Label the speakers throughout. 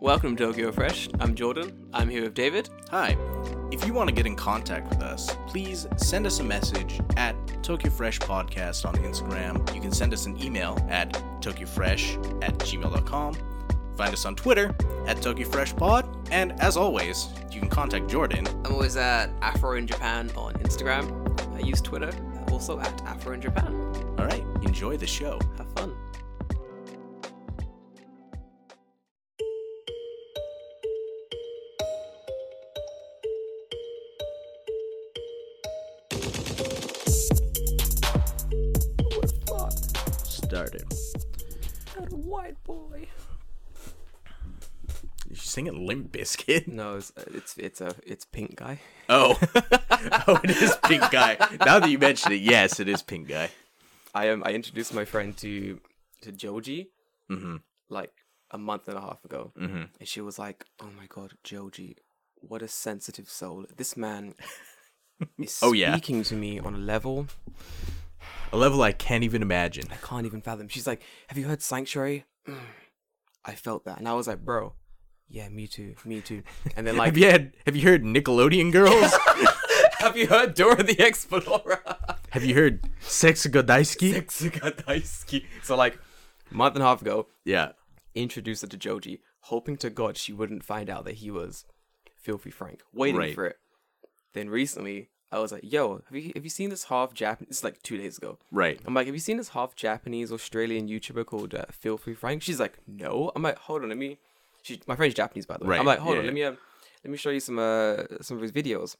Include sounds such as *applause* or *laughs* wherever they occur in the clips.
Speaker 1: Welcome to Tokyo Fresh. I'm Jordan. I'm here with David.
Speaker 2: Hi. If you want to get in contact with us, please send us a message at Tokyo Fresh Podcast on Instagram. You can send us an email at tokyofresh at gmail.com. Find us on Twitter at Tokyo Fresh Pod. And as always, you can contact Jordan.
Speaker 1: I'm always at Afro in Japan on Instagram. I use Twitter, also at Afro in Japan.
Speaker 2: All right, enjoy the show.
Speaker 1: Have fun.
Speaker 2: Started.
Speaker 1: That white boy.
Speaker 2: You singing Limp Biscuit?
Speaker 1: No, it's uh, it's it's a it's pink guy.
Speaker 2: *laughs* Oh. *laughs* oh, it is Pink Guy. Now that you mention it, yes, it is Pink Guy.
Speaker 1: I um I introduced my friend to to Joji
Speaker 2: Mm-hmm.
Speaker 1: like a month and a half ago,
Speaker 2: Mm-hmm.
Speaker 1: and she was like, "Oh my god, Joji, what a sensitive soul! This
Speaker 2: *laughs*
Speaker 1: man is
Speaker 2: Oh, yeah.
Speaker 1: speaking to me on a level."
Speaker 2: A level I can't even imagine.
Speaker 1: I can't even fathom. She's like, "Have you heard Sanctuary?" Mm. I felt that, and I was like, "Bro, yeah, me too, me too." And *laughs* then like,
Speaker 2: have you had, have you heard Nickelodeon Girls?
Speaker 1: "Have you heard Dora the *laughs* Explorer?"
Speaker 2: have you heard Sex Godaisky?
Speaker 1: Sexagadaisky. so like, a month and a half ago,
Speaker 2: yeah.
Speaker 1: introduced her to Joji, hoping to God she wouldn't find out that he was filthy Frank, waiting
Speaker 2: Right.
Speaker 1: for it. Then recently, I was like, "Yo, have you have you seen this half Japanese?" It's like two days ago.
Speaker 2: Right.
Speaker 1: I'm like, have you seen this half Japanese Australian YouTuber called uh, Filthy Frank? She's like, no. I'm like, hold on, let me. She, my friend's Japanese, by the way.
Speaker 2: Right,
Speaker 1: I'm like, hold
Speaker 2: yeah,
Speaker 1: on, let me um, let me show you some uh some of his videos.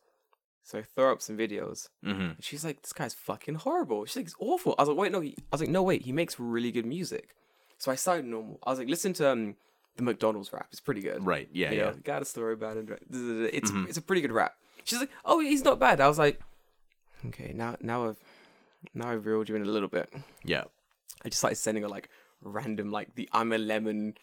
Speaker 1: So I throw up some videos.
Speaker 2: Mm-hmm.
Speaker 1: And she's like, this guy's fucking horrible. She's like, it's awful. I was like, wait, no. He, I was like, no, wait. He makes really good music. So I started normal. I was like, listen to um, the McDonald's rap. It's pretty good.
Speaker 2: Right. Yeah. Mm-hmm.
Speaker 1: You
Speaker 2: Yeah.
Speaker 1: know, got a story about it. It's it's a pretty good rap. She's like, oh, he's not bad. I was like, okay, now now I've now I've reeled you in a little bit.
Speaker 2: Yeah.
Speaker 1: I just started sending her like random like the I'm a lemon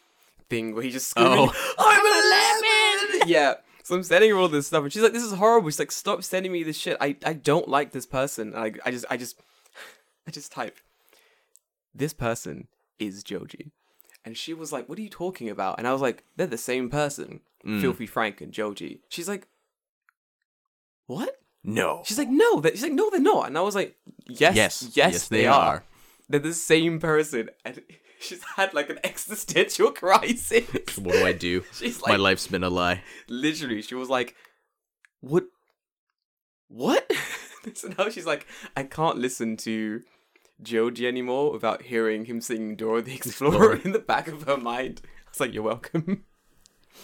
Speaker 1: thing where he just
Speaker 2: Oh.
Speaker 1: screaming, I'm a lemon. yeah. So I'm sending her all this stuff, and she's like, "This is horrible." She's like, "Stop sending me this shit. I, I don't like this person." And I I just I just *sighs* I just type, "This person is Joji," and she was like, "What are you talking about?" And I was like, "They're the same person, Filthy Frank and Joji." She's like, "What?"
Speaker 2: No.
Speaker 1: She's like, "No." That she's like, "No, they're not." And I was like, "Yes, yes, yes, they, are they're the same person and *laughs* she's had like an existential *laughs* crisis
Speaker 2: *laughs* What do I do?
Speaker 1: *laughs* *laughs* she's
Speaker 2: My
Speaker 1: like
Speaker 2: life's been a lie.
Speaker 1: literally she was like what what *laughs* so now she's like i can't listen to joji anymore without hearing him singing dora the explorer
Speaker 2: Explorer.
Speaker 1: in the back of her mind i was like you're welcome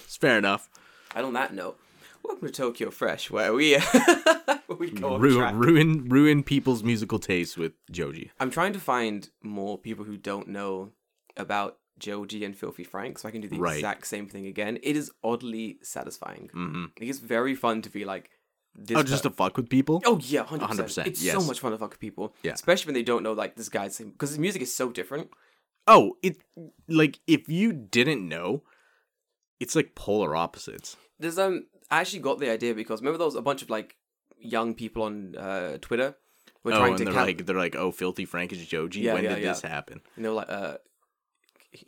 Speaker 2: It's fair enough.
Speaker 1: and on that note welcome to tokyo fresh where we *laughs* where we go on
Speaker 2: Ru-
Speaker 1: track.
Speaker 2: ruin ruin people's musical taste with Joji.
Speaker 1: i'm trying to find more people who don't know about joji and filthy frank so i can do the
Speaker 2: Right.
Speaker 1: exact same thing again it is oddly satisfying
Speaker 2: Mm-hmm.
Speaker 1: Like, it's very fun to be like this.
Speaker 2: Oh, just
Speaker 1: per-
Speaker 2: to fuck with people.
Speaker 1: oh yeah, hundred percent.
Speaker 2: 100%,
Speaker 1: It's so
Speaker 2: yes.
Speaker 1: much fun to fuck with people,
Speaker 2: Yeah.
Speaker 1: especially when they don't know like this guy's because his music is so different.
Speaker 2: Oh, it like if you didn't know, it's like polar opposites.
Speaker 1: There's um, I actually got the idea because remember there was a bunch of like young people on uh, Twitter were
Speaker 2: oh,
Speaker 1: trying
Speaker 2: and
Speaker 1: to
Speaker 2: they're
Speaker 1: count,
Speaker 2: like they're like, oh, filthy Frank is Joji.
Speaker 1: Yeah,
Speaker 2: when
Speaker 1: yeah,
Speaker 2: did
Speaker 1: yeah.
Speaker 2: this happen?
Speaker 1: and they were like, uh,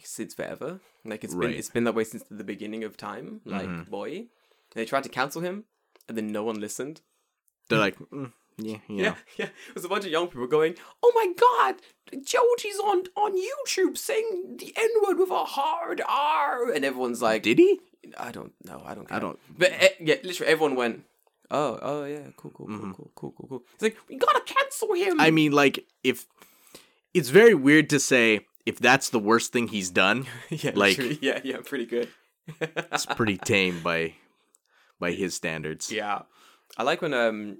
Speaker 1: since forever, like it's
Speaker 2: Right. Mm-hmm.
Speaker 1: been it's been that way since the beginning of time. Like boy, and they tried to cancel him, and then no one listened.
Speaker 2: They're like, mm, yeah, yeah,
Speaker 1: Yeah, *laughs* yeah. It was a bunch of young people going, "Oh my god, Joji's on on YouTube saying the N word with a hard R," and everyone's like,
Speaker 2: Did he?
Speaker 1: "I don't know, I don't, care.
Speaker 2: I don't.
Speaker 1: But eh, yeah, literally everyone went, "Oh, oh yeah, cool, cool, cool, cool, cool, cool, cool." It's like we gotta cancel him. *laughs*
Speaker 2: Mm-hmm. I mean, like if it's very weird to say if that's the worst thing he's done.
Speaker 1: *laughs* yeah,
Speaker 2: like-
Speaker 1: literally, yeah, yeah, pretty good.
Speaker 2: It's pretty tame by by his standards.
Speaker 1: Yeah, I like when um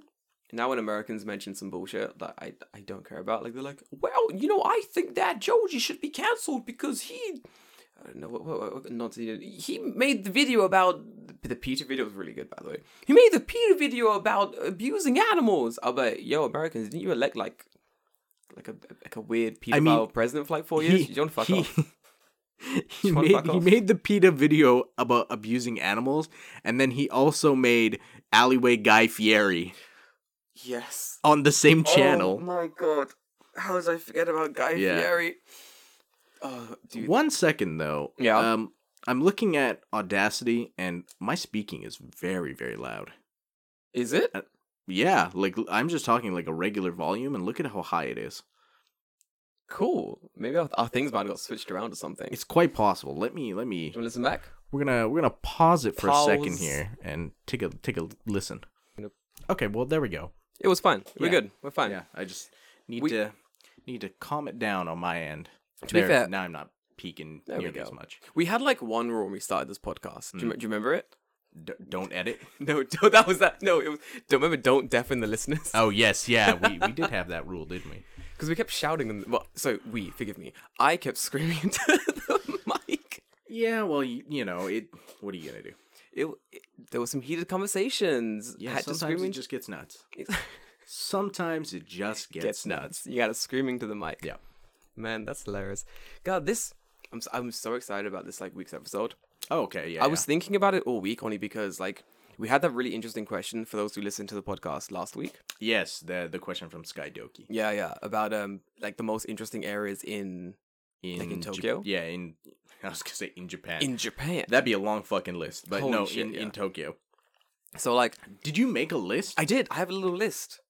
Speaker 1: now when Americans mention some bullshit that I I don't care about, like they're like, well, you know, I think that Joji should be cancelled because he. I don't know what, what, what- what nonsense he did. He made the video about the Peter video was really good, by the way. He made the Peter video about abusing animals. I'm like, yo, Americans, didn't you elect like like a like a weird pedophile
Speaker 2: mean,
Speaker 1: president for like four years? Oh, you don't fuck
Speaker 2: he,
Speaker 1: off.
Speaker 2: *laughs* He
Speaker 1: wanna
Speaker 2: made,
Speaker 1: fuck
Speaker 2: he
Speaker 1: off?
Speaker 2: made the PETA video about abusing animals, and then he also made Alleyway Guy Fieri
Speaker 1: Yes.
Speaker 2: on the same
Speaker 1: Oh
Speaker 2: channel.
Speaker 1: my god, how did I forget about Guy
Speaker 2: Yeah.
Speaker 1: Fieri? Oh, dude.
Speaker 2: One second though.
Speaker 1: Yeah.
Speaker 2: Um, I'm looking at Audacity and my speaking is very, very loud.
Speaker 1: Is it?
Speaker 2: Yeah, like I'm just talking like a regular volume and look at how high it is.
Speaker 1: Cool. Maybe our, our things might have got switched around or something.
Speaker 2: It's quite possible. Let me let me
Speaker 1: Do you want to listen back?
Speaker 2: we're gonna we're gonna pause it for a second
Speaker 1: Pause.
Speaker 2: here and take a take a listen.
Speaker 1: Nope.
Speaker 2: Okay, well there we go.
Speaker 1: It was fine. We're
Speaker 2: Yeah.
Speaker 1: good. We're fine.
Speaker 2: Yeah, I just need
Speaker 1: We-
Speaker 2: to need to calm it down on my end.
Speaker 1: To be
Speaker 2: There,
Speaker 1: fair-
Speaker 2: now I'm not peaking
Speaker 1: There we
Speaker 2: nearly as
Speaker 1: go.
Speaker 2: much.
Speaker 1: We had like one rule when we started this podcast. Do, you, do you remember it? *laughs*
Speaker 2: D- don't edit.
Speaker 1: No, *laughs* don't- that was that. No, it was. Don't remember. Don't deafen the listeners.
Speaker 2: Oh yes, yeah, we, we *laughs* did have that rule, didn't we?
Speaker 1: Because we kept shouting them. Well, so we, forgive me. I kept *laughs* screaming into the mic.
Speaker 2: Yeah, well you, you know it. What are you gonna do?
Speaker 1: It, it- there were some heated conversations.
Speaker 2: Yeah,
Speaker 1: Had to
Speaker 2: sometimes
Speaker 1: scream
Speaker 2: it
Speaker 1: into-
Speaker 2: just gets nuts.
Speaker 1: *laughs*
Speaker 2: Sometimes it just gets,
Speaker 1: gets nuts.
Speaker 2: nuts.
Speaker 1: You got to screaming to the mic.
Speaker 2: Yeah.
Speaker 1: Man, that's hilarious. God, this. I'm s- I'm so excited about this like week's episode.
Speaker 2: Oh, okay, yeah.
Speaker 1: I was thinking about it all week only because like we had that really interesting question for those who listened to the podcast last week.
Speaker 2: yes the the question from Skydoki
Speaker 1: Yeah, yeah, about um like the most interesting areas in
Speaker 2: in
Speaker 1: in
Speaker 2: Jap-
Speaker 1: Tokyo?
Speaker 2: yeah, in *laughs* I was gonna say in Japan.
Speaker 1: in Japan.
Speaker 2: That'd be a long fucking list, but
Speaker 1: Holy
Speaker 2: no,
Speaker 1: shit,
Speaker 2: in,
Speaker 1: yeah.
Speaker 2: in Tokyo.
Speaker 1: So like
Speaker 2: Did you make a list?
Speaker 1: I did. I have a little list.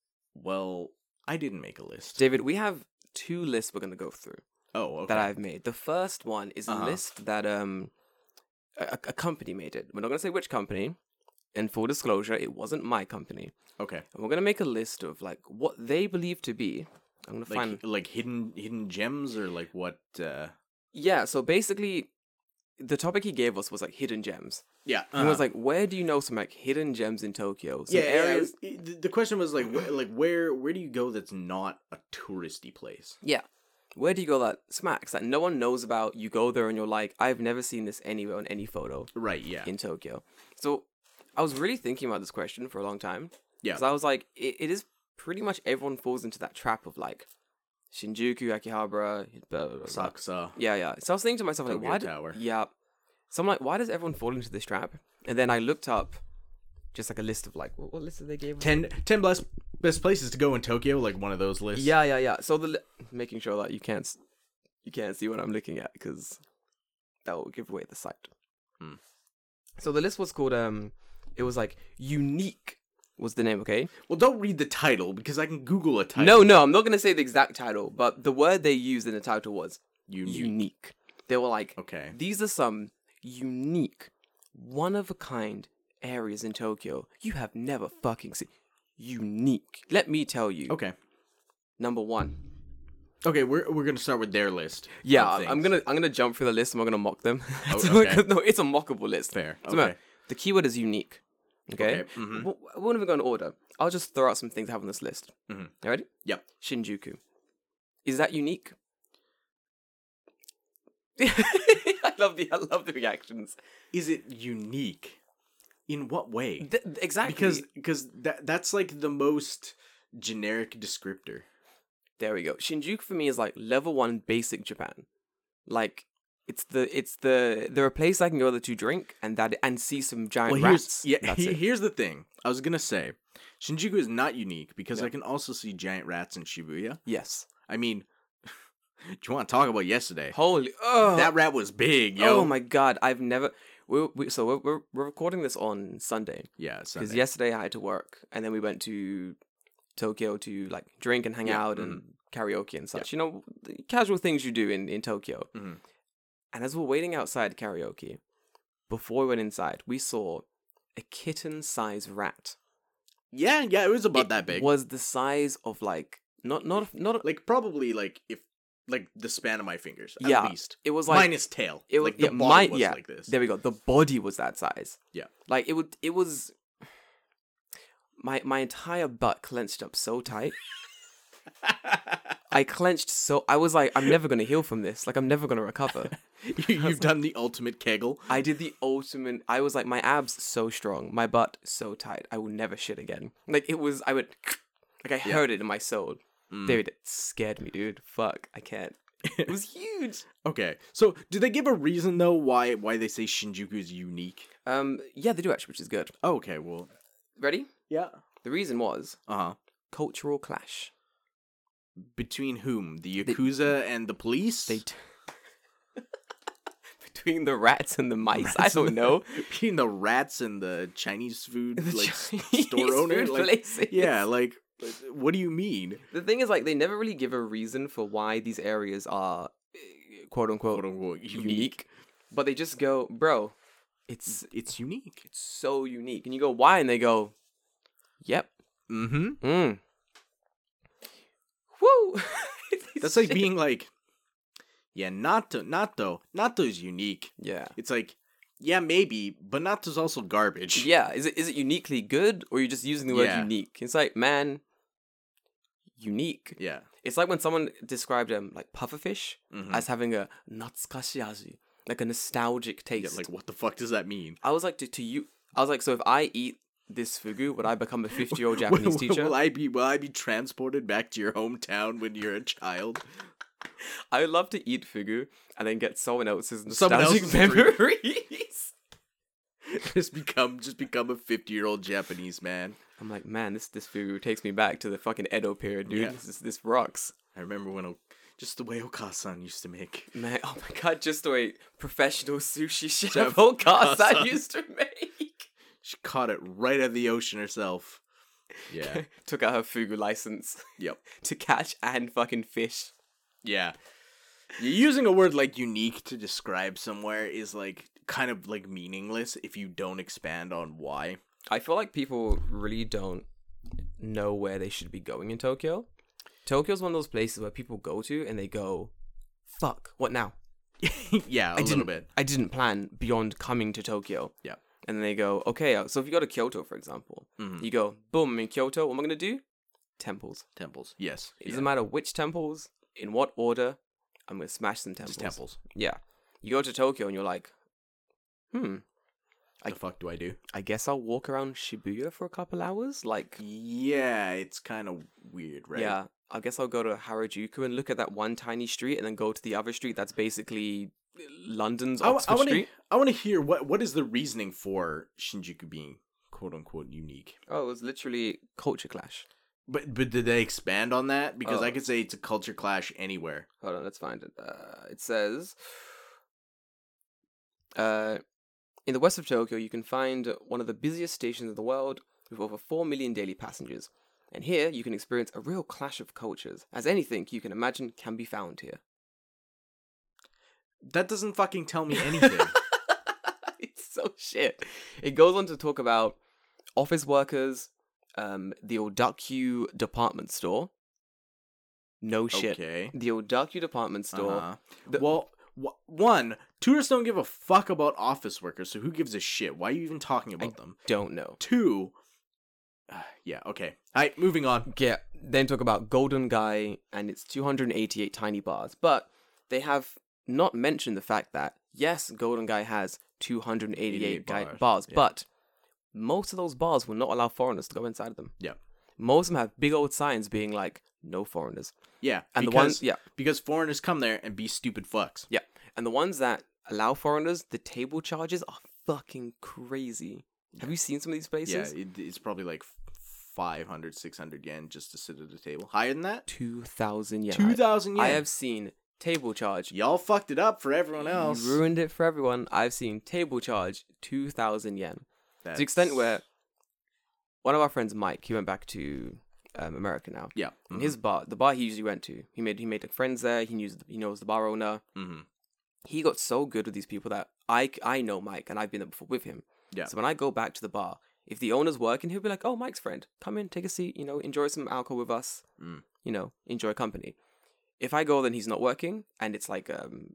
Speaker 2: well, I didn't make a list.
Speaker 1: David, we have two lists we're gonna go through
Speaker 2: oh, okay.
Speaker 1: that I've made. The first one is a
Speaker 2: Uh-huh.
Speaker 1: list that um a, a- a company made it. We're not gonna say which company. And full disclosure, it wasn't my company.
Speaker 2: okay,
Speaker 1: And we're gonna make a list of like what they believe to be. I'm gonna
Speaker 2: like
Speaker 1: find
Speaker 2: like hidden hidden gems or like what? uh
Speaker 1: Yeah, so basically the topic he gave us was like hidden gems.
Speaker 2: Yeah,
Speaker 1: He was like, where do you know some like hidden gems in Tokyo? Some
Speaker 2: uh-huh. yeah,
Speaker 1: areas
Speaker 2: areas. the question was like, wh- like where where do you go that's not a touristy place?
Speaker 1: Yeah. Where do you go that smacks that no one knows about? You go there and you're like, I've never seen this anywhere on any photo
Speaker 2: Right. Yeah.
Speaker 1: in Tokyo. So I was really thinking about this question for a long time.
Speaker 2: Yeah.
Speaker 1: Because I was like, it, it is pretty much everyone falls into that trap of like Shinjuku, Akihabara, blah, blah, blah, blah.
Speaker 2: Sakusa.
Speaker 1: Yeah, yeah. So I was thinking to myself, like,
Speaker 2: Tokyo
Speaker 1: why?
Speaker 2: Tower.
Speaker 1: Do, yeah. So I'm like, why does everyone fall into this trap? And then I looked up just like a list of like, what, what list did they give? us?
Speaker 2: 10, 10 best best places to go in Tokyo, like one of those lists.
Speaker 1: Yeah, yeah, yeah. So the li- making sure that you can't s- you can't see what I'm looking at because that will give away the site.
Speaker 2: Hmm.
Speaker 1: So the list was called um, it was like unique was the name. Okay.
Speaker 2: Well, don't read the title because I can Google a title.
Speaker 1: No, no, I'm not gonna say the exact title, but the word they used in the title was
Speaker 2: you
Speaker 1: unique.
Speaker 2: knew.
Speaker 1: They were like,
Speaker 2: Okay.
Speaker 1: these are some unique, one of a kind areas in Tokyo you have never fucking seen. Unique. Let me tell you.
Speaker 2: Okay.
Speaker 1: Number one.
Speaker 2: Okay, we're we're gonna start with their list.
Speaker 1: Yeah,
Speaker 2: of
Speaker 1: I- I'm
Speaker 2: things.
Speaker 1: gonna I'm gonna jump through the list and we're gonna mock them. *laughs*
Speaker 2: Oh,
Speaker 1: So,
Speaker 2: okay.
Speaker 1: no, it's a mockable list.
Speaker 2: fair.
Speaker 1: So, no, the keyword is unique. Okay.
Speaker 2: Okay,
Speaker 1: W-
Speaker 2: mhm.
Speaker 1: w- We're not even going to order. I'll just throw out some things I have on this list.
Speaker 2: Mhm.
Speaker 1: You ready?
Speaker 2: Yep.
Speaker 1: Shinjuku. Is that unique? *laughs* I love the I love the reactions.
Speaker 2: Is it unique? In what way?
Speaker 1: Th- th- exactly.
Speaker 2: Because because that that's like the most generic descriptor.
Speaker 1: there we go. Shinjuku for me is like level one basic Japan. Like it's the it's the there are places I can go there to drink and that and see some giant rats.
Speaker 2: here's yeah.
Speaker 1: That's
Speaker 2: he- *laughs*
Speaker 1: it.
Speaker 2: here's the thing. I was gonna say, Shinjuku is not unique because
Speaker 1: No.
Speaker 2: I can also see giant rats in Shibuya.
Speaker 1: Yes.
Speaker 2: I mean, *laughs* do you want to talk about yesterday?
Speaker 1: Holy. Oh.
Speaker 2: That rat was big, yo.
Speaker 1: Oh my god, I've never. We, we, so we're, we're, we're recording this on Sunday
Speaker 2: Yeah, Sunday.
Speaker 1: because yesterday I had to work and then we went to Tokyo to like drink and hang
Speaker 2: Yeah, mm-hmm.
Speaker 1: out and karaoke and such. You know, the casual things you do in, in Tokyo.
Speaker 2: Mhm.
Speaker 1: And as we're waiting outside karaoke, before we went inside, we saw a kitten sized rat.
Speaker 2: Yeah, yeah, it was about
Speaker 1: It
Speaker 2: that big.
Speaker 1: Was the size of like, not, not, not,
Speaker 2: like probably like if like the span of my fingers at
Speaker 1: Yeah,
Speaker 2: least
Speaker 1: it was like,
Speaker 2: minus tail
Speaker 1: it was-
Speaker 2: like the
Speaker 1: yeah, my-
Speaker 2: body was
Speaker 1: yeah,
Speaker 2: like this
Speaker 1: There we go. The body was that size.
Speaker 2: Yeah.
Speaker 1: Like it would. It was. My my entire butt clenched up so tight. I clenched so I was like, I'm never gonna heal from this. Like I'm never gonna recover.
Speaker 2: *laughs* you,
Speaker 1: *laughs*
Speaker 2: have done the ultimate kegel
Speaker 1: I did the ultimate. I was like, my abs so strong, my butt so tight. I will never shit again. Like it was. I would. *sniffs* Like I heard it in my soul. David, it scared me, dude. Fuck, I can't. It was huge.
Speaker 2: okay so do they give a reason though why why they say shinjuku is unique
Speaker 1: Um, yeah, they do actually, which is good.
Speaker 2: okay well
Speaker 1: Ready?
Speaker 2: yeah
Speaker 1: The reason was
Speaker 2: uh-huh
Speaker 1: cultural clash.
Speaker 2: *laughs* between whom the yakuza and the police
Speaker 1: They t- *laughs* between the rats and the mice. I
Speaker 2: Rats
Speaker 1: don't
Speaker 2: and the- *laughs*
Speaker 1: know. *laughs*
Speaker 2: Between the rats and the Chinese food
Speaker 1: The
Speaker 2: like s-
Speaker 1: Chinese *laughs*
Speaker 2: store owner.
Speaker 1: food
Speaker 2: Like,
Speaker 1: places.
Speaker 2: *laughs* yeah, like what do you mean?
Speaker 1: The thing is, like, they never really give a reason for why these areas are eh, quote unquote
Speaker 2: Quote unquote
Speaker 1: unique.
Speaker 2: unique.
Speaker 1: but they just go, bro, it's
Speaker 2: It's unique.
Speaker 1: it's so unique, and you go, why? And they go, yep,
Speaker 2: Mm-hmm.
Speaker 1: mm. woo. *laughs*
Speaker 2: That's *laughs* like being like, yeah, Nato, Nato, Nato is unique.
Speaker 1: yeah,
Speaker 2: It's like, yeah, maybe, but Nato's also garbage.
Speaker 1: yeah. Is it is it uniquely good, or you're just using the word
Speaker 2: Yeah.
Speaker 1: unique? It's like, man, unique.
Speaker 2: Yeah.
Speaker 1: It's like when someone described um like pufferfish
Speaker 2: Mhm.
Speaker 1: as having a natsukashiazu, like a nostalgic
Speaker 2: yeah.
Speaker 1: taste.
Speaker 2: Like, what the fuck does that mean?
Speaker 1: I was like, to, to you, I was like, so if I eat this fugu, would I become a 50
Speaker 2: *laughs*
Speaker 1: year old Japanese
Speaker 2: will,
Speaker 1: teacher?
Speaker 2: Will
Speaker 1: I...
Speaker 2: I be will I be transported back to your hometown when you're a child? *laughs*
Speaker 1: would love to eat fugu and then get someone else's
Speaker 2: *laughs* Someone
Speaker 1: nostalgic
Speaker 2: else's
Speaker 1: memories.
Speaker 2: *laughs* just become just become a fifty year old Japanese man.
Speaker 1: I'm like, man, this this fugu takes me back to the fucking Edo period, dude.
Speaker 2: Yeah.
Speaker 1: This is, this rocks,
Speaker 2: I remember when o- just the way Okasan used to make.
Speaker 1: man. Oh my god, just the way professional sushi chef
Speaker 2: Chef
Speaker 1: Okasa
Speaker 2: Okasa.
Speaker 1: used to make. *laughs*
Speaker 2: She caught it right out of the ocean herself. Yeah.
Speaker 1: Took out her fugu license
Speaker 2: *laughs*
Speaker 1: *laughs*
Speaker 2: yep.
Speaker 1: to catch and fucking fish.
Speaker 2: Yeah. You're using a word like unique to describe somewhere is like kind of like meaningless if you don't expand on why.
Speaker 1: I feel like people really don't know where they should be going in Tokyo. Tokyo's one of those places where people go to and they go, "Fuck, what now?"
Speaker 2: yeah, a little
Speaker 1: didn't,
Speaker 2: bit.
Speaker 1: I didn't plan beyond coming to Tokyo.
Speaker 2: Yeah.
Speaker 1: And then they go, "Okay, uh, so if you go to Kyoto, for example,
Speaker 2: Mm-hmm.
Speaker 1: you go, boom, I'm in Kyoto. What am I gonna do? Temples.
Speaker 2: Temples. Yes.
Speaker 1: It doesn't matter which temples, in what order. I'm gonna smash some temples.
Speaker 2: Just temples.
Speaker 1: Yeah. You go to Tokyo and you're like, hmm.
Speaker 2: What the fuck do I do?
Speaker 1: I guess I'll walk around Shibuya for a couple hours. Like,
Speaker 2: Yeah, it's kind of weird, right?
Speaker 1: Yeah, I guess I'll go to Harajuku and look at that one tiny street, and then go to the other street that's basically uh, London's
Speaker 2: I,
Speaker 1: Oxford
Speaker 2: want to
Speaker 1: Street.
Speaker 2: I want to hear what what is the reasoning for Shinjuku being quote unquote unique.
Speaker 1: Oh, it was literally culture clash.
Speaker 2: But but did they expand on that? Because
Speaker 1: Oh.
Speaker 2: I could say it's a culture clash anywhere.
Speaker 1: Hold on, let's find it. Uh, it says, uh, in the west of Tokyo, you can find one of the busiest stations in the world with over four million daily passengers. And here you can experience a real clash of cultures, as anything you can imagine can be found here. *laughs*
Speaker 2: That doesn't fucking
Speaker 1: *laughs*
Speaker 2: tell me anything.
Speaker 1: it's so shit. It goes on to talk about office workers, um, the Odakyu department store. No shit.
Speaker 2: okay.
Speaker 1: The Odakyu department store.
Speaker 2: Uh-huh.
Speaker 1: The-
Speaker 2: well, wh- one, tourists don't give a fuck about office workers, so who gives a shit? Why are you even talking about them?
Speaker 1: Don't know.
Speaker 2: Two, uh, yeah, okay. All right, moving on.
Speaker 1: Yeah. Then talk about Golden Guy and its 288 tiny bars. But they have not mentioned the fact that, yes, Golden Guy has 288
Speaker 2: 88
Speaker 1: guy- bars,
Speaker 2: bars, yeah.
Speaker 1: but most of those bars will not allow foreigners to go inside of them.
Speaker 2: Yeah.
Speaker 1: Most of them have big old signs being like, no foreigners.
Speaker 2: Yeah,
Speaker 1: And the
Speaker 2: because-
Speaker 1: ones, yeah,
Speaker 2: because foreigners come there and be stupid fucks.
Speaker 1: yeah, and the ones that allow foreigners, the table charges are fucking crazy. Have you seen some of these places?
Speaker 2: Yeah, it, it's probably like 500, 600 yen just to sit at a table. Higher than that?
Speaker 1: Two thousand yen. I-
Speaker 2: 2,000 yen.
Speaker 1: I have seen table charge.
Speaker 2: Y'all fucked it up for everyone else.
Speaker 1: You ruined it for everyone. I've seen table charge two thousand yen. To
Speaker 2: That's-
Speaker 1: the extent where one of our friends, Mike, he went back to um, America now.
Speaker 2: Yeah. Mm-hmm.
Speaker 1: And his bar, the bar he usually went to, he made he made friends there. He knows he knows the bar owner.
Speaker 2: hmm
Speaker 1: he got so good with these people that I, I know Mike and I've been there before with him.
Speaker 2: Yeah.
Speaker 1: So when I go back to the bar, if the owner's working, he'll be like, "Oh, Mike's friend, come in, take a seat. You know, enjoy some alcohol with us.
Speaker 2: Mm.
Speaker 1: You know, enjoy company." If I go, then he's not working, and it's like, um,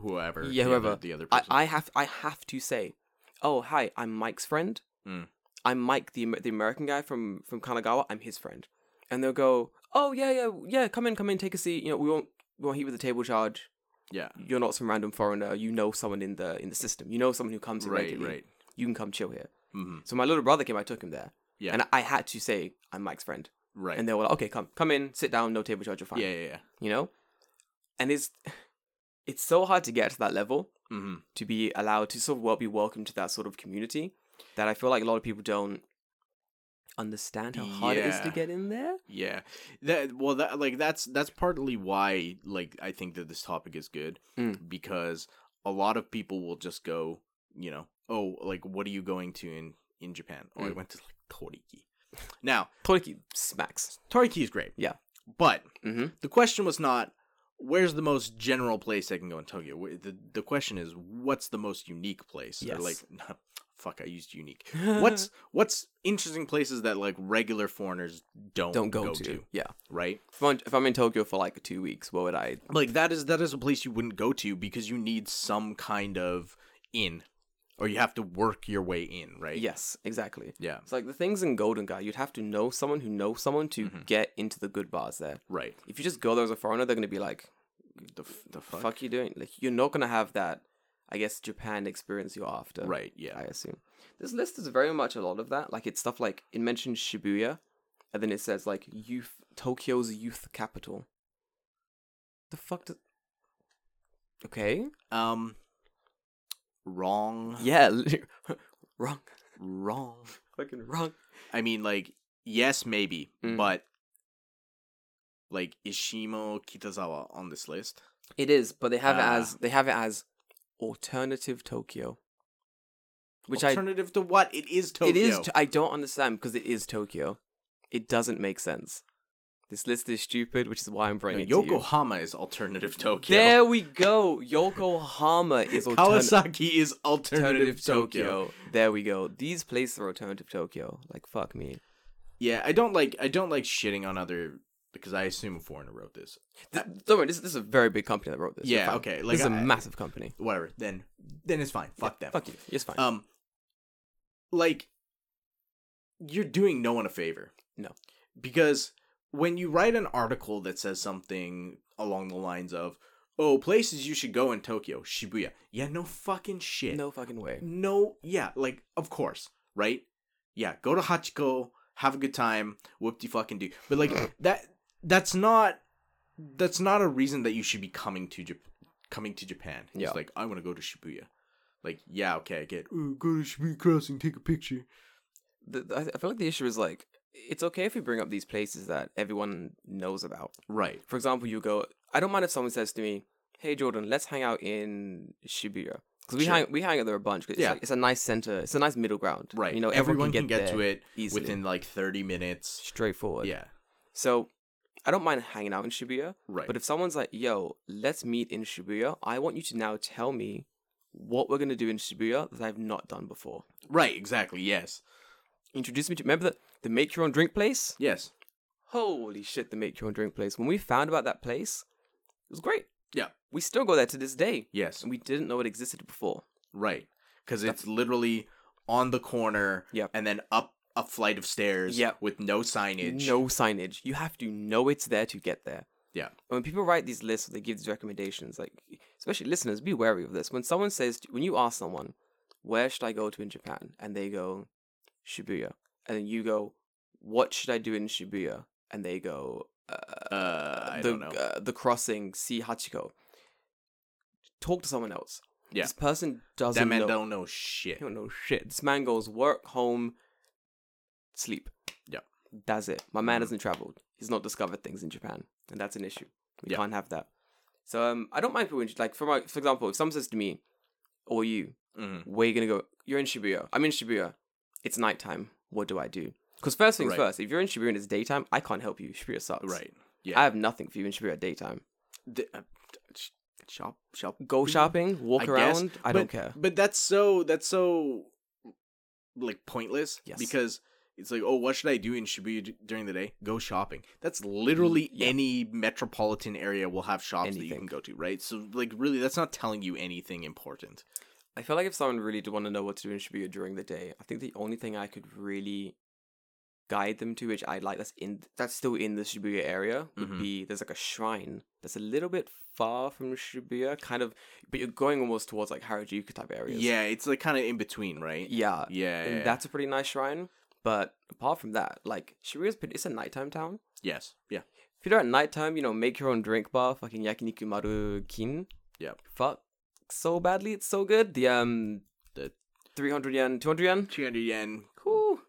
Speaker 2: Whoever.
Speaker 1: Yeah,
Speaker 2: the
Speaker 1: whoever.
Speaker 2: Other, the other
Speaker 1: I,
Speaker 2: person.
Speaker 1: I have I have to say, "Oh, hi, I'm Mike's friend.
Speaker 2: Mm.
Speaker 1: I'm Mike, the Amer- the American guy from from Kanagawa. I'm his friend." And they'll go, "Oh yeah, yeah, yeah. Come in, come in, take a seat. You know, we won't we won't heat with the table charge
Speaker 2: yeah.
Speaker 1: you're not some random foreigner. You know someone in the in the system. You know someone who comes in
Speaker 2: Right,
Speaker 1: regularly.
Speaker 2: right.
Speaker 1: You can come chill here.
Speaker 2: hmm
Speaker 1: So my little brother came. I took him there.
Speaker 2: Yeah.
Speaker 1: And I had to say I'm Mike's friend.
Speaker 2: Right.
Speaker 1: And they were like, okay, come, come in, sit down, no table charge, you're fine.
Speaker 2: yeah, yeah, yeah.
Speaker 1: You know. And it's it's so hard to get to that level
Speaker 2: hmm
Speaker 1: to be allowed to sort of well be welcomed to that sort of community that I feel like a lot of people don't understand how hard it is to
Speaker 2: Yeah.
Speaker 1: get in there.
Speaker 2: Yeah. That well that like that's that's partly why like I think that this topic is good
Speaker 1: Mm.
Speaker 2: because a lot of people will just go, you know, oh, like what are you going to in in Japan? Oh, I
Speaker 1: Mm.
Speaker 2: went to like Toriki. Now,
Speaker 1: Toriki smacks.
Speaker 2: Toriki is great.
Speaker 1: Yeah.
Speaker 2: But
Speaker 1: Mm-hmm. *laughs*
Speaker 2: the question was not where's the most general place I can go in Tokyo. Wh- The the question is what's the most unique place? Or
Speaker 1: Yes.
Speaker 2: like *laughs* fuck, I used
Speaker 1: *laughs*
Speaker 2: unique. What's what's interesting places that like regular foreigners don't
Speaker 1: don't go, to. Yeah.
Speaker 2: right?
Speaker 1: If I'm, if I'm in Tokyo for like two weeks, what would I?
Speaker 2: Like that is that is a place you wouldn't go to because you need some kind of in or you have to work your way in, right?
Speaker 1: Yes, exactly.
Speaker 2: Yeah.
Speaker 1: It's like the things in Golden Guy. You'd have to know someone who knows someone to
Speaker 2: Mhm.
Speaker 1: get into the good bars there.
Speaker 2: Right.
Speaker 1: If you just go there as a foreigner, they're gonna be like,
Speaker 2: The f- the
Speaker 1: "Fuck, you doing?" Like you're not gonna have that. I guess Japan experience you're after.
Speaker 2: Right, yeah.
Speaker 1: I assume. This list is very much a lot of that. Like it's stuff like it mentions Shibuya, and then it says like youth Tokyo's youth capital. The fuck? Do... Okay.
Speaker 2: Um wrong.
Speaker 1: Yeah. li- *laughs* wrong.
Speaker 2: Wrong.
Speaker 1: Fucking wrong.
Speaker 2: I mean like yes maybe,
Speaker 1: Mm.
Speaker 2: but like Ishimo Kitazawa on this list.
Speaker 1: It is, but they have
Speaker 2: Ah.
Speaker 1: it as they have it as alternative Tokyo, which I
Speaker 2: alternative to what? It is Tokyo.
Speaker 1: it is. To- I don't understand because it is Tokyo. It doesn't make sense. This list is stupid, which is why I'm
Speaker 2: No,
Speaker 1: bringing it to you.
Speaker 2: Yokohama is alternative Tokyo.
Speaker 1: There we go. Yokohama is alternative,
Speaker 2: Kawasaki is alternative
Speaker 1: alternative Tokyo.
Speaker 2: Tokyo.
Speaker 1: There we go. These places are alternative Tokyo. Like fuck me.
Speaker 2: Yeah, I don't like I don't like shitting on other because I assume a foreigner wrote this.
Speaker 1: Th- don't worry. This, this is a very big company that wrote this. You're
Speaker 2: Yeah,
Speaker 1: fine.
Speaker 2: okay, like,
Speaker 1: This is a
Speaker 2: I-
Speaker 1: massive company.
Speaker 2: Whatever. Then then it's fine. Fuck
Speaker 1: Yeah,
Speaker 2: them.
Speaker 1: Fuck you. It's fine.
Speaker 2: Um like you're doing no one a favor.
Speaker 1: No.
Speaker 2: Because when you write an article that says something along the lines of, "Oh, places you should go in Tokyo, Shibuya." Yeah, no fucking shit.
Speaker 1: no fucking way.
Speaker 2: No, yeah, like of course, right? Yeah, go to Hachiko, have a good time, whoop de fucking do. But
Speaker 1: *clears throat*
Speaker 2: like that that's not that's not a reason that you should be coming to Jap- coming to Japan. It's
Speaker 1: Yeah.
Speaker 2: like I want to go to Shibuya. Like yeah, okay, I get "Oh, go to Shibuya Crossing, take a picture.
Speaker 1: the, the- I I feel like the issue is like it's okay if you bring up these places that everyone knows about.
Speaker 2: Right.
Speaker 1: For example, you go. I don't mind if someone says to me, "Hey Jordan, let's hang out in Shibuya." Because we
Speaker 2: Sure.
Speaker 1: hang we hang out there a bunch. 'cause it's
Speaker 2: Yeah.
Speaker 1: like- it's a nice center. It's a nice middle ground.
Speaker 2: Right.
Speaker 1: You know,
Speaker 2: everyone, can get, to
Speaker 1: there
Speaker 2: it
Speaker 1: easily,
Speaker 2: within like 30 minutes.
Speaker 1: straightforward.
Speaker 2: Yeah.
Speaker 1: So I don't mind hanging out in Shibuya,
Speaker 2: Right.
Speaker 1: but if someone's like, "Yo, let's meet in Shibuya," I want you to now tell me what we're gonna do in Shibuya that I've not done before.
Speaker 2: right, exactly. Yes.
Speaker 1: Introduce me to remember the the make your own drink place.
Speaker 2: Yes.
Speaker 1: holy shit the make your own drink place when we found about that place it was great
Speaker 2: Yeah.
Speaker 1: we still go there to this day
Speaker 2: Yes.
Speaker 1: and we didn't know it existed before
Speaker 2: Right. Because it's literally on the corner
Speaker 1: Yep.
Speaker 2: and then up a flight of stairs
Speaker 1: Yep.
Speaker 2: with no signage.
Speaker 1: no signage you have to know it's there to get there
Speaker 2: Yeah.
Speaker 1: and when people write these lists or they give these recommendations like especially listeners be wary of this when someone says when you ask someone where should i go to in japan and they go shibuya and then you go what should i do in shibuya and they go uh,
Speaker 2: Uh, I
Speaker 1: the
Speaker 2: don't know.
Speaker 1: Uh, the crossing see Hachiko. Talk to someone else.
Speaker 2: Yeah.
Speaker 1: This person doesn't
Speaker 2: that man
Speaker 1: know.
Speaker 2: don't know shit.
Speaker 1: He don't know shit. This man goes work, home, sleep.
Speaker 2: Yeah.
Speaker 1: That's it. My man
Speaker 2: Mhm.
Speaker 1: hasn't traveled. He's not discovered things in Japan, and that's an issue. We
Speaker 2: Yeah.
Speaker 1: can't have that. So um, I don't mind people int- like for my for example, if someone says to me or you,
Speaker 2: Mhm.
Speaker 1: where you gonna go? You're in Shibuya. I'm in Shibuya. It's nighttime. What do I do? Because first things
Speaker 2: Right.
Speaker 1: first, if you're in Shibuya and it's daytime, I can't help you. Shibuya sucks.
Speaker 2: Right. Yeah.
Speaker 1: I have nothing for you in Shibuya daytime.
Speaker 2: The- uh, sh- shop, shop.
Speaker 1: Go shopping, walk
Speaker 2: Mm. I guess,
Speaker 1: around. I don't care.
Speaker 2: But that's so that's so like pointless.
Speaker 1: Yes.
Speaker 2: Because it's like, oh, what should I do in Shibuya d- during the day? Go shopping. That's literally
Speaker 1: Mm, yeah.
Speaker 2: any metropolitan area will have shops that you
Speaker 1: Anything.
Speaker 2: can go to, right? So like, really, that's not telling you anything important.
Speaker 1: I feel like if someone really did want to know what to do in Shibuya during the day, I think the only thing I could really guide them to, which I like, that's in that's still in the Shibuya area, would
Speaker 2: Mhm.
Speaker 1: be there's like a shrine that's a little bit far from Shibuya, kind of, but you're going almost towards like Harajuku type areas.
Speaker 2: Yeah, it's like kind of in between, right?
Speaker 1: yeah,
Speaker 2: Yeah.
Speaker 1: And
Speaker 2: yeah,
Speaker 1: that's a pretty nice shrine. But apart from that, like Shibuya's pretty, it's a nighttime town.
Speaker 2: yes. Yeah.
Speaker 1: If you're at nighttime, you know, make your own drink bar, fucking yakiniku maru kin.
Speaker 2: Yep.
Speaker 1: Fuck so badly, it's so good. The um
Speaker 2: The-
Speaker 1: three hundred yen, two hundred yen.
Speaker 2: 200 yen
Speaker 1: *laughs* Cool.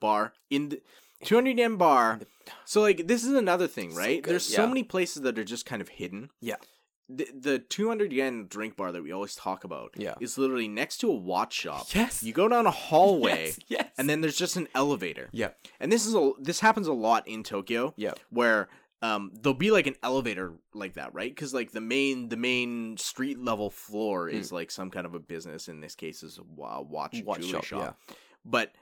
Speaker 2: bar in the 200 yen bar. So like this is another thing,
Speaker 1: So
Speaker 2: right?
Speaker 1: good,
Speaker 2: There's so
Speaker 1: yeah.
Speaker 2: many places that are just kind of hidden.
Speaker 1: Yeah.
Speaker 2: the, the 200 yen drink bar that we always talk about
Speaker 1: Yeah.
Speaker 2: is literally next to a watch shop.
Speaker 1: Yes.
Speaker 2: You go down a hallway
Speaker 1: Yes, yes.
Speaker 2: and then there's just an elevator.
Speaker 1: yeah.
Speaker 2: And this is a this happens a lot in Tokyo.
Speaker 1: Yeah.
Speaker 2: Where um there'll be like an elevator like that, right? Because like the main the main street level floor
Speaker 1: Hmm.
Speaker 2: is like some kind of a business. In this case, is a wa- watch,
Speaker 1: Watch
Speaker 2: jewelry shop.
Speaker 1: shop,
Speaker 2: But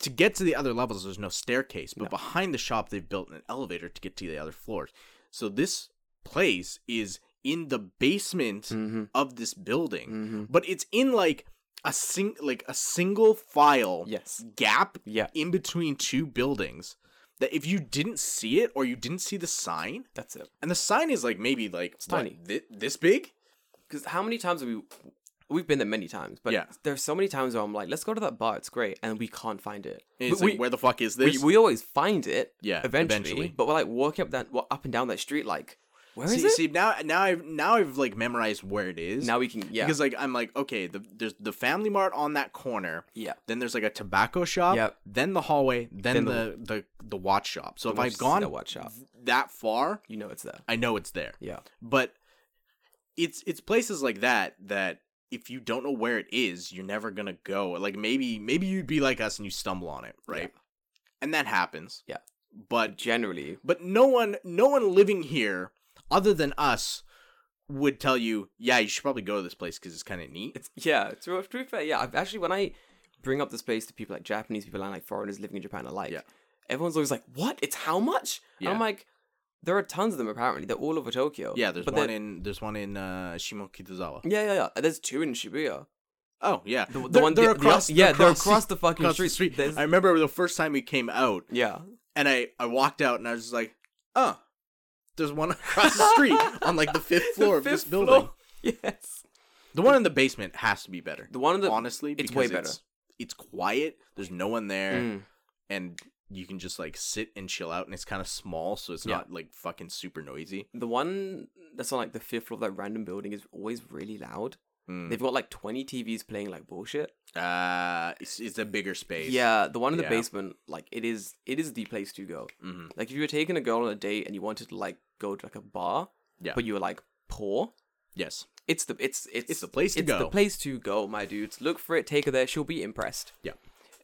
Speaker 2: to get to the other levels, there's no staircase. But
Speaker 1: No.
Speaker 2: behind the shop, they've built an elevator to get to the other floors. So this place is in the basement
Speaker 1: Mm-hmm.
Speaker 2: of this building,
Speaker 1: Mm-hmm.
Speaker 2: but it's in like a sing like a single file
Speaker 1: Yes.
Speaker 2: gap
Speaker 1: Yeah.
Speaker 2: in between two buildings that if you didn't see it or you didn't see the sign,
Speaker 1: That's it.
Speaker 2: and the sign is like maybe like
Speaker 1: It's
Speaker 2: what,
Speaker 1: tiny.
Speaker 2: thi- this big.
Speaker 1: Because how many times have we? We've been there many times, but
Speaker 2: Yeah.
Speaker 1: there's so many times where I'm like, let's go to that bar. It's great, and we can't find it.
Speaker 2: And it's
Speaker 1: We-
Speaker 2: like where the fuck is
Speaker 1: we,
Speaker 2: this?
Speaker 1: we always find it.
Speaker 2: Yeah,
Speaker 1: Eventually,
Speaker 2: eventually.
Speaker 1: but we're like walking up that well, up and down that street. Like, where is
Speaker 2: see,
Speaker 1: it?
Speaker 2: see now now I've now I've like memorized where it is.
Speaker 1: now we can. Yeah.
Speaker 2: because like I'm like okay, the, there's the Family Mart on that corner.
Speaker 1: yeah.
Speaker 2: Then there's like a tobacco shop.
Speaker 1: Yep.
Speaker 2: Then the hallway. Then,
Speaker 1: Then
Speaker 2: the, the, the watch shop. So if
Speaker 1: watch-
Speaker 2: I've gone
Speaker 1: the watch shop.
Speaker 2: that far,
Speaker 1: You know it's there.
Speaker 2: I know it's there.
Speaker 1: Yeah.
Speaker 2: but it's it's places like that that if you don't know where it is you're never gonna go like maybe maybe you'd be like us and you stumble on it right and that happens
Speaker 1: Yeah.
Speaker 2: but
Speaker 1: Generally,
Speaker 2: but no one no one living here other than us would tell you yeah you should probably go to this place because it's kind of neat
Speaker 1: It's yeah. To, to be fair, yeah. I've actually when I bring up this place to people like Japanese people and like foreigners living in Japan alike,
Speaker 2: Yeah.
Speaker 1: everyone's always like, "What? It's how much?" And
Speaker 2: Yeah.
Speaker 1: I'm like, there are tons of them apparently. They're all over Tokyo.
Speaker 2: yeah there's
Speaker 1: but
Speaker 2: one
Speaker 1: they're-
Speaker 2: in there's one in uh shimokitazawa
Speaker 1: Yeah, yeah, yeah. There's two in Shibuya.
Speaker 2: oh yeah
Speaker 1: The, the
Speaker 2: They're-
Speaker 1: one
Speaker 2: they're
Speaker 1: the- the-
Speaker 2: across
Speaker 1: yeah, they're across the fucking
Speaker 2: across the
Speaker 1: street.
Speaker 2: street.
Speaker 1: There's-
Speaker 2: i remember the first time we came out
Speaker 1: yeah, *laughs*
Speaker 2: and I I walked out and I was just like, oh, there's one across the
Speaker 1: *laughs*
Speaker 2: street on like the fifth floor of this
Speaker 1: fifth
Speaker 2: building.
Speaker 1: floor. Yes,
Speaker 2: The one in the basement has to be better.
Speaker 1: the one in the
Speaker 2: Honestly,
Speaker 1: it's
Speaker 2: because
Speaker 1: way better.
Speaker 2: It's, it's quiet. There's no one there,
Speaker 1: Mm,
Speaker 2: and you can just like sit and chill out. And it's kind of small, so it's
Speaker 1: Yeah.
Speaker 2: not like fucking super noisy.
Speaker 1: the one that's on like the fifth floor of that random building is always really loud.
Speaker 2: Mm.
Speaker 1: They've got like twenty TVs playing like bullshit.
Speaker 2: Uh, it's, it's a bigger space.
Speaker 1: Yeah, the one in the
Speaker 2: Yeah.
Speaker 1: basement, like it is, it is the place to go.
Speaker 2: hmm
Speaker 1: Like if you were taking a girl on a date and you wanted to like go to like a bar,
Speaker 2: Yeah.
Speaker 1: but you were like poor,
Speaker 2: Yes.
Speaker 1: it's the it's it's
Speaker 2: It's the place to
Speaker 1: it's the
Speaker 2: go.
Speaker 1: place to go, my dudes. Look for it, take her there, she'll be impressed.
Speaker 2: Yeah.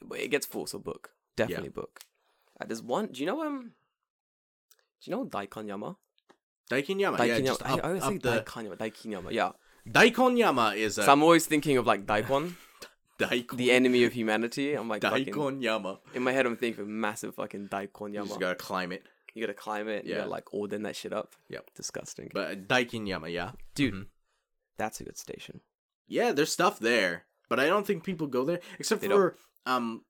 Speaker 1: But it gets full, so book definitely book. Uh, there's one. Do you know um? Do you know Daikonyama?
Speaker 2: Daikonyama. Uh, yeah,
Speaker 1: Daikonyama.
Speaker 2: just
Speaker 1: I,
Speaker 2: up,
Speaker 1: I always
Speaker 2: up
Speaker 1: say
Speaker 2: the
Speaker 1: Daikonyama. Daikonyama. Yeah.
Speaker 2: Daikonyama is a
Speaker 1: So I'm always thinking of like Daikon,
Speaker 2: Daikon, *laughs*
Speaker 1: the enemy of humanity. I'm like fucking,
Speaker 2: Daikonyama.
Speaker 1: in my head. I'm thinking of massive fucking Daikonyama.
Speaker 2: You just gotta climb it.
Speaker 1: You gotta climb it. You
Speaker 2: Yeah.
Speaker 1: gotta like order that shit up.
Speaker 2: Yep.
Speaker 1: Disgusting.
Speaker 2: But uh, Daikonyama, yeah.
Speaker 1: Dude,
Speaker 2: Mhm.
Speaker 1: that's a good station.
Speaker 2: Yeah, there's stuff there, but I don't think people go there except
Speaker 1: They
Speaker 2: for um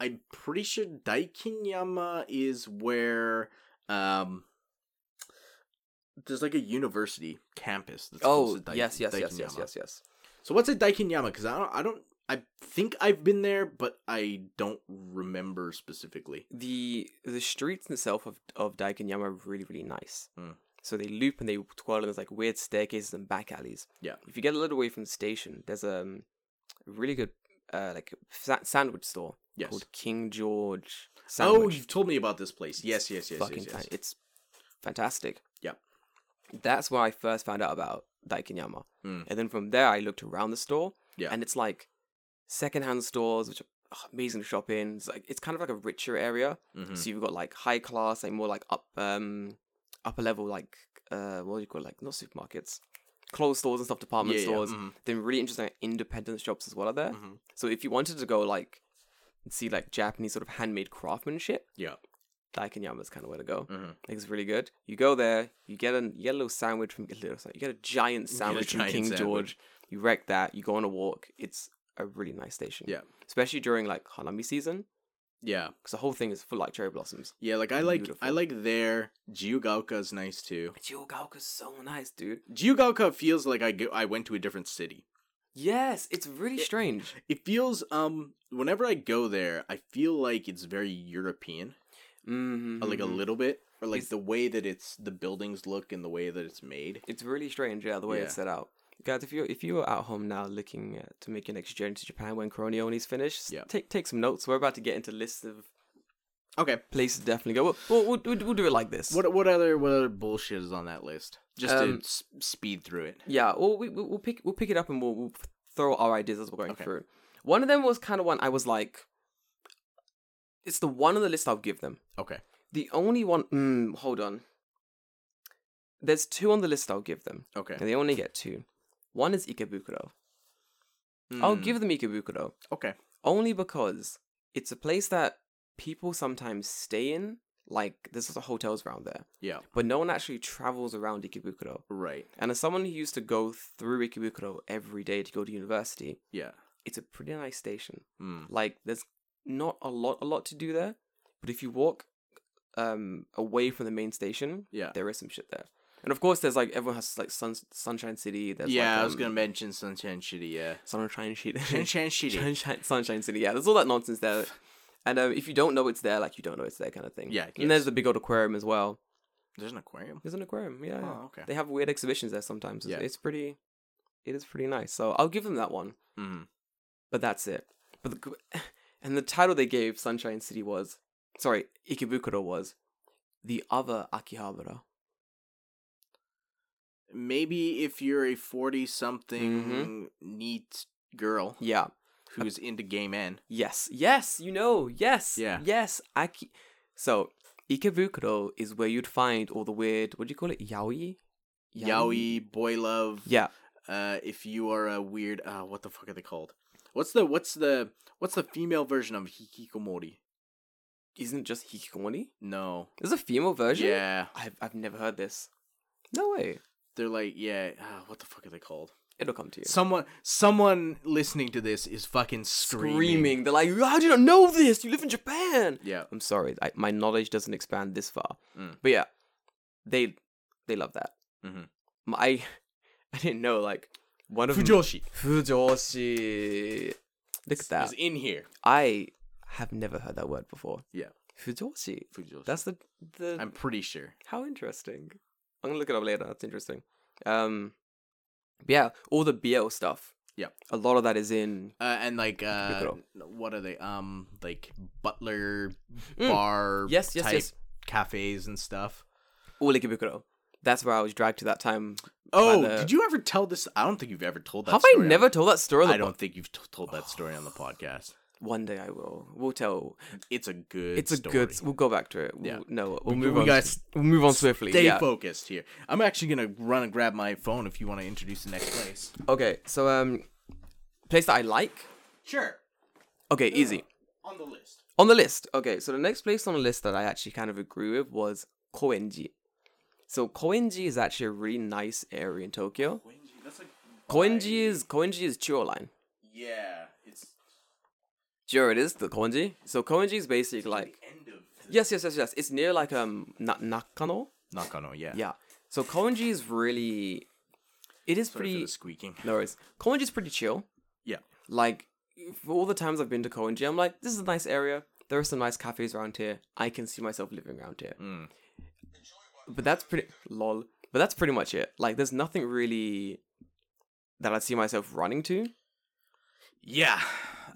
Speaker 2: I'm pretty sure Daikinyama is where um there's like a university campus that's
Speaker 1: Oh,
Speaker 2: close to Dai-
Speaker 1: yes, yes, yes, yes,
Speaker 2: Daikinyama.
Speaker 1: yes, yes.
Speaker 2: So what's a Daikinyama cuz I don't I don't I think I've been there but I don't remember specifically.
Speaker 1: The the streets themselves of of Daikanyama are really really nice.
Speaker 2: Mm.
Speaker 1: So they loop and they twirl and there's like weird staircases and back alleys.
Speaker 2: Yeah.
Speaker 1: If you get a little away from the station, there's um, a really good uh like sa- sandwich store
Speaker 2: Yes.
Speaker 1: called King George
Speaker 2: Oh,
Speaker 1: Sandwich.
Speaker 2: you've told me about this place. Yes, yes, yes,
Speaker 1: fucking
Speaker 2: yes. yes.
Speaker 1: fan- it's fantastic.
Speaker 2: Yep.
Speaker 1: That's where I first found out about Daikinyama.
Speaker 2: Mm.
Speaker 1: And then from there I looked around the store.
Speaker 2: Yeah.
Speaker 1: And it's like secondhand stores, which are oh, amazing shopping. It's like it's kind of like a richer area.
Speaker 2: Mhm.
Speaker 1: So you've got like high class, like more like up um upper level like uh what do you call it? like not supermarkets. Clothes stores and stuff, department
Speaker 2: Yeah, yeah,
Speaker 1: stores.
Speaker 2: mhm,
Speaker 1: Then really interesting like, independent shops as well are there.
Speaker 2: mhm.
Speaker 1: So if you wanted to go like see like Japanese sort of handmade craftsmanship,
Speaker 2: Yeah.
Speaker 1: Daikanyama is kind of where to go.
Speaker 2: Mhm.
Speaker 1: Like, it's really good. You go there, you get a you get a little sandwich from a little sandwich- you get a giant
Speaker 2: a
Speaker 1: sandwich from
Speaker 2: giant
Speaker 1: King
Speaker 2: sandwich.
Speaker 1: George. You wreck that. You go on a walk. It's a really nice station.
Speaker 2: Yeah.
Speaker 1: especially during like Hanami season
Speaker 2: Yeah.
Speaker 1: because the whole thing is full like cherry blossoms.
Speaker 2: Yeah, like I like I
Speaker 1: Beautiful.
Speaker 2: like there. Jiugaoka's nice too.
Speaker 1: Chiyogaoka's so nice, dude.
Speaker 2: Jiugaoka feels like I go, I went to a different city.
Speaker 1: Yes, it's really
Speaker 2: Yeah.
Speaker 1: strange.
Speaker 2: It feels um whenever I go there, I feel like it's very European,
Speaker 1: Mm-hmm.
Speaker 2: uh, like a little bit, or like
Speaker 1: It's-
Speaker 2: the way that it's the buildings look and the way that it's made.
Speaker 1: It's really strange, yeah, the way
Speaker 2: Yeah.
Speaker 1: it's set out. Guys, if you're if you're at home now looking uh, to make your next journey to Japan when Coronioni's finished,
Speaker 2: Yeah.
Speaker 1: take take some notes. We're about to get into lists of
Speaker 2: Okay,
Speaker 1: places to definitely go. We'll, we'll, we'll, we'll do it like this.
Speaker 2: what what other what other bullshit is on that list? Just to
Speaker 1: Um,
Speaker 2: s- speed through it.
Speaker 1: Yeah, well, we, we- we'll pick we'll pick it up and we'll, we'll throw our ideas as we're going
Speaker 2: Okay.
Speaker 1: through. One of them was kind of one I was like, it's the one on the list I'll give them.
Speaker 2: Okay.
Speaker 1: The only one. Mm, hold on. There's two on the list I'll give them,
Speaker 2: Okay.
Speaker 1: and they only get two. One is Ikebukuro. I'll
Speaker 2: Mm,
Speaker 1: give them Ikebukuro
Speaker 2: Okay.
Speaker 1: only because it's a place that people sometimes stay in. Like there's lots of hotels around there,
Speaker 2: Yeah.
Speaker 1: but no one actually travels around Ikebukuro.
Speaker 2: Right.
Speaker 1: And as someone who used to go through Ikebukuro every day to go to university,
Speaker 2: Yeah.
Speaker 1: it's a pretty nice station.
Speaker 2: Mm.
Speaker 1: Like there's not a lot a lot to do there, but if you walk um away from the main station,
Speaker 2: Yeah.
Speaker 1: there is some shit there. And of course there's like everyone has like sun, Sunshine City, there's
Speaker 2: yeah,
Speaker 1: like,
Speaker 2: I was
Speaker 1: um,
Speaker 2: gonna mention Sunshine City. Yeah.
Speaker 1: Sunshine City. *laughs*
Speaker 2: Sunshine City.
Speaker 1: Sunshine, Sunshine City. Yeah, there's all that nonsense there. And um, if you don't know it's there, like you don't know it's there kind of thing.
Speaker 2: Yeah, I
Speaker 1: And there's
Speaker 2: guess.
Speaker 1: the big old aquarium as well.
Speaker 2: There's an aquarium.
Speaker 1: There's an aquarium, yeah. yeah.
Speaker 2: Oh, okay.
Speaker 1: They have weird exhibitions there sometimes. It's,
Speaker 2: Yeah.
Speaker 1: it's pretty it is pretty nice. So I'll give them that one.
Speaker 2: Mm.
Speaker 1: But that's it. But the, *laughs* and the title they gave Sunshine City was sorry, Ikebukuro was the other Akihabara.
Speaker 2: Maybe if you're
Speaker 1: Mm-hmm.
Speaker 2: a forty-something neat girl
Speaker 1: Yeah.
Speaker 2: who's into gay men.
Speaker 1: Yes. Yes, you know. Yes.
Speaker 2: Yeah.
Speaker 1: Yes, Aki So, Ikebukuro is where you'd find all the weird, what do you call it? Yaoi?
Speaker 2: Yaoi, boy love.
Speaker 1: Yeah.
Speaker 2: Uh, if you are a weird, uh, what the fuck are they called? What's the what's the what's the female version of hikikomori?
Speaker 1: Isn't it just Hikikomori?
Speaker 2: No.
Speaker 1: There's a female version?
Speaker 2: Yeah,
Speaker 1: I've I've never heard this. No way.
Speaker 2: they're like yeah. Uh, what the fuck are they called?
Speaker 1: It'll come to you.
Speaker 2: Someone someone listening to this is fucking screaming.
Speaker 1: screaming. They're like, "How do you not know this? You live in Japan."
Speaker 2: Yeah.
Speaker 1: I'm sorry, I, my knowledge doesn't expand this far.
Speaker 2: Mm.
Speaker 1: But yeah, they they love that.
Speaker 2: Mhm.
Speaker 1: My- I *laughs* I didn't know like one of
Speaker 2: Fujoshi
Speaker 1: Fujoshi. Look at
Speaker 2: is
Speaker 1: that.
Speaker 2: in here.
Speaker 1: I have never heard that word before.
Speaker 2: Yeah.
Speaker 1: Fujoshi.
Speaker 2: Fujoshi.
Speaker 1: That's the the.
Speaker 2: I'm pretty sure.
Speaker 1: How interesting. I'm gonna look it up later. That's interesting. Um, but yeah, all the BL stuff.
Speaker 2: Yeah.
Speaker 1: a lot of that is in
Speaker 2: Uh, and like uh,
Speaker 1: Yukuro.
Speaker 2: what are they? Um, like butler
Speaker 1: Mm.
Speaker 2: bar
Speaker 1: yes, yes,
Speaker 2: type
Speaker 1: yes.
Speaker 2: cafes and stuff.
Speaker 1: all Ikebukuro. That's where I was dragged to that time.
Speaker 2: Oh,
Speaker 1: the-
Speaker 2: did you ever tell this? I don't think you've ever told that.
Speaker 1: Have I
Speaker 2: story on-
Speaker 1: never told that story? on the
Speaker 2: I
Speaker 1: pod-
Speaker 2: don't think you've t- told that story on the podcast.
Speaker 1: One day I will. We'll tell.
Speaker 2: It's a good.
Speaker 1: It's a
Speaker 2: story.
Speaker 1: good. We'll go back to it. We'll,
Speaker 2: Yeah.
Speaker 1: No, we'll
Speaker 2: We-
Speaker 1: move
Speaker 2: we
Speaker 1: on.
Speaker 2: gotta
Speaker 1: s-
Speaker 2: s-
Speaker 1: we'll move on swiftly.
Speaker 2: Stay
Speaker 1: yeah.
Speaker 2: focused here. I'm actually gonna run and grab my phone if you want to introduce the next place.
Speaker 1: Okay. So um, place that I like.
Speaker 2: Sure.
Speaker 1: Okay, easy
Speaker 2: On the list.
Speaker 1: on the list. Okay, so the next place on the list that I actually kind of agree with was Koenji. So Koenji is actually a really nice area in Tokyo.
Speaker 2: Koenji. That's like.
Speaker 1: Koenji is Koenji is Chuo line.
Speaker 2: Yeah. It's
Speaker 1: Sure, it is the Koenji. So Koenji is basically like
Speaker 2: end of.
Speaker 1: yes, yes, yes, yes. It's near like um Na- Nakano.
Speaker 2: Nakano. Yeah.
Speaker 1: Yeah. So Koenji is really it is
Speaker 2: Sorry for
Speaker 1: pretty
Speaker 2: the squeaking.
Speaker 1: no worries. Koenji is pretty chill.
Speaker 2: Yeah.
Speaker 1: Like for all the times I've been to Koenji, I'm like, this is a nice area. There are some nice cafes around here. I can see myself living around here.
Speaker 2: Hmm.
Speaker 1: But that's pretty lol. But that's pretty much it. Like there's nothing really that I see myself running to.
Speaker 2: Yeah.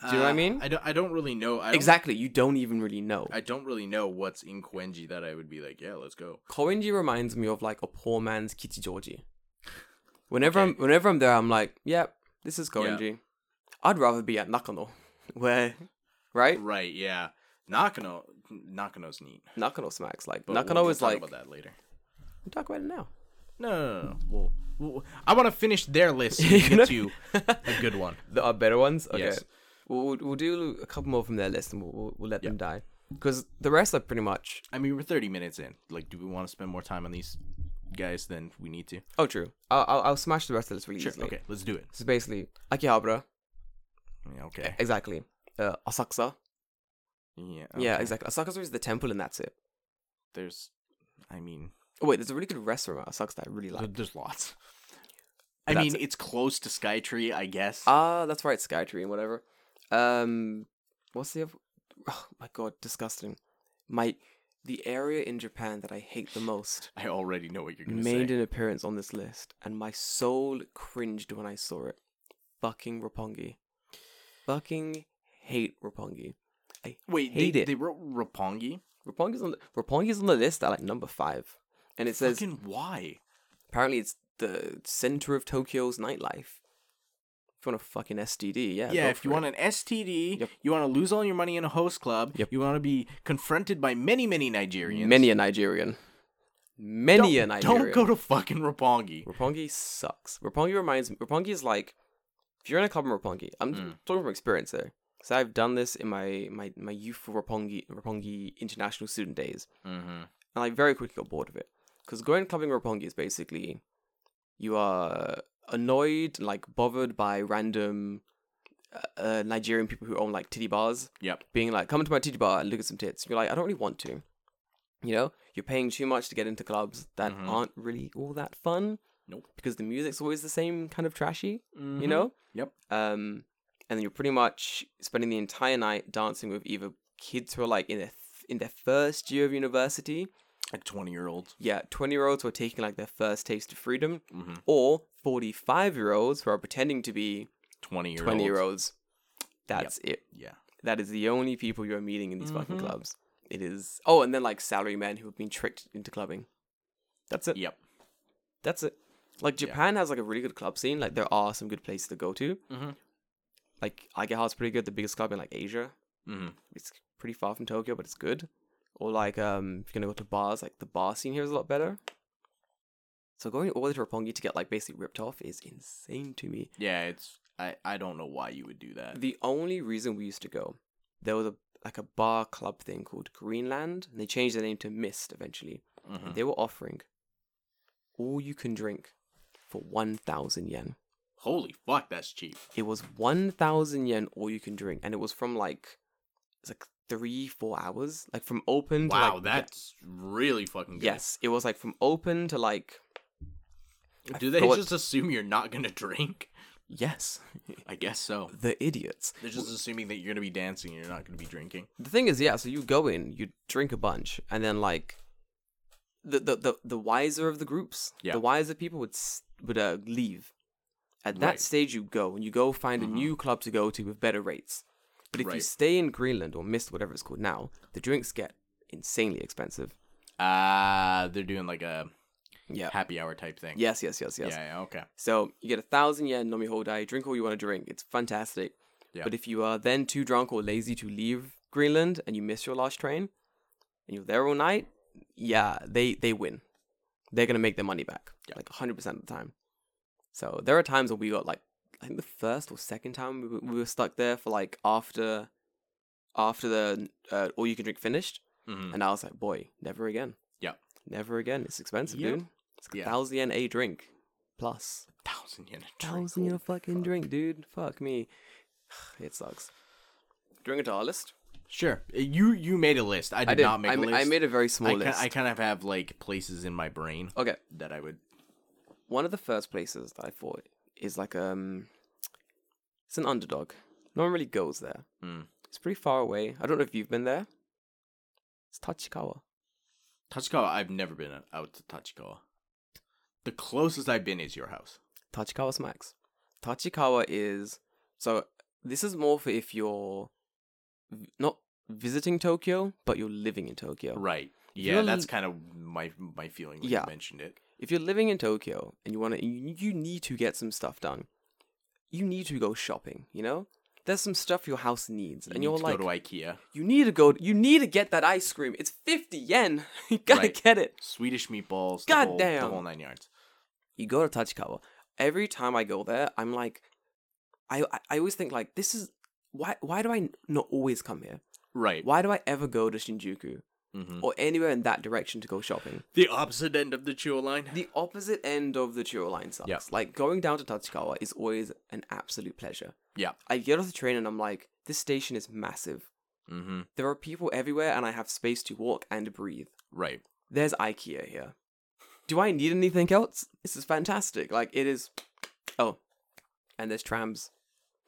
Speaker 2: Do
Speaker 1: you know what I mean?
Speaker 2: I don't. I don't really know. I don't,
Speaker 1: Exactly. You don't even really know.
Speaker 2: I don't really know what's in Koenji that I would be like. Yeah, let's go.
Speaker 1: Koenji reminds me of like a poor man's
Speaker 2: *laughs*
Speaker 1: Kichijoji. Whenever
Speaker 2: Okay.
Speaker 1: I'm whenever I'm there, I'm like, yep, this is Koenji. I'd rather be at Nakano, *laughs* where, right?
Speaker 2: Right. Yeah. Nakano. Nakano's neat.
Speaker 1: Nakano smacks like
Speaker 2: but
Speaker 1: Nakano
Speaker 2: we'll
Speaker 1: is
Speaker 2: talk
Speaker 1: like.
Speaker 2: about that later.
Speaker 1: We'll talk about it now.
Speaker 2: No, no, no, no. We'll, we'll, I want to finish their
Speaker 1: *laughs*
Speaker 2: list so we can get to a good one.
Speaker 1: There are better ones. Okay,
Speaker 2: Yes.
Speaker 1: we'll, we'll we'll do a couple more from their list and we'll we'll, we'll let them die because the rest are pretty much.
Speaker 2: I mean, we're 30 minutes in. Like, do we want to spend more time on these guys than we need to?
Speaker 1: Oh, true. I'll I'll, I'll smash the rest of the list really easily.
Speaker 2: Okay, let's do it.
Speaker 1: So basically, Akihabara,
Speaker 2: Yeah, Okay.
Speaker 1: exactly. Uh, Asakusa.
Speaker 2: Yeah.
Speaker 1: Yeah,
Speaker 2: okay.
Speaker 1: exactly. Asakusa is the temple, and that's it.
Speaker 2: There's, I mean,
Speaker 1: Oh, wait, there's a really good restaurant at Asakusa that I really like.
Speaker 2: th- there's lots. *laughs* I
Speaker 1: That's
Speaker 2: mean, it's close to Skytree, I guess.
Speaker 1: Ah, that's right, Skytree and whatever. Um, what's the other? *sighs* Oh my god, disgusting. My the area in Japan that I hate the most
Speaker 2: I already know what you're gonna
Speaker 1: made
Speaker 2: say.
Speaker 1: an appearance on this list, and my soul cringed when I saw it. Fucking Roppongi. Fucking hate Roppongi. I
Speaker 2: Wait,
Speaker 1: hate
Speaker 2: they,
Speaker 1: it.
Speaker 2: they wrote Rapongi.
Speaker 1: Roppongi's on the, Roppongi's on the list at like number five, and it says
Speaker 2: Fucking why?
Speaker 1: Apparently, it's the center of Tokyo's nightlife. If you want a fucking STD, yeah.
Speaker 2: yeah,
Speaker 1: go
Speaker 2: if
Speaker 1: for
Speaker 2: you
Speaker 1: it.
Speaker 2: want an STD,
Speaker 1: Yep.
Speaker 2: you want to lose all your money in a host club,
Speaker 1: Yep.
Speaker 2: you want to be confronted by many, many Nigerians.
Speaker 1: many a Nigerian, many a
Speaker 2: don't,
Speaker 1: Nigerian.
Speaker 2: Don't go to fucking Roppongi.
Speaker 1: Roppongi sucks. Roppongi reminds me. Roppongi is like if you're in a club in Roppongi. I'm
Speaker 2: Mm.
Speaker 1: talking from experience there, because I've done this in my my my youthful Roppongi Roppongi international student days,
Speaker 2: Mm-hmm.
Speaker 1: and I very quickly got bored of it. Because going clubbing in Roppongi is basically you are annoyed, like bothered by random uh, uh, Nigerian people who own like titty bars
Speaker 2: Yep.
Speaker 1: being like, come to my titty bar and look at some tits. You're like, I don't really want to. You know, you're paying too much to get into clubs that
Speaker 2: Mhm.
Speaker 1: aren't really all that fun.
Speaker 2: Nope. Mm-hmm.
Speaker 1: Because the music's always the same kind of trashy, you know?
Speaker 2: Yep.
Speaker 1: Um, and then you're pretty much spending the entire night dancing with either kids who are like in their, th- in their first year of university.
Speaker 2: Like 20 year olds.
Speaker 1: Yeah, 20 year olds who are taking like their first taste of freedom,
Speaker 2: Mm-hmm.
Speaker 1: or 45 year olds who are pretending to be
Speaker 2: 20 year olds.
Speaker 1: 20 year olds. That's it.
Speaker 2: Yeah.
Speaker 1: That is the only people you're meeting in these fucking
Speaker 2: Mhm.
Speaker 1: clubs. It is. Oh, and then like salary men who have been tricked into clubbing. That's it.
Speaker 2: Yep.
Speaker 1: That's it. Like
Speaker 2: Yeah.
Speaker 1: Japan has like a really good club scene. Like there are some good places to go to.
Speaker 2: Mhm.
Speaker 1: Like Aigeha's pretty good. The biggest club in like Asia.
Speaker 2: Mm-hmm.
Speaker 1: It's pretty far from Tokyo, but it's good. Or like um, if you're gonna go to bars, like the bar scene here is a lot better. So going all the way to Roppongi to get like basically ripped off is insane to me.
Speaker 2: Yeah, it's. I, I don't know why you would do that.
Speaker 1: *laughs* The only reason we used to go, there was a like a bar club thing called Greenland, and they changed their name to Mist eventually.
Speaker 2: Mhm.
Speaker 1: And they were offering all you can drink for one thousand yen.
Speaker 2: Holy fuck, that's cheap.
Speaker 1: It was one thousand yen all you can drink, and it was from like it's like three four hours, like from open. to,
Speaker 2: Wow,
Speaker 1: like,
Speaker 2: that's really fucking good.
Speaker 1: yes, it was like from open to like
Speaker 2: Do they
Speaker 1: thought-
Speaker 2: just assume you're not gonna *laughs* drink?
Speaker 1: yes, *laughs*
Speaker 2: I guess so.
Speaker 1: the idiots.
Speaker 2: They're just assuming that you're gonna be dancing and you're not gonna be drinking.
Speaker 1: the thing is, yeah. So you go in, you drink a bunch, and then like the the the, the wiser of the groups,
Speaker 2: Yeah.
Speaker 1: the wiser people would s- would uh, leave. At that
Speaker 2: Right. Mm-hmm.
Speaker 1: stage, you go and you go find a new club to go to with better rates. But if you
Speaker 2: Right.
Speaker 1: stay in Greenland or Mist, whatever it's called now, the drinks get insanely expensive.
Speaker 2: Ah, they're doing like a
Speaker 1: Yeah.
Speaker 2: happy hour type thing.
Speaker 1: Yes, yes, yes, yes.
Speaker 2: Yeah, yeah, okay.
Speaker 1: So you get a thousand yen nomi hodai, drink all you want to drink. It's fantastic.
Speaker 2: Yeah.
Speaker 1: But if you are then too drunk or lazy to leave Greenland and you miss your last train and you're there all night, yeah, they they win. They're gonna make their money back
Speaker 2: Yeah.
Speaker 1: like 100 percent of the time. So there are times when we got like I think the first or second time we were, we were stuck there for like after after the uh, all you can drink finished,
Speaker 2: Mhm.
Speaker 1: and I was like, boy, never again.
Speaker 2: Yeah.
Speaker 1: Never again. It's expensive,
Speaker 2: Yep.
Speaker 1: dude. It's a
Speaker 2: Yeah.
Speaker 1: thousand yen a drink plus
Speaker 2: Thousand yen a drink.
Speaker 1: thousand yen
Speaker 2: holy
Speaker 1: a fucking
Speaker 2: fuck.
Speaker 1: drink, dude. Fuck me. *sighs* It sucks. Drink it to our list.
Speaker 2: Sure. You you made a list. I did, not make
Speaker 1: I,
Speaker 2: a
Speaker 1: ma-
Speaker 2: list.
Speaker 1: I made a very small
Speaker 2: I,
Speaker 1: list.
Speaker 2: ki- I kind of have like places in my brain
Speaker 1: Okay.
Speaker 2: that I would.
Speaker 1: One of the first places that I thought is like um, it's an underdog. No one really goes there.
Speaker 2: Mm.
Speaker 1: It's pretty far away. I don't know if you've been there. It's Tachikawa.
Speaker 2: Tachikawa. I've never been out to Tachikawa. The closest I've been is your house.
Speaker 1: Tachikawa smacks. Tachikawa is so. This is more for if you're v- not visiting Tokyo, but you're living in Tokyo.
Speaker 2: Right.
Speaker 1: you're
Speaker 2: Yeah,
Speaker 1: l-
Speaker 2: that's kind of my my feeling when
Speaker 1: Yeah.
Speaker 2: you mentioned it.
Speaker 1: if you're living in Tokyo and you want to, you, you need to get some stuff done. You need to go shopping. You know, there's some stuff your house needs, and
Speaker 2: You
Speaker 1: you're
Speaker 2: need to
Speaker 1: like,
Speaker 2: go to IKEA.
Speaker 1: you need to go. You need to get that ice cream. It's fifty yen. *laughs* you gotta
Speaker 2: Right.
Speaker 1: get it.
Speaker 2: Swedish meatballs. the
Speaker 1: God
Speaker 2: whole-
Speaker 1: damn.
Speaker 2: The whole nine yards.
Speaker 1: You go to Tachikawa. Every time I go there, I'm like, I I- I always think like this is why why do I not always come here?
Speaker 2: Right.
Speaker 1: Why do I ever go to Shinjuku
Speaker 2: Mhm.
Speaker 1: or anywhere in that direction to go shopping?
Speaker 2: The opposite end of the Chuo line.
Speaker 1: The opposite end of the Chiro line sucks.
Speaker 2: Yeah.
Speaker 1: Like going down to Tachikawa is always an absolute pleasure.
Speaker 2: Yeah.
Speaker 1: I get off the train and I'm like, this station is massive.
Speaker 2: Mm-hmm.
Speaker 1: There are people everywhere and I have space to walk and breathe.
Speaker 2: Right.
Speaker 1: There's IKEA here. Do I need anything else? This is fantastic. Like it is Oh. And there's trams.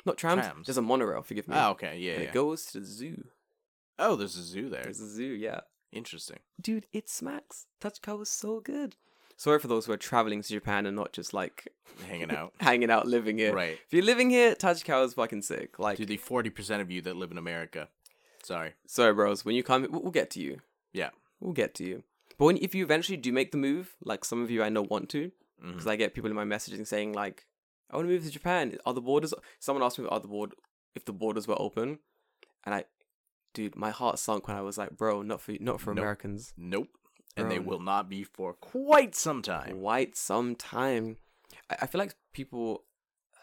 Speaker 1: Not trams.
Speaker 2: Trams.
Speaker 1: There's a monorail, forgive me.
Speaker 2: Ah, okay. Yeah.
Speaker 1: and
Speaker 2: yeah.
Speaker 1: it goes to the zoo.
Speaker 2: oh, there's a zoo there.
Speaker 1: There's a zoo, yeah.
Speaker 2: Interesting.
Speaker 1: Dude, it smacks. Tachikawa was so good. Sorry for those who are traveling to Japan and not just like
Speaker 2: Hanging out.
Speaker 1: hanging out, living here.
Speaker 2: Right.
Speaker 1: If you're living here, Tachikawa is fucking sick. Like,
Speaker 2: To the forty percent of you that live in America. Sorry.
Speaker 1: sorry, bros. When you come, we- we'll get to you.
Speaker 2: Yeah.
Speaker 1: We'll get to you. But when, if you eventually do make the move, like some of you I know want to,
Speaker 2: Mhm.
Speaker 1: because I get people in my messaging saying like, "I want to move to Japan. Are the borders?" Someone asked me if are the board if the borders were open, and I, dude, my heart sunk when I was like, "Bro, not for not for
Speaker 2: Nope.
Speaker 1: Americans.
Speaker 2: Nope. And they
Speaker 1: Um,
Speaker 2: will not be for quite some time.
Speaker 1: White sometime." I, I feel like people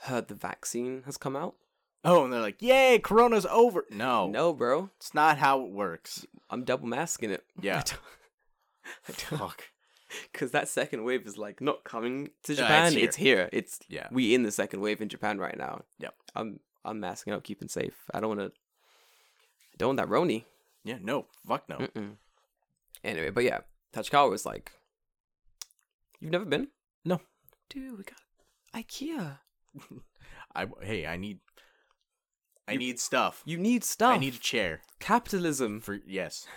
Speaker 1: heard the vaccine has come out.
Speaker 2: Oh, and they're like, "Yay, Corona's over." No,
Speaker 1: No, bro,
Speaker 2: it's not how
Speaker 1: *laughs*
Speaker 2: it works.
Speaker 1: I'm double masking it. *laughs*
Speaker 2: Yeah.
Speaker 1: Fuck. Because that second wave is like not coming to
Speaker 2: No, it's
Speaker 1: Japan.
Speaker 2: here.
Speaker 1: it's here. It's
Speaker 2: Yeah.
Speaker 1: we in the second wave in Japan right now.
Speaker 2: Yep.
Speaker 1: I'm I'm masking up, keeping safe. I don't want to. Don't want that Roni.
Speaker 2: Yeah. No. Fuck no.
Speaker 1: Mm-mm. Anyway, but yeah, Tachikawa was like, "You've never been?
Speaker 2: No.
Speaker 1: dude. We got IKEA.
Speaker 2: I hey, I need. I need stuff.
Speaker 1: You need stuff.
Speaker 2: I need a chair.
Speaker 1: capitalism. *laughs*
Speaker 2: *laughs* For yes.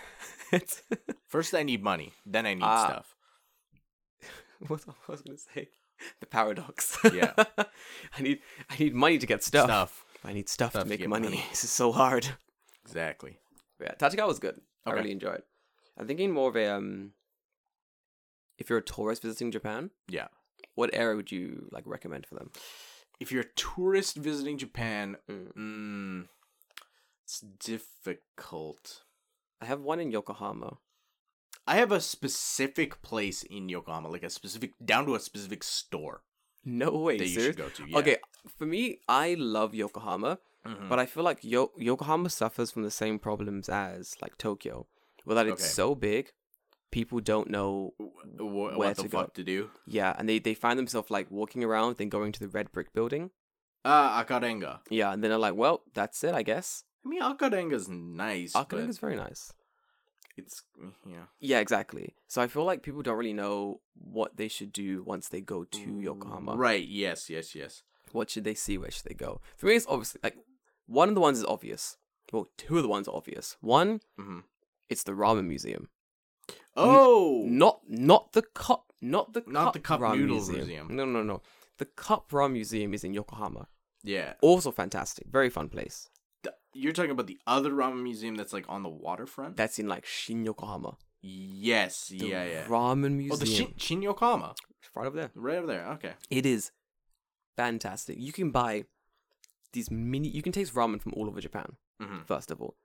Speaker 1: It's-
Speaker 2: First, I need money. Then I need
Speaker 1: Ah.
Speaker 2: stuff.
Speaker 1: what the- I was gonna say, the paradox.
Speaker 2: Yeah.
Speaker 1: *laughs* I need I need money to get stuff.
Speaker 2: Stuff.
Speaker 1: I need stuff,
Speaker 2: Stuff
Speaker 1: to
Speaker 2: to
Speaker 1: make
Speaker 2: get
Speaker 1: money.
Speaker 2: money.
Speaker 1: *laughs* This is so hard.
Speaker 2: Exactly.
Speaker 1: Yeah, Tachikawa was good. I
Speaker 2: Okay.
Speaker 1: really enjoyed. I'm thinking more of a um, if you're a tourist visiting Japan,
Speaker 2: Yeah.
Speaker 1: what area would you like recommend for them?
Speaker 2: If you're a tourist visiting Japan,
Speaker 1: Mm.
Speaker 2: mm, it's difficult.
Speaker 1: I have one in Yokohama. *laughs*
Speaker 2: I have a specific place in Yokohama, like a specific down to a specific store
Speaker 1: No way,
Speaker 2: that you
Speaker 1: serious?
Speaker 2: should go to. Yeah.
Speaker 1: Okay, for me, I love Yokohama,
Speaker 2: Mhm.
Speaker 1: but I feel like Yo- Yokohama suffers from the same problems as like Tokyo, where that it's
Speaker 2: Okay.
Speaker 1: so big, people don't know.
Speaker 2: Wh- wh-
Speaker 1: where
Speaker 2: what the
Speaker 1: to go.
Speaker 2: fuck to do?
Speaker 1: Yeah, and they they find themselves like walking around, then going to the red brick building.
Speaker 2: Uh, Akarenga.
Speaker 1: Yeah, and then they're like, well, that's it, I guess.
Speaker 2: I mean, Akarenga's nice.
Speaker 1: Akarenga's
Speaker 2: Akarenga's
Speaker 1: very nice.
Speaker 2: it's yeah.
Speaker 1: Yeah, exactly. So I feel like people don't really know what they should do once they go to Yokohama.
Speaker 2: Mm, Right. Yes. Yes. Yes.
Speaker 1: What should they see? Where should they go? For me, it's obviously like one of the ones is obvious. Well, two of the ones are obvious. One,
Speaker 2: Mhm.
Speaker 1: it's the ramen museum.
Speaker 2: Oh.
Speaker 1: Not not the cup, not the
Speaker 2: Not
Speaker 1: cup
Speaker 2: the cup
Speaker 1: ramen
Speaker 2: noodle
Speaker 1: museum.
Speaker 2: museum.
Speaker 1: No, no, no. The cup ramen museum is in Yokohama.
Speaker 2: Yeah.
Speaker 1: Also fantastic, very fun place.
Speaker 2: Th- You're talking about the other ramen museum that's like on the waterfront.
Speaker 1: That's in like Shin Yokohama.
Speaker 2: yes.
Speaker 1: The
Speaker 2: yeah. Yeah.
Speaker 1: Ramen museum.
Speaker 2: Oh, the Shin, Shin Yokohama,
Speaker 1: right over there.
Speaker 2: right over there. Okay.
Speaker 1: It is fantastic. You can buy these mini. You can taste ramen from all over Japan.
Speaker 2: Mhm.
Speaker 1: First of all,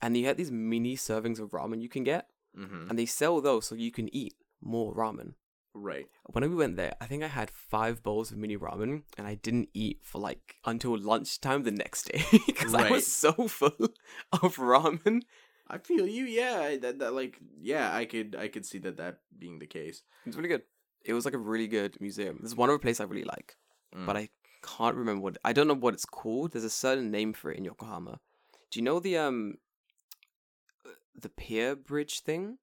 Speaker 1: and you have these mini servings of ramen you can get,
Speaker 2: hmm
Speaker 1: and they sell those so you can eat more ramen.
Speaker 2: Right.
Speaker 1: When we went there, I think I had five bowls of mini ramen, and I didn't eat for like until lunchtime the next day *laughs* because I
Speaker 2: Right.
Speaker 1: was so *laughs* full of ramen.
Speaker 2: I feel you. Yeah. I- That, that like yeah. I could I could see that that being the case.
Speaker 1: It's really good. It was like a really good museum. There's one other place I really like,
Speaker 2: Mm.
Speaker 1: but I can't remember what I don't know what it's called. There's a certain name for it in Yokohama. Do you know the um the pier bridge thing?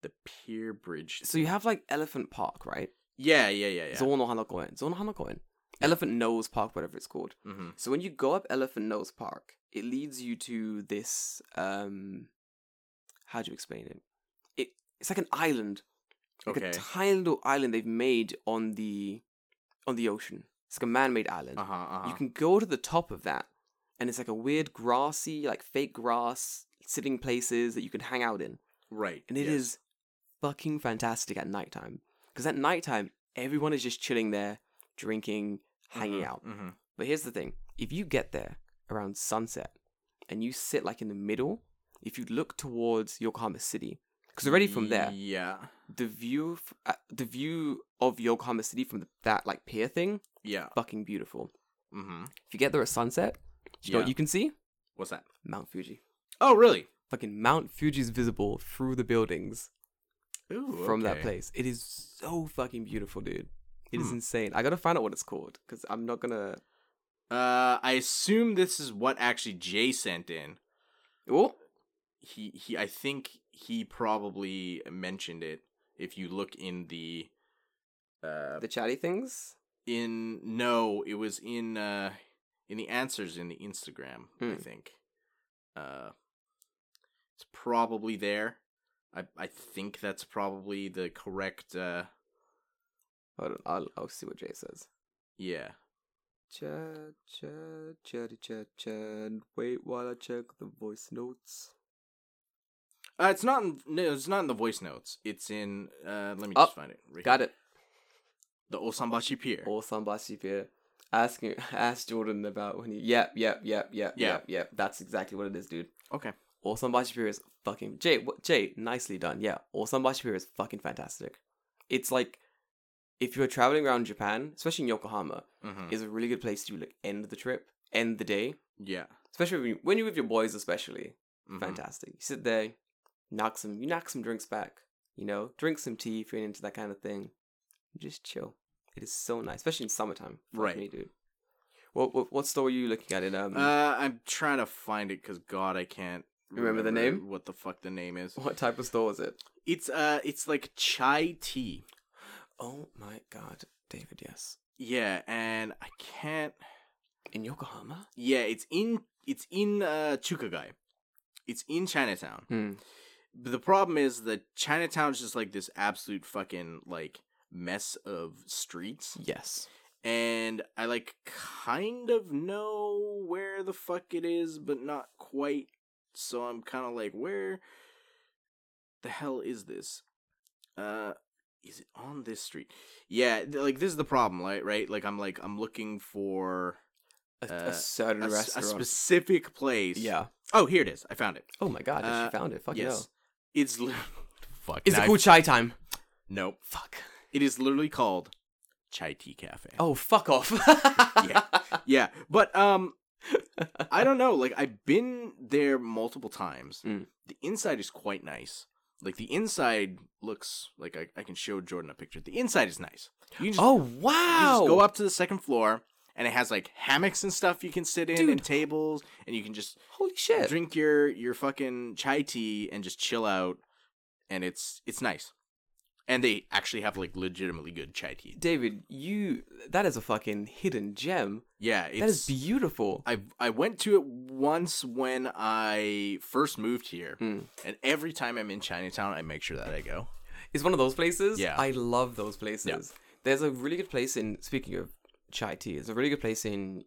Speaker 2: The Pier Bridge.
Speaker 1: So you have like Elephant Park, right?
Speaker 2: Yeah. Yeah. Yeah. Yeah.
Speaker 1: Zonohanakoen. Zonohanakoen. Elephant Nose Park, whatever it's called.
Speaker 2: Mhm.
Speaker 1: So when you go up Elephant Nose Park, it leads you to this um how do you explain it? It it's like an island. Like a
Speaker 2: Okay.
Speaker 1: tiny little island they've made on the on the ocean. It's like a man made island.
Speaker 2: Uh huh. Uh
Speaker 1: You
Speaker 2: huh.
Speaker 1: can go to the top of that and it's like a weird grassy, like fake grass sitting places that you can hang out in.
Speaker 2: Right.
Speaker 1: And it is
Speaker 2: yes.
Speaker 1: fucking fantastic at nighttime. Because at nighttime, everyone is just chilling there, drinking, hanging
Speaker 2: Mhm,
Speaker 1: out.
Speaker 2: mhm.
Speaker 1: But here's the thing if you get there around sunset and you sit like in the middle, if you look towards Yokohama City, because already from there,
Speaker 2: Yeah.
Speaker 1: the view, f- uh, the view of Yokohama City from the, that like pier thing,
Speaker 2: Yeah.
Speaker 1: fucking beautiful.
Speaker 2: Mm-hmm.
Speaker 1: If you get there at sunset, do you know what
Speaker 2: Yeah.
Speaker 1: you can see?
Speaker 2: What's that?
Speaker 1: Mount Fuji.
Speaker 2: Oh, really?
Speaker 1: Fucking Mount Fuji's visible through the buildings
Speaker 2: Ooh,
Speaker 1: from that
Speaker 2: okay.
Speaker 1: place. It is so fucking beautiful, dude. It is
Speaker 2: Hmm.
Speaker 1: insane. I gotta find out what it's called because I'm not gonna.
Speaker 2: Uh, I assume this is what actually Jay sent in.
Speaker 1: Oh,
Speaker 2: He he. I think he probably mentioned it. If you look in the, uh,
Speaker 1: the chatty things.
Speaker 2: in no, it was in uh, in the answers in the Instagram. I
Speaker 1: Mm.
Speaker 2: think. Uh, it's probably there. I I think that's probably the correct. Uh,
Speaker 1: Hold on, I'll, I'll see what Jay says.
Speaker 2: yeah.
Speaker 1: Chat, chat, chatty, chat, chat. Wait while I check the voice notes.
Speaker 2: Uh, it's not in no, it's not in the voice notes. It's in. Uh, let me
Speaker 1: Oh,
Speaker 2: just find it. Right
Speaker 1: Got it.
Speaker 2: the Osambachi Pier.
Speaker 1: or Sambashi Pier *laughs* asking asked Jordan about when he yep yep yep yep
Speaker 2: Yeah.
Speaker 1: yep yep that's exactly what it is, dude.
Speaker 2: Okay.
Speaker 1: Or Sambashi Pier is fucking Jay what Jay nicely done yeah. Or Sambashi Pier is fucking fantastic. It's like if you're traveling around Japan, especially in Yokohama,
Speaker 2: hmm
Speaker 1: is a really good place to like end the trip, end the day,
Speaker 2: Yeah.
Speaker 1: especially when, you, when you're with your boys, especially
Speaker 2: Mhm.
Speaker 1: fantastic. You sit there, knock some, you knock some drinks back. You know, drink some tea if you're into that kind of thing. Just chill. It is so nice, especially in summertime. Fuck
Speaker 2: Right.
Speaker 1: me, dude. What, what what store are you looking at? It um,
Speaker 2: Uh, I'm trying to find it because God, I can't
Speaker 1: Remember the name?
Speaker 2: What the fuck the name
Speaker 1: *laughs*
Speaker 2: is?
Speaker 1: what type of store was it?
Speaker 2: It's uh, it's like chai tea.
Speaker 1: Oh my god, David, yes,
Speaker 2: Yeah, and I can't.
Speaker 1: in Yokohama.
Speaker 2: Yeah, it's in it's in uh Chukagai. It's in Chinatown.
Speaker 1: Hmm.
Speaker 2: But the problem is that Chinatown is just like this absolute fucking like mess of streets.
Speaker 1: Yes.
Speaker 2: And I like kind of know where the fuck it is, but not quite. So I'm kind of like, where the hell is this? Uh is it on this street? Yeah, th- like this is the problem, right? Right? Like I'm like I'm looking for
Speaker 1: A,
Speaker 2: Uh,
Speaker 1: a certain
Speaker 2: a, s- a
Speaker 1: restaurant.
Speaker 2: specific place.
Speaker 1: yeah.
Speaker 2: Oh, here it is. I found it.
Speaker 1: Oh my god,
Speaker 2: Uh,
Speaker 1: she found it. Fuck
Speaker 2: yes. It's *laughs* li- fuck.
Speaker 1: no. Is
Speaker 2: now
Speaker 1: it
Speaker 2: I-
Speaker 1: called chai time?
Speaker 2: Nope.
Speaker 1: Fuck.
Speaker 2: It is literally called Chai Tea Cafe.
Speaker 1: Oh, fuck off.
Speaker 2: yeah, but
Speaker 1: *laughs*
Speaker 2: um, I don't know. Like I've been there multiple times.
Speaker 1: Mm.
Speaker 2: The inside is quite nice. Like the inside looks like I, I can show Jordan a picture. The inside is nice. You can just,
Speaker 1: *laughs* Oh
Speaker 2: you can just
Speaker 1: wow.
Speaker 2: go up to the second floor, and it has like hammocks and stuff you can sit in, and
Speaker 1: Dude.
Speaker 2: tables, and you can just
Speaker 1: Holy shit.
Speaker 2: drink your your fucking chai tea and just chill out and it's it's nice and they actually have like legitimately good chai tea
Speaker 1: David, you that is a fucking hidden gem.
Speaker 2: yeah it's
Speaker 1: that is beautiful.
Speaker 2: I, I went to it once when I first moved here,
Speaker 1: Mm.
Speaker 2: and every time I'm in Chinatown, I make sure that I go.
Speaker 1: It's one of those places.
Speaker 2: Yeah.
Speaker 1: I love those places. There's a really good place in speaking of chai tea, there's a really good place in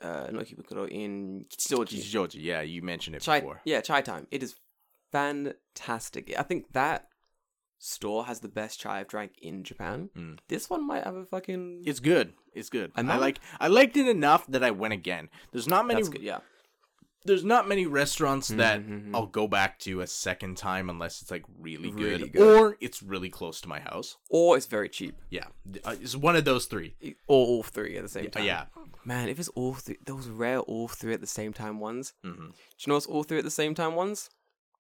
Speaker 1: uh not Kibukuro in Kichijoji.
Speaker 2: Kichijoji, yeah, you mentioned it
Speaker 1: Chai
Speaker 2: before.
Speaker 1: yeah, chai time. It is fantastic. I think that store has the best chai I've drank in Japan.
Speaker 2: Mm.
Speaker 1: This one might have a fucking
Speaker 2: It's good. It's good.
Speaker 1: I'm
Speaker 2: I
Speaker 1: not-
Speaker 2: like I liked it enough that I went again. There's not many
Speaker 1: that's good, yeah.
Speaker 2: there's not many restaurants that
Speaker 1: Mhm.
Speaker 2: I'll go back to a second time unless it's like really good,
Speaker 1: Really good.
Speaker 2: or it's really close to my house.
Speaker 1: Or it's very cheap.
Speaker 2: Yeah, th- uh, it's one of those three.
Speaker 1: Or all three at the same
Speaker 2: Uh,
Speaker 1: time.
Speaker 2: yeah,
Speaker 1: Man, if it's all three, those rare all three at the same time ones.
Speaker 2: hmm
Speaker 1: Do you know what's all three at the same time ones?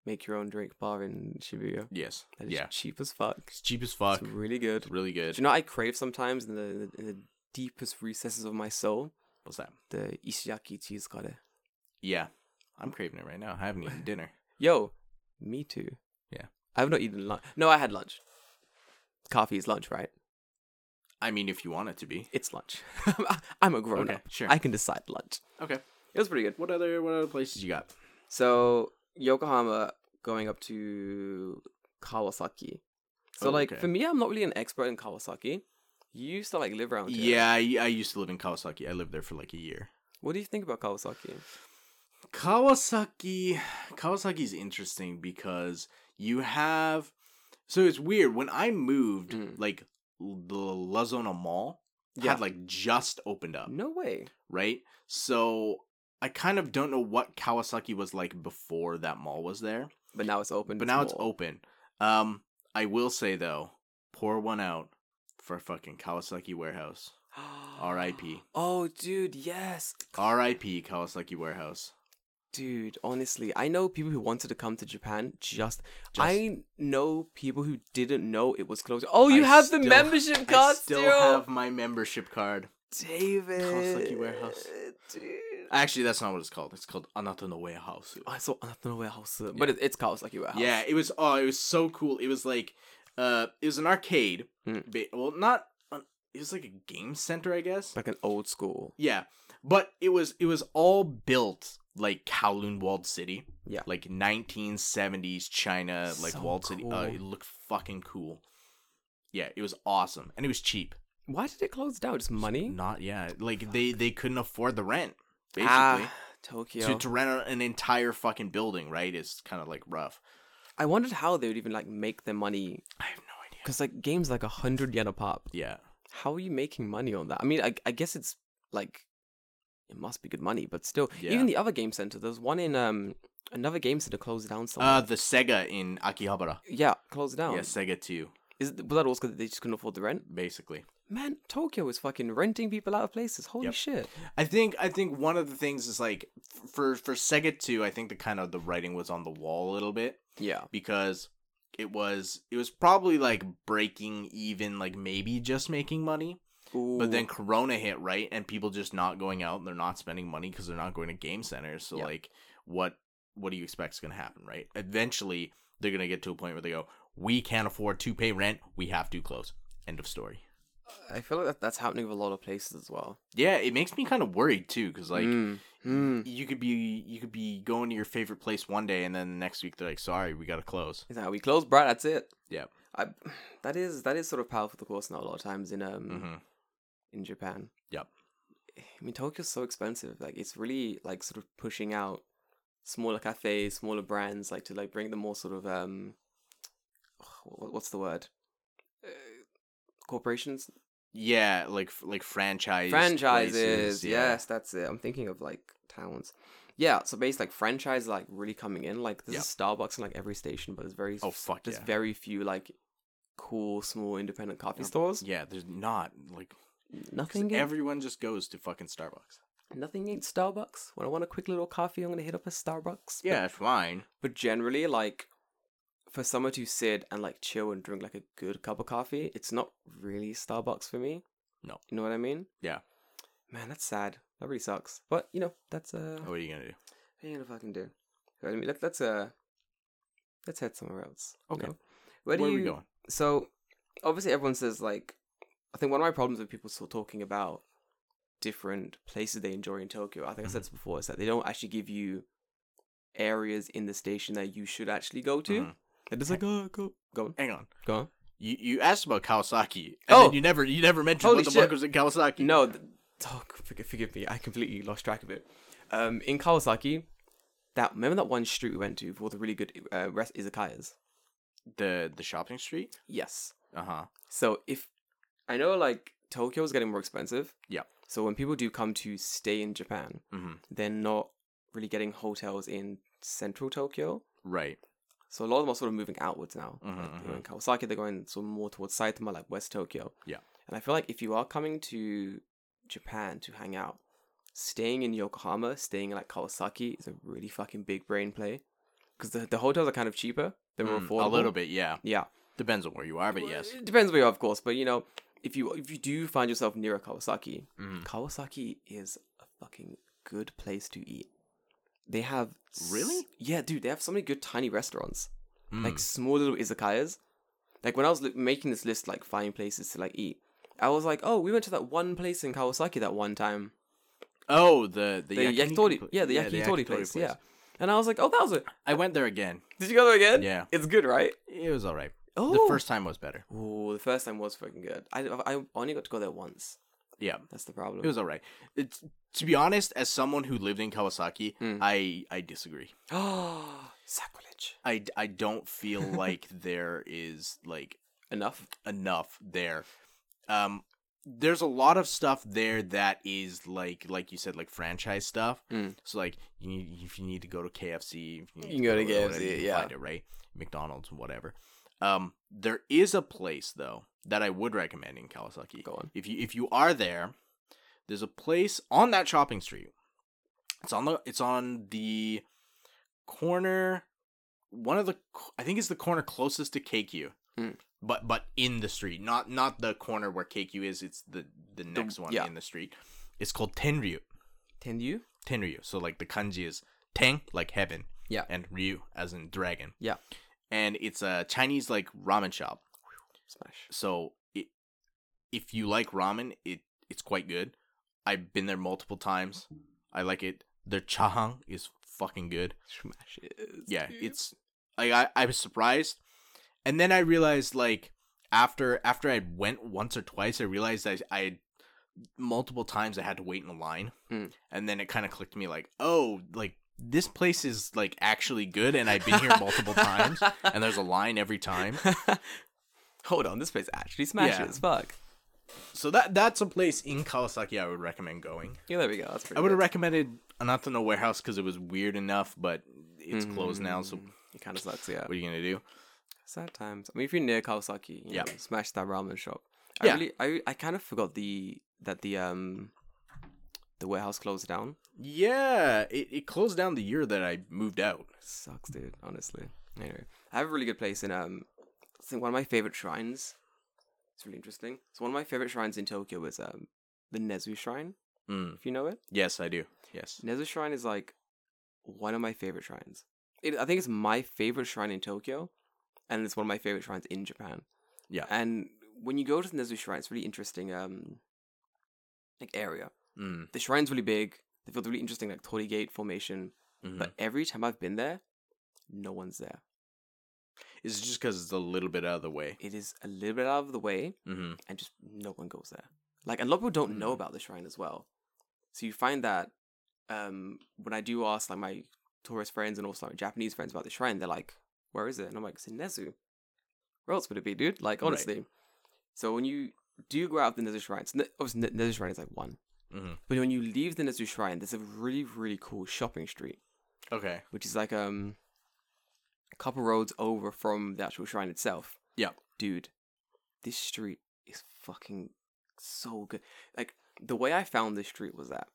Speaker 1: Make your own drink bar in Shibuya.
Speaker 2: yes,
Speaker 1: That is
Speaker 2: yeah.
Speaker 1: cheap as fuck.
Speaker 2: It's cheap as fuck.
Speaker 1: It's really good.
Speaker 2: It's
Speaker 1: Do
Speaker 2: really good.
Speaker 1: you know what I crave sometimes in the, in the deepest recesses of my soul?
Speaker 2: What's that?
Speaker 1: The Ishiyaki cheese curry.
Speaker 2: Yeah, I'm craving it right now. I haven't eaten dinner.
Speaker 1: Yo, me too.
Speaker 2: Yeah.
Speaker 1: I've not eaten lunch. No, I had lunch. Coffee is lunch, right?
Speaker 2: I mean, if you want it to be.
Speaker 1: It's lunch. *laughs* I'm a grown
Speaker 2: Okay,
Speaker 1: up.
Speaker 2: sure.
Speaker 1: I can decide lunch.
Speaker 2: Okay.
Speaker 1: It was pretty good.
Speaker 2: What other What other places you got?
Speaker 1: So Yokohama going up to Kawasaki. So
Speaker 2: Oh,
Speaker 1: like
Speaker 2: okay.
Speaker 1: for me, I'm not really an expert in Kawasaki. You used to like live around here.
Speaker 2: Yeah, I, I used to live in Kawasaki. I lived there for like a year.
Speaker 1: What do you think about Kawasaki?
Speaker 2: Kawasaki Kawasaki is interesting because you have so it's weird when I moved
Speaker 1: Mm.
Speaker 2: like l- the La Zona Mall
Speaker 1: Yeah.
Speaker 2: had like just opened up,
Speaker 1: No way.
Speaker 2: right? So I kind of don't know what Kawasaki was like before that mall was there,
Speaker 1: But now it's open.
Speaker 2: but now it's
Speaker 1: more.
Speaker 2: open. Um I will say though, pour one out for fucking Kawasaki Warehouse. R.I.P..
Speaker 1: *gasps* Oh, dude, yes,
Speaker 2: RIP Kawasaki Warehouse.
Speaker 1: dude. Honestly, I know people who wanted to come to Japan. Just,
Speaker 2: Just-
Speaker 1: I know people who didn't know it was closed. Oh, you
Speaker 2: I
Speaker 1: have the
Speaker 2: still-
Speaker 1: membership
Speaker 2: *laughs* I
Speaker 1: card
Speaker 2: still have my membership card.
Speaker 1: David.
Speaker 2: Kawasaki Warehouse.
Speaker 1: dude.
Speaker 2: Actually, that's not what it's called. It's called Anata no Warehouse.
Speaker 1: I saw another warehouse, uh, but it, it's Kawasaki warehouse.
Speaker 2: Yeah, it was. Oh, it was so cool. It was like, uh, it was an arcade.
Speaker 1: Mm.
Speaker 2: ba- Well, not. An, it was like a game center, I guess.
Speaker 1: like an old school.
Speaker 2: Yeah, but it was it was all built like Kowloon walled city.
Speaker 1: Yeah.
Speaker 2: like 1970s China, like
Speaker 1: So
Speaker 2: walled city. Uh,
Speaker 1: cool.
Speaker 2: it looked fucking cool. Yeah, it was awesome, and it was cheap.
Speaker 1: Why did it close down? Just money.
Speaker 2: Not yeah, like they they couldn't afford the rent basically. *sighs*
Speaker 1: Ah, Tokyo.
Speaker 2: to, to rent out an entire fucking building, right, is kind of like rough.
Speaker 1: I wondered how they would even like make their money
Speaker 2: I have no idea.
Speaker 1: because like games like a hundred yen a pop.
Speaker 2: Yeah.
Speaker 1: how are you making money on that? I mean, I, I guess it's like it must be good money, but still,
Speaker 2: Yeah.
Speaker 1: even the other game center. There's one in um another game center closed down somewhere.
Speaker 2: Uh, the Oh. Sega in Akihabara.
Speaker 1: yeah, closed down.
Speaker 2: Yeah, Sega 2,
Speaker 1: Is was that also because they just couldn't afford the rent?
Speaker 2: basically.
Speaker 1: Man, Tokyo is fucking renting people out of places. Holy
Speaker 2: Yep.
Speaker 1: shit!
Speaker 2: I think I think one of the things is like f- for for Sega 2, I think the kind of the writing was on the wall a little bit
Speaker 1: Yeah,
Speaker 2: because it was it was probably like breaking even, like maybe just making money. But then Corona hit, right? And people just not going out and they're not spending money because they're not going to game centers. So
Speaker 1: Yeah.
Speaker 2: like, what what do you expect is going to happen, right? Eventually, they're going to get to a point where they go, we can't afford to pay rent. We have to close. End of story.
Speaker 1: I feel like that, that's happening with a lot of places as well.
Speaker 2: Yeah, it makes me kind of worried too, because like.
Speaker 1: Mm, mm.
Speaker 2: You could be you could be going to your favorite place one day and then next week they're like, sorry, we gotta close.
Speaker 1: Is that how we close, Brad? That's it.
Speaker 2: Yep.
Speaker 1: I, that is that is sort of powerful. Of course, not a lot of times in um
Speaker 2: hmm
Speaker 1: in Japan.
Speaker 2: Yep.
Speaker 1: I mean, Tokyo's so expensive. Like, it's really like sort of pushing out smaller cafes, smaller brands, like to like bring them more sort of um, wh- what's the word? Uh, corporations,
Speaker 2: Yeah, like like franchise
Speaker 1: franchises.
Speaker 2: places,
Speaker 1: Yes, that's it. I'm thinking of like towns. Yeah, so basically, like franchise, like really coming in. Like there's
Speaker 2: Yep.
Speaker 1: a Starbucks in like every station, but there's very
Speaker 2: Oh fuck
Speaker 1: there's
Speaker 2: yeah.
Speaker 1: very few like cool small independent coffee
Speaker 2: Yep.
Speaker 1: stores.
Speaker 2: yeah, there's not like 'Cause
Speaker 1: Nothing. Every-
Speaker 2: everyone just goes to fucking Starbucks.
Speaker 1: nothing ain't Starbucks. When I want a quick little coffee, I'm gonna hit up a Starbucks.
Speaker 2: Yeah, it's fine.
Speaker 1: But generally, like, for someone to sit and like chill and drink like a good cup of coffee, it's not really Starbucks for me.
Speaker 2: No.
Speaker 1: You know what I mean?
Speaker 2: Yeah.
Speaker 1: Man, that's sad. That really sucks. But you know, that's uh,
Speaker 2: What are you gonna do?
Speaker 1: what are you gonna fucking do? I mean, let, let's uh, let's head somewhere else. you
Speaker 2: Okay.
Speaker 1: know? Where,
Speaker 2: Where,
Speaker 1: do
Speaker 2: are
Speaker 1: you,
Speaker 2: we going?
Speaker 1: So, obviously, everyone says like, I think one of my problems with people still talking about different places they enjoy in Tokyo. I think I said this before. Is that they don't actually give you areas in the station that you should actually go to.
Speaker 2: Mhm.
Speaker 1: They're just like, oh, go, go on,
Speaker 2: Hang on.
Speaker 1: go on.
Speaker 2: You you asked about Kawasaki. And
Speaker 1: Oh!
Speaker 2: then you never you never mentioned
Speaker 1: Holy
Speaker 2: what the
Speaker 1: shit.
Speaker 2: fuck was in Kawasaki.
Speaker 1: No, th- oh, forgive, forgive me. I completely lost track of it. Um, in Kawasaki, that remember that one street we went to for the really good uh, rest izakayas.
Speaker 2: The the shopping street?
Speaker 1: Yes.
Speaker 2: Uh huh.
Speaker 1: So if I know, like Tokyo is getting more expensive.
Speaker 2: Yeah.
Speaker 1: So when people do come to stay in Japan,
Speaker 2: Mm-hmm.
Speaker 1: they're not really getting hotels in central Tokyo.
Speaker 2: Right.
Speaker 1: So a lot of them are sort of moving outwards now.
Speaker 2: Mhm,
Speaker 1: Like, they're in Kawasaki, they're going sort of more towards Saitama, like West Tokyo.
Speaker 2: Yeah.
Speaker 1: And I feel like if you are coming to Japan to hang out, staying in Yokohama, staying in like Kawasaki is a really fucking big brain play. Because the, the hotels are kind of cheaper. They're more
Speaker 2: Mm,
Speaker 1: affordable.
Speaker 2: a little bit, yeah.
Speaker 1: Yeah.
Speaker 2: Depends on where you are, but
Speaker 1: Well,
Speaker 2: yes.
Speaker 1: It depends where you are, of course. But you know, if you if you do find yourself near a Kawasaki,
Speaker 2: Mhm.
Speaker 1: Kawasaki is a fucking good place to eat. They have s-
Speaker 2: Really?
Speaker 1: yeah, dude. They have so many good tiny restaurants,
Speaker 2: Mm.
Speaker 1: like small little izakayas. Like when I was li- making this list, like finding places to like eat, I was like, oh, we went to that one place in Kawasaki that one time,
Speaker 2: Oh, the the,
Speaker 1: the
Speaker 2: yakiniku
Speaker 1: yakitori,
Speaker 2: pla-
Speaker 1: yeah, the yakitori place, yeah. And I was like, oh, that was a.
Speaker 2: I went there again.
Speaker 1: Did you go there again?
Speaker 2: Yeah.
Speaker 1: it's good, right?
Speaker 2: It was all right.
Speaker 1: Oh,
Speaker 2: The first time was better.
Speaker 1: Ooh, the first time was fucking good. I, I only got to go there once.
Speaker 2: Yeah,
Speaker 1: That's the problem.
Speaker 2: it was all right. It's, to be honest, as someone who lived in Kawasaki,
Speaker 1: Mm.
Speaker 2: I I disagree.
Speaker 1: Oh, *gasps* sacrilege.
Speaker 2: I I don't
Speaker 1: *laughs*
Speaker 2: feel like there is like
Speaker 1: Enough.
Speaker 2: enough there. Um, there's a lot of stuff there that is like like you said, like franchise stuff.
Speaker 1: Mm.
Speaker 2: So like you need, if you need to go to KFC, if
Speaker 1: You can go to
Speaker 2: whatever,
Speaker 1: KFC,
Speaker 2: you can
Speaker 1: yeah.
Speaker 2: find it right. McDonald's, whatever. Um, there is a place though that I would recommend in Kawasaki.
Speaker 1: Go on.
Speaker 2: If you if you are there, there's a place on that shopping street. It's on the it's on the corner one of the c- I think it's the corner closest to KQ.
Speaker 1: Mm.
Speaker 2: But but in the street, not not the corner where KQ is, it's the the next one
Speaker 1: yeah.
Speaker 2: in the street. It's called Tenryu.
Speaker 1: Ten you?
Speaker 2: Tenryu. So like the kanji is Teng like heaven.
Speaker 1: Yeah.
Speaker 2: And Ryu as in dragon.
Speaker 1: Yeah.
Speaker 2: And it's a Chinese like ramen shop.
Speaker 1: Smash.
Speaker 2: So it, if you like ramen, it it's quite good. I've been there multiple times. I like it. Their chahang is fucking good.
Speaker 1: Smash it.
Speaker 2: Yeah,
Speaker 1: Mm-hmm.
Speaker 2: it's like I, I was surprised, and then I realized like after after I went once or twice, I realized I I had multiple times I had to wait in a line,
Speaker 1: Mm.
Speaker 2: and then it kind of clicked to me like oh like this place is like actually good, and
Speaker 1: *laughs*
Speaker 2: I've been here multiple times, and there's a line every time.
Speaker 1: Hold on, this place actually smashes. Fuck.
Speaker 2: So that that's a place in Kawasaki I would recommend going.
Speaker 1: Yeah, there we go. That's pretty.
Speaker 2: I would have
Speaker 1: good.
Speaker 2: recommended Anatono Warehouse because it was weird enough, but it's closed now. So what
Speaker 1: It kind of sucks. Yeah.
Speaker 2: are you gonna do?
Speaker 1: Sad times. I mean, if you're near Kawasaki, you
Speaker 2: Yeah.
Speaker 1: know, smash that ramen shop.
Speaker 2: Yeah.
Speaker 1: I really, I, I kind of forgot the that the um, the warehouse closed down.
Speaker 2: Yeah, it, it closed down the year that I moved out.
Speaker 1: Sucks, dude. Honestly. Anyway, I have a really good place in um, I think one of my favorite shrines. It's really interesting. So one of my favorite shrines in Tokyo is um, the Nezu Shrine.
Speaker 2: Mm.
Speaker 1: If you know it,
Speaker 2: Yes, I do. Yes.
Speaker 1: Nezu Shrine is like one of my favorite shrines. It, I think it's my favorite shrine in Tokyo, and it's one of my favorite shrines in Japan.
Speaker 2: Yeah.
Speaker 1: And when you go to the Nezu Shrine, it's really interesting. Um, like area.
Speaker 2: Mm.
Speaker 1: The shrine's really big. They've got the really interesting like torii gate formation.
Speaker 2: mhm.
Speaker 1: But every time I've been there, no one's there.
Speaker 2: Is it just because it's a little bit out of the way?
Speaker 1: It is a little bit out of the way,
Speaker 2: Mm-hmm.
Speaker 1: and just no one goes there. Like a lot of people don't know
Speaker 2: Mm.
Speaker 1: about the shrine as well. So you find that um, when I do ask like my tourist friends and also like, Japanese friends about the shrine, they're like, "Where is it?" And I'm like, "It's in Nezu." Where else would it be, dude? Like
Speaker 2: Right.
Speaker 1: honestly. So when you do go out of the Nezu shrine, so ne- obviously Ne- Nezu shrine is like one,
Speaker 2: Mhm.
Speaker 1: but when you leave the Nezu shrine, there's a really really cool shopping street,
Speaker 2: Okay.
Speaker 1: which is like um, a couple roads over from the actual shrine itself
Speaker 2: Yeah.
Speaker 1: dude, this street is fucking so good. Like the way I found this street was that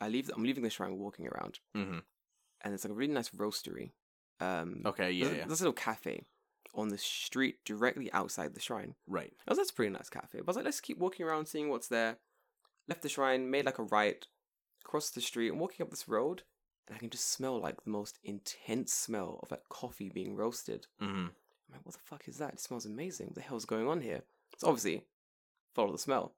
Speaker 1: I leave. I'm leaving the shrine, walking around,
Speaker 2: Mm-hmm.
Speaker 1: and it's like a really nice roastery. Um,
Speaker 2: Okay. Yeah.
Speaker 1: there's, a-
Speaker 2: yeah.
Speaker 1: there's a little cafe on the street directly outside the shrine.
Speaker 2: Right.
Speaker 1: I was like, that's a pretty nice cafe. But I was like, let's keep walking around, seeing what's there. Left the shrine, made like a right, crossed the street, and walking up this road, and I can just smell like the most intense smell of like coffee being roasted.
Speaker 2: Mm-hmm.
Speaker 1: I'm like, what the fuck is that? It smells amazing. What the hell's going on here? So obviously, follow the smell.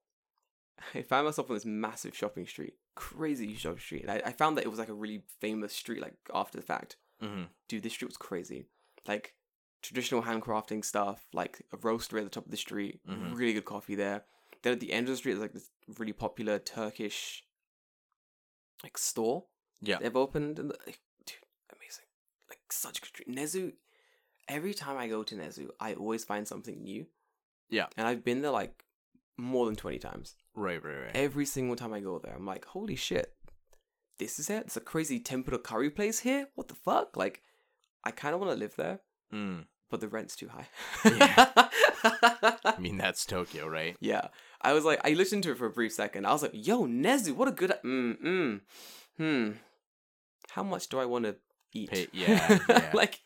Speaker 1: *laughs* I found myself on this massive shopping street, crazy shopping street. And I, I found that it was like a really famous street, like after the fact.
Speaker 2: Mm-hmm.
Speaker 1: Dude, this street was crazy. Like traditional handcrafting stuff, like a roastery at the top of the street,
Speaker 2: Mhm.
Speaker 1: really good coffee there. Then at the end of the street, there's like this really popular Turkish like store
Speaker 2: Yeah.
Speaker 1: they've opened and like, dude amazing like such good street nezu every time i go to nezu i always find something new
Speaker 2: Yeah.
Speaker 1: and i've been there like more than 20 times
Speaker 2: Right. Right. Right.
Speaker 1: every single time i go there i'm like holy shit this is it it's a crazy tempura curry place here what the fuck like i kind of want to live there
Speaker 2: Mm.
Speaker 1: but the rent's too high *laughs*
Speaker 2: I mean, that's Tokyo, right?
Speaker 1: Yeah. I was like, I listened to it for a brief second. I was like, yo, Nezu, what a good. Mm, mm, hmm. How much do I want to eat?
Speaker 2: Pay-
Speaker 1: *laughs*
Speaker 2: yeah, yeah.
Speaker 1: like,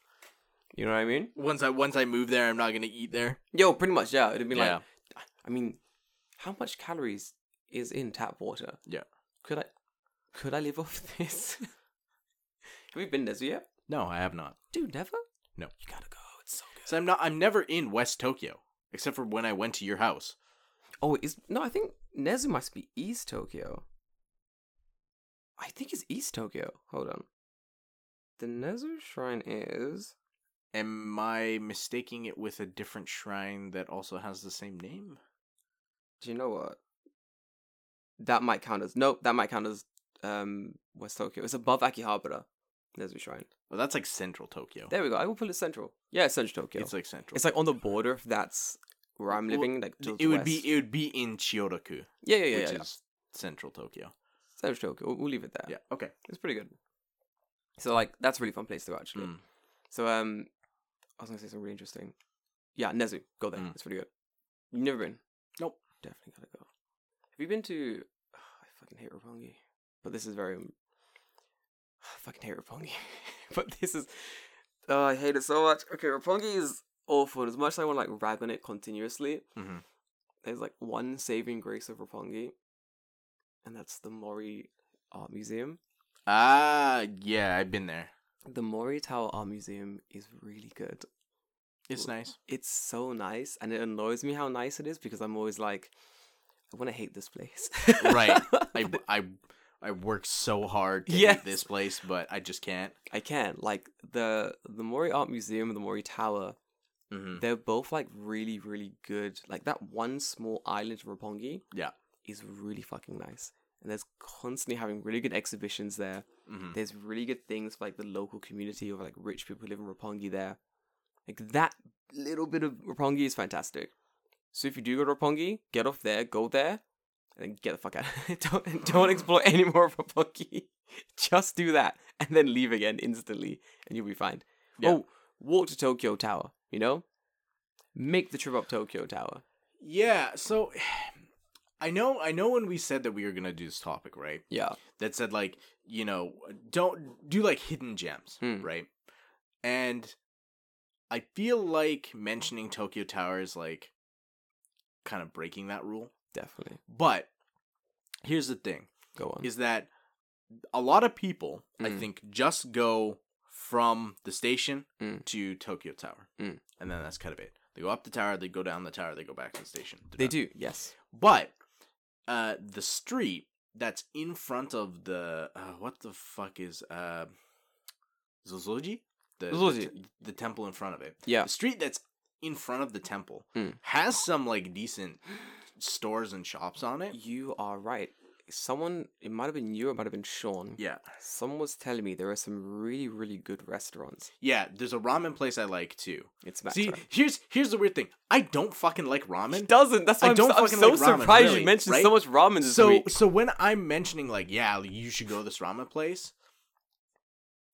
Speaker 1: you know what I mean?
Speaker 2: Once I once I move there, I'm not gonna eat there.
Speaker 1: Yo, pretty much, yeah. It'd be
Speaker 2: Yeah.
Speaker 1: like, I mean, how much calories is in tap water?
Speaker 2: Yeah.
Speaker 1: Could I, could I live off *laughs* this? Have you been Nezu yet?
Speaker 2: No, I have not.
Speaker 1: Dude, never?
Speaker 2: No.
Speaker 1: You gotta go. It's so good.
Speaker 2: So I'm not. I'm never in West Tokyo except for when I went to your house.
Speaker 1: Oh, it is no. I think Nezu must be East Tokyo. I think it's East Tokyo. Hold on. The Nezu Shrine is
Speaker 2: Am I mistaking it with a different shrine that also has the same name?
Speaker 1: do you know what? That might count as nope. That might count as um West Tokyo. It's above Akihabara. Nezu Shrine.
Speaker 2: Well, that's like Central Tokyo.
Speaker 1: There we go. I will put it central. Yeah, it's central Tokyo.
Speaker 2: It's like Central.
Speaker 1: It's like on the border. If that's where I'm
Speaker 2: Well,
Speaker 1: living, like to
Speaker 2: it
Speaker 1: the
Speaker 2: would
Speaker 1: west.
Speaker 2: be. It would be in Chiyodoku,
Speaker 1: yeah, yeah, yeah,
Speaker 2: which
Speaker 1: yeah.
Speaker 2: is Central Tokyo.
Speaker 1: Central Tokyo. We'll, we'll leave it there.
Speaker 2: Yeah. Okay.
Speaker 1: It's pretty good. So like that's a really fun place to go actually.
Speaker 2: Mm.
Speaker 1: So um, I was gonna say something really interesting. Yeah, Nezu, go there.
Speaker 2: Mm.
Speaker 1: It's pretty good. You've never been?
Speaker 2: Nope.
Speaker 1: Definitely gotta go. Have you been to? *sighs* I fucking hate Roppongi, but this is very. *sighs* I fucking hate Roppongi, *laughs* but this is. Oh, I hate it so much. Okay, Roppongi is awful. As much as I want to like rag on it continuously,
Speaker 2: Mhm.
Speaker 1: there's like one saving grace of Roppongi, and that's the Mori Art Museum.
Speaker 2: Ah, yeah, I've been there.
Speaker 1: The Mori Tower Art Museum is really good. *laughs*
Speaker 2: It's nice.
Speaker 1: it's so nice and it annoys me how nice it is because i'm always like i want to hate this place *laughs*
Speaker 2: Right. I I I worked so hard to
Speaker 1: Yes.
Speaker 2: hate this place, but I just can't.
Speaker 1: i can't like the the mori art museum and the mori tower
Speaker 2: Mm-hmm.
Speaker 1: they're both like really really good like that one small island of roppongi
Speaker 2: Yeah.
Speaker 1: is really fucking nice and there's constantly having really good exhibitions there
Speaker 2: Mm-hmm.
Speaker 1: there's really good things for like the local community of like rich people who live in roppongi there like that little bit of roppongi is fantastic So if you do go to Roppongi, get off there, go there, and then get the fuck out. *laughs* don't don't explore any more of Roppongi. *laughs* Just do that, and then leave again instantly, and you'll be fine.
Speaker 2: Yeah.
Speaker 1: Oh, walk to Tokyo Tower. You know, make the trip up Tokyo Tower.
Speaker 2: Yeah, so *sighs* I know I know when we said that we were gonna do this topic, right?
Speaker 1: Yeah.
Speaker 2: That said like, you know, don't do like hidden gems,
Speaker 1: Hmm.
Speaker 2: right? And I feel like mentioning Tokyo Tower is like kind of breaking that rule.
Speaker 1: Definitely.
Speaker 2: But here's the thing
Speaker 1: Go on.
Speaker 2: is that a lot of people, I
Speaker 1: Mm.
Speaker 2: think, just go from the station
Speaker 1: Mm.
Speaker 2: to Tokyo Tower.
Speaker 1: Mm.
Speaker 2: And then that's kind of it. They go up the tower, they go down the tower, they go back to the station. They're
Speaker 1: they
Speaker 2: done.
Speaker 1: do. Yes.
Speaker 2: But uh, the street that's in front of the uh, what the fuck is uh, Zozoji? The, the
Speaker 1: Zozoji.
Speaker 2: t- the temple in front of it.
Speaker 1: Yeah.
Speaker 2: The street that's in front of the temple
Speaker 1: Mm.
Speaker 2: has some like decent stores and shops on it.
Speaker 1: You are right. Someone, it might have been you, it might have been Sean.
Speaker 2: Yeah.
Speaker 1: Someone was telling me there are some really, really good restaurants.
Speaker 2: Yeah, there's a ramen place I like too.
Speaker 1: It's Batra.
Speaker 2: See, here's here's the weird thing. I don't fucking like
Speaker 1: He
Speaker 2: ramen.
Speaker 1: doesn't. That's why
Speaker 2: I
Speaker 1: I am
Speaker 2: don't
Speaker 1: so, I'm
Speaker 2: fucking
Speaker 1: so
Speaker 2: like ramen,
Speaker 1: surprised
Speaker 2: really,
Speaker 1: you mentioned
Speaker 2: right?
Speaker 1: so much ramen this
Speaker 2: So
Speaker 1: week.
Speaker 2: so when I'm mentioning like, yeah, you should go to this ramen place,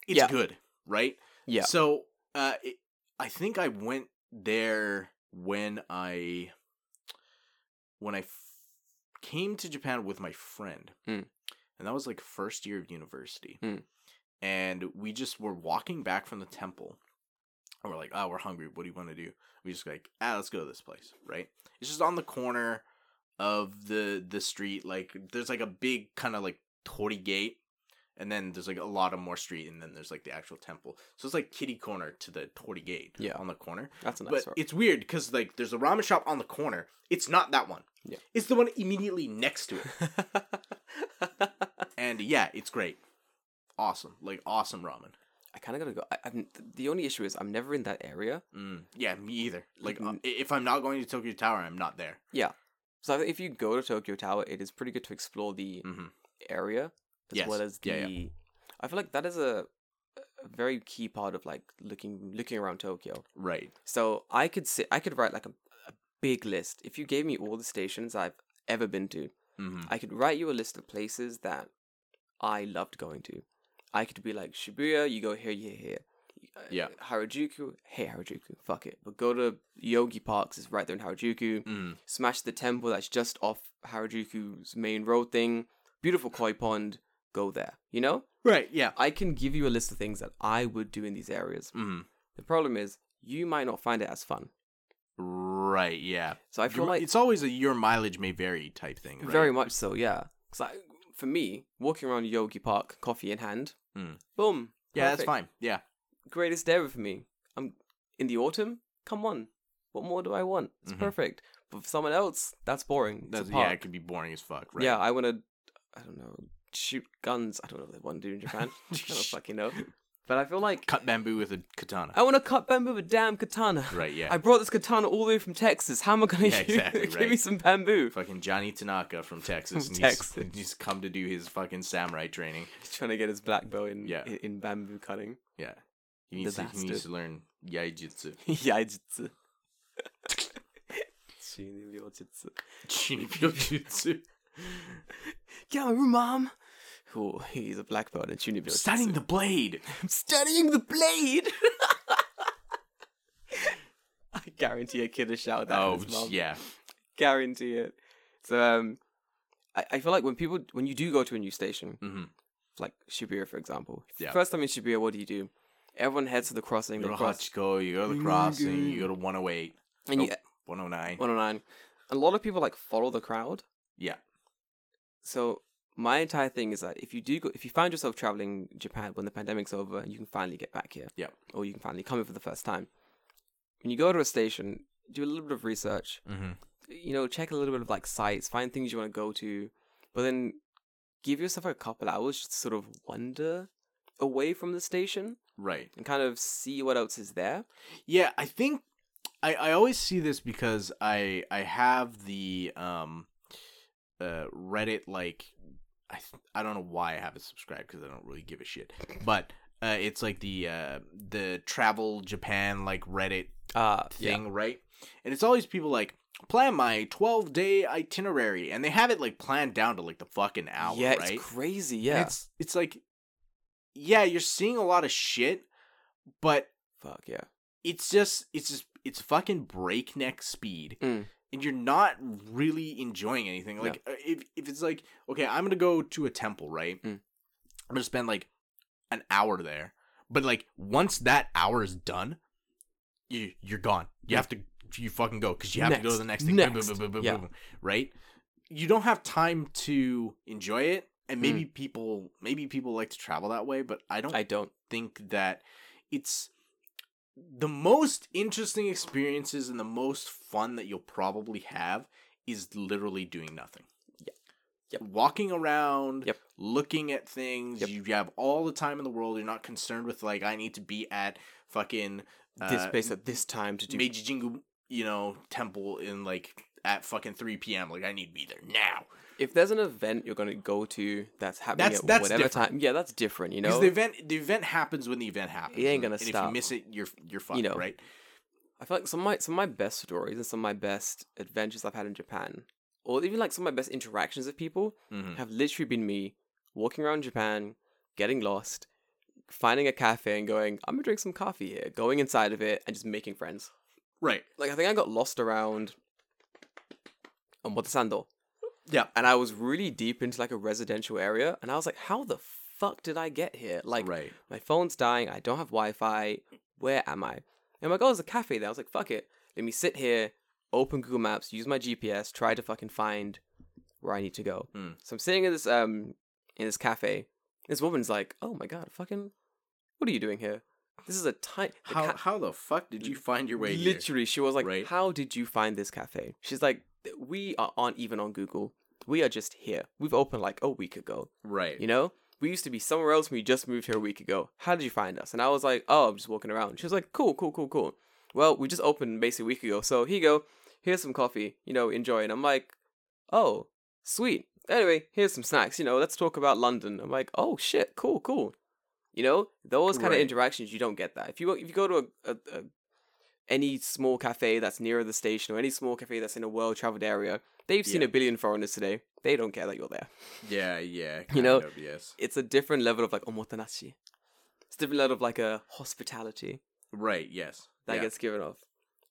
Speaker 2: it's
Speaker 1: Yeah.
Speaker 2: good, right?
Speaker 1: Yeah.
Speaker 2: So uh, it, I think I went there when I when I f- came to Japan with my friend,
Speaker 1: Mm.
Speaker 2: and that was like first year of university,
Speaker 1: Mm.
Speaker 2: and we just were walking back from the temple, and we're like, oh, we're hungry. What do you want to do? We just like, ah, let's go to this place, right? It's just on the corner of the the street. Like there's like a big kind of like torii gate, and then there's like a lot of more street, and then there's like the actual temple. So it's like kitty corner to the torii gate.
Speaker 1: Yeah.
Speaker 2: on the corner.
Speaker 1: *laughs* That's a nice
Speaker 2: But
Speaker 1: *laughs* one.
Speaker 2: it's weird because like there's a ramen shop on the corner. It's not that one.
Speaker 1: Yeah.
Speaker 2: It's the one immediately next to it. and yeah, it's great. Awesome. Like awesome ramen.
Speaker 1: I kind of gotta go. I, I'm, the only issue is I'm never in that area.
Speaker 2: Mm. Yeah, me either. Like uh,
Speaker 1: Mm.
Speaker 2: i- if I'm not going to Tokyo Tower, I'm not there.
Speaker 1: So I think if you go to Tokyo Tower, it is pretty good to explore the
Speaker 2: Mhm.
Speaker 1: area as
Speaker 2: Yes.
Speaker 1: well as the.
Speaker 2: Yeah, yeah.
Speaker 1: I feel like that is a, a very key part of like looking looking around Tokyo.
Speaker 2: Right.
Speaker 1: So I could sit. I could write like a, a big list. If you gave me all the stations I've ever been to,
Speaker 2: hmm
Speaker 1: I could write you a list of places that I loved going to. I could be like Shibuya, you go here, you here. Uh,
Speaker 2: Yeah.
Speaker 1: Harajuku, hey Harajuku, fuck it. But go to Yogi Parks, it's right there in Harajuku.
Speaker 2: Mm.
Speaker 1: Smash the temple that's just off Harajuku's main road thing. Beautiful koi pond, go there. You know?
Speaker 2: Right. Yeah.
Speaker 1: I can give you a list of things that I would do in these areas.
Speaker 2: Mm.
Speaker 1: The problem is, you might not find it as fun.
Speaker 2: Right. Yeah.
Speaker 1: So I feel
Speaker 2: Your-
Speaker 1: like
Speaker 2: it's always a your mileage may vary type thing. Right?
Speaker 1: Very much so, yeah. 'Cause I, for me, walking around Yogi Park, coffee in hand,
Speaker 2: Mm.
Speaker 1: boom.
Speaker 2: Yeah, that's
Speaker 1: perfect.
Speaker 2: fine. Yeah.
Speaker 1: Greatest day ever for me. I'm in the autumn. Come on, what more do I want? It's
Speaker 2: Mhm.
Speaker 1: perfect. But for someone else, that's boring. That's
Speaker 2: That's
Speaker 1: it's a
Speaker 2: yeah. It
Speaker 1: park.
Speaker 2: could be boring as fuck.
Speaker 1: Yeah,
Speaker 2: Right.
Speaker 1: I want to. I don't know. Shoot guns. I don't know what they want to do in
Speaker 2: *laughs*
Speaker 1: Japan. *laughs* I don't fucking know. But I feel like
Speaker 2: Cut bamboo with a katana.
Speaker 1: I want to cut bamboo with a damn katana.
Speaker 2: Right. Yeah.
Speaker 1: Oh. I brought this katana all the way from Texas. How am I gonna *laughs*
Speaker 2: Yeah,
Speaker 1: use
Speaker 2: exactly,
Speaker 1: give
Speaker 2: right.
Speaker 1: me some bamboo?
Speaker 2: Fucking Johnny Tanaka from Texas.
Speaker 1: From
Speaker 2: and He's,
Speaker 1: Texas.
Speaker 2: he's come to do his fucking samurai training.
Speaker 1: He's trying to get his black belt in
Speaker 2: Yeah.
Speaker 1: in bamboo cutting.
Speaker 2: Yeah. He needs,
Speaker 1: The
Speaker 2: to, he needs
Speaker 1: bastard.
Speaker 2: to learn *laughs* yaijutsu.
Speaker 1: *laughs* Yaijutsu. Shinryo-jutsu.
Speaker 2: Shinibyojutsu.
Speaker 1: Get out of my room, mom. Oh, he's a black belt in Shinryo-jutsu.
Speaker 2: Studying the *laughs* blade.
Speaker 1: studying the blade. *laughs* I guarantee a kid a shout that.
Speaker 2: Oh,
Speaker 1: at his mom.
Speaker 2: yeah.
Speaker 1: Guarantee it. So um, I, I feel like when people when you do go to a new station,
Speaker 2: Mm-hmm.
Speaker 1: like Shibuya, for example,
Speaker 2: Yeah.
Speaker 1: first time in Shibuya, what do you do? Everyone heads to the crossing.
Speaker 2: You
Speaker 1: The
Speaker 2: go to
Speaker 1: cross,
Speaker 2: Hachiko, you go to the
Speaker 1: Mm,
Speaker 2: crossing, you
Speaker 1: good.
Speaker 2: go to 108,
Speaker 1: and you
Speaker 2: Oh. 109.
Speaker 1: 109. A lot of people like follow the crowd.
Speaker 2: Yeah.
Speaker 1: So my entire thing is that if you do go, if you find yourself traveling Japan when the pandemic's over and you can finally get back here,
Speaker 2: Yep.
Speaker 1: or you can finally come here for the first time, when you go to a station, do a little bit of research.
Speaker 2: Mm-hmm.
Speaker 1: You know, check a little bit of like sites, find things you want to go to, but then give yourself a couple hours just to sort of wander away from the station
Speaker 2: Right.
Speaker 1: and kind of see what else is there.
Speaker 2: Yeah, I think I, I always see this because I I have the um uh Reddit like I th- I don't know why I have it subscribed because I don't really give a shit. But uh it's like the uh the travel Japan like Reddit
Speaker 1: Ah,
Speaker 2: thing, right? And it's always people like, plan my 12 day itinerary. And they have it like planned down to like the fucking hour,
Speaker 1: yeah,
Speaker 2: right?
Speaker 1: it's crazy.
Speaker 2: And
Speaker 1: Yeah.
Speaker 2: It's, it's like, yeah, you're seeing a lot of shit, but
Speaker 1: Fuck yeah.
Speaker 2: it's just, it's just, it's fucking breakneck speed.
Speaker 1: Mm.
Speaker 2: And you're not really enjoying anything.
Speaker 1: No.
Speaker 2: Like, uh, if, if it's like, okay, I'm going to go to a temple, right?
Speaker 1: Mm.
Speaker 2: I'm going to spend like an hour there. But like, once that hour is done, you, you're gone. You have to, you fucking go because you have to go to
Speaker 1: Mm. Next.
Speaker 2: the next thing. Boom, boom,
Speaker 1: Next.
Speaker 2: boom, boom, boom,
Speaker 1: Yeah.
Speaker 2: boom, right? You don't have time to enjoy it. And maybe
Speaker 1: Mm.
Speaker 2: people, maybe people like to travel that way, but I don't
Speaker 1: I don't.
Speaker 2: think that it's the most interesting experiences and the most fun that you'll probably have is literally doing nothing.
Speaker 1: Yeah. Yep.
Speaker 2: Walking around,
Speaker 1: Yep.
Speaker 2: looking at things.
Speaker 1: Yep.
Speaker 2: You have all the time in the world. You're not concerned with like I need to be at fucking
Speaker 1: this
Speaker 2: uh,
Speaker 1: place at this time to do.
Speaker 2: Meiji Jingu, you know, temple in like at fucking 3 p.m. Like I need to be there now.
Speaker 1: if there's an event you're gonna go to that's happening
Speaker 2: That's-
Speaker 1: at
Speaker 2: that's
Speaker 1: whatever
Speaker 2: different.
Speaker 1: time, yeah, that's different. You
Speaker 2: Because
Speaker 1: know,
Speaker 2: the event the event happens when the event happens.
Speaker 1: ain't
Speaker 2: and-
Speaker 1: gonna
Speaker 2: and if
Speaker 1: stop.
Speaker 2: you miss it, you're you're fucked,
Speaker 1: know.
Speaker 2: right?
Speaker 1: I feel like some of my some of my best stories and some of my best adventures I've had in Japan, or even like some of my best interactions with people,
Speaker 2: Mm-hmm.
Speaker 1: have literally been me walking around Japan, getting lost, finding a cafe and going, I'm gonna drink some coffee here, going inside of it and just making friends.
Speaker 2: Right.
Speaker 1: Like I think I got lost around Omotesando.
Speaker 2: Yeah.
Speaker 1: And I was really deep into like a residential area and I was like, how the fuck did I get here? Like
Speaker 2: right.
Speaker 1: my phone's dying. I don't have Wi Fi. Where am I? And my girl was a cafe there. I was like, fuck it. Let me sit here, open Google Maps, use my GPS, try to fucking find where I need to go.
Speaker 2: Hmm.
Speaker 1: So I'm sitting in this um in this cafe. This woman's like, oh my god, fucking, what are you doing here? This is a tiny. the
Speaker 2: How
Speaker 1: ca-
Speaker 2: how the fuck did you find your way here?
Speaker 1: literally, she was like,
Speaker 2: right?
Speaker 1: how did you find this cafe? She's like, we are, aren't even on Google. We are just here. We've opened like a week ago.
Speaker 2: Right. *laughs*
Speaker 1: You know, we used to be somewhere else when we just moved here a week ago. How did you find us? And I was like, oh, I'm just walking around. She was like, cool, cool, cool, cool. Well, we just opened basically a week ago. So here you go. Here's some coffee. You know, enjoy. And I'm like, oh, sweet. Anyway, here's some snacks. You know, let's talk about London. I'm like, oh, shit, cool, cool. You know, those kind
Speaker 2: Right.
Speaker 1: of interactions, you don't get that. If you, if you go to a, a, a any small cafe that's nearer the station or any small cafe that's in a well traveled area, they've seen
Speaker 2: Yeah.
Speaker 1: a billion foreigners today. They don't care that you're there
Speaker 2: Yeah, yeah.
Speaker 1: You know,
Speaker 2: kind of, yes.
Speaker 1: it's a different level of like omotenashi. It's a different level of like a hospitality
Speaker 2: Right, yes.
Speaker 1: that
Speaker 2: yeah.
Speaker 1: gets given off.